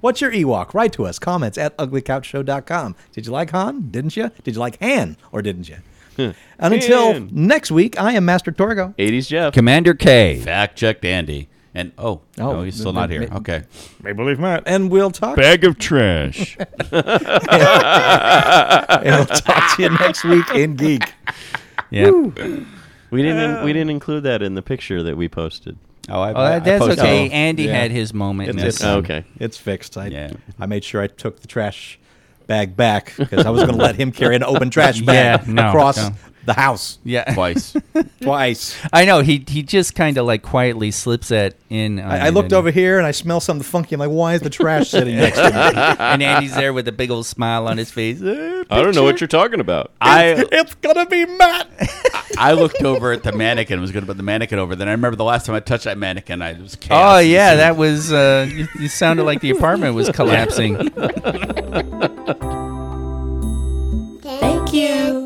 What's your Ewok? Write to us. Comments at uglycouchshow.com. Did you like Han? Didn't you? Did you like Han? Or didn't you? and until Han. next week, I am Master Torgo. 80s Jeff. Commander K. Fact checked Andy, and oh, Oh, no, he's still m- not m- here. m- Okay, And we'll talk. Bag of (laughs) trash. and we'll talk to you next week in Geek. Yeah. We (laughs) didn't we didn't include that in the picture that we posted. oh, I, Oh, that, that's posted- okay. Oh, Andy Yeah. had his moment. It's, in it's, this. Oh, Okay. It's fixed. I, Yeah. I made sure I took the trash bag back because I was going to let him carry an open trash bag Yeah, no, across no. the house (laughs) yeah. twice. twice. I know he he just kind of like quietly slips that in. on I, I it looked and- over here and I smell something funky. I'm like, why is the trash sitting next to me? and (laughs) Andy's there with a big old smile on his face. Oh, I don't know what you're talking about. I It's gonna be Matt. I looked over at the mannequin. Was going to put the mannequin over. Then I remember the last time I touched that mannequin, I it was chaos. Oh yeah, that was. Uh, you, you sounded like the apartment was collapsing. Thank you.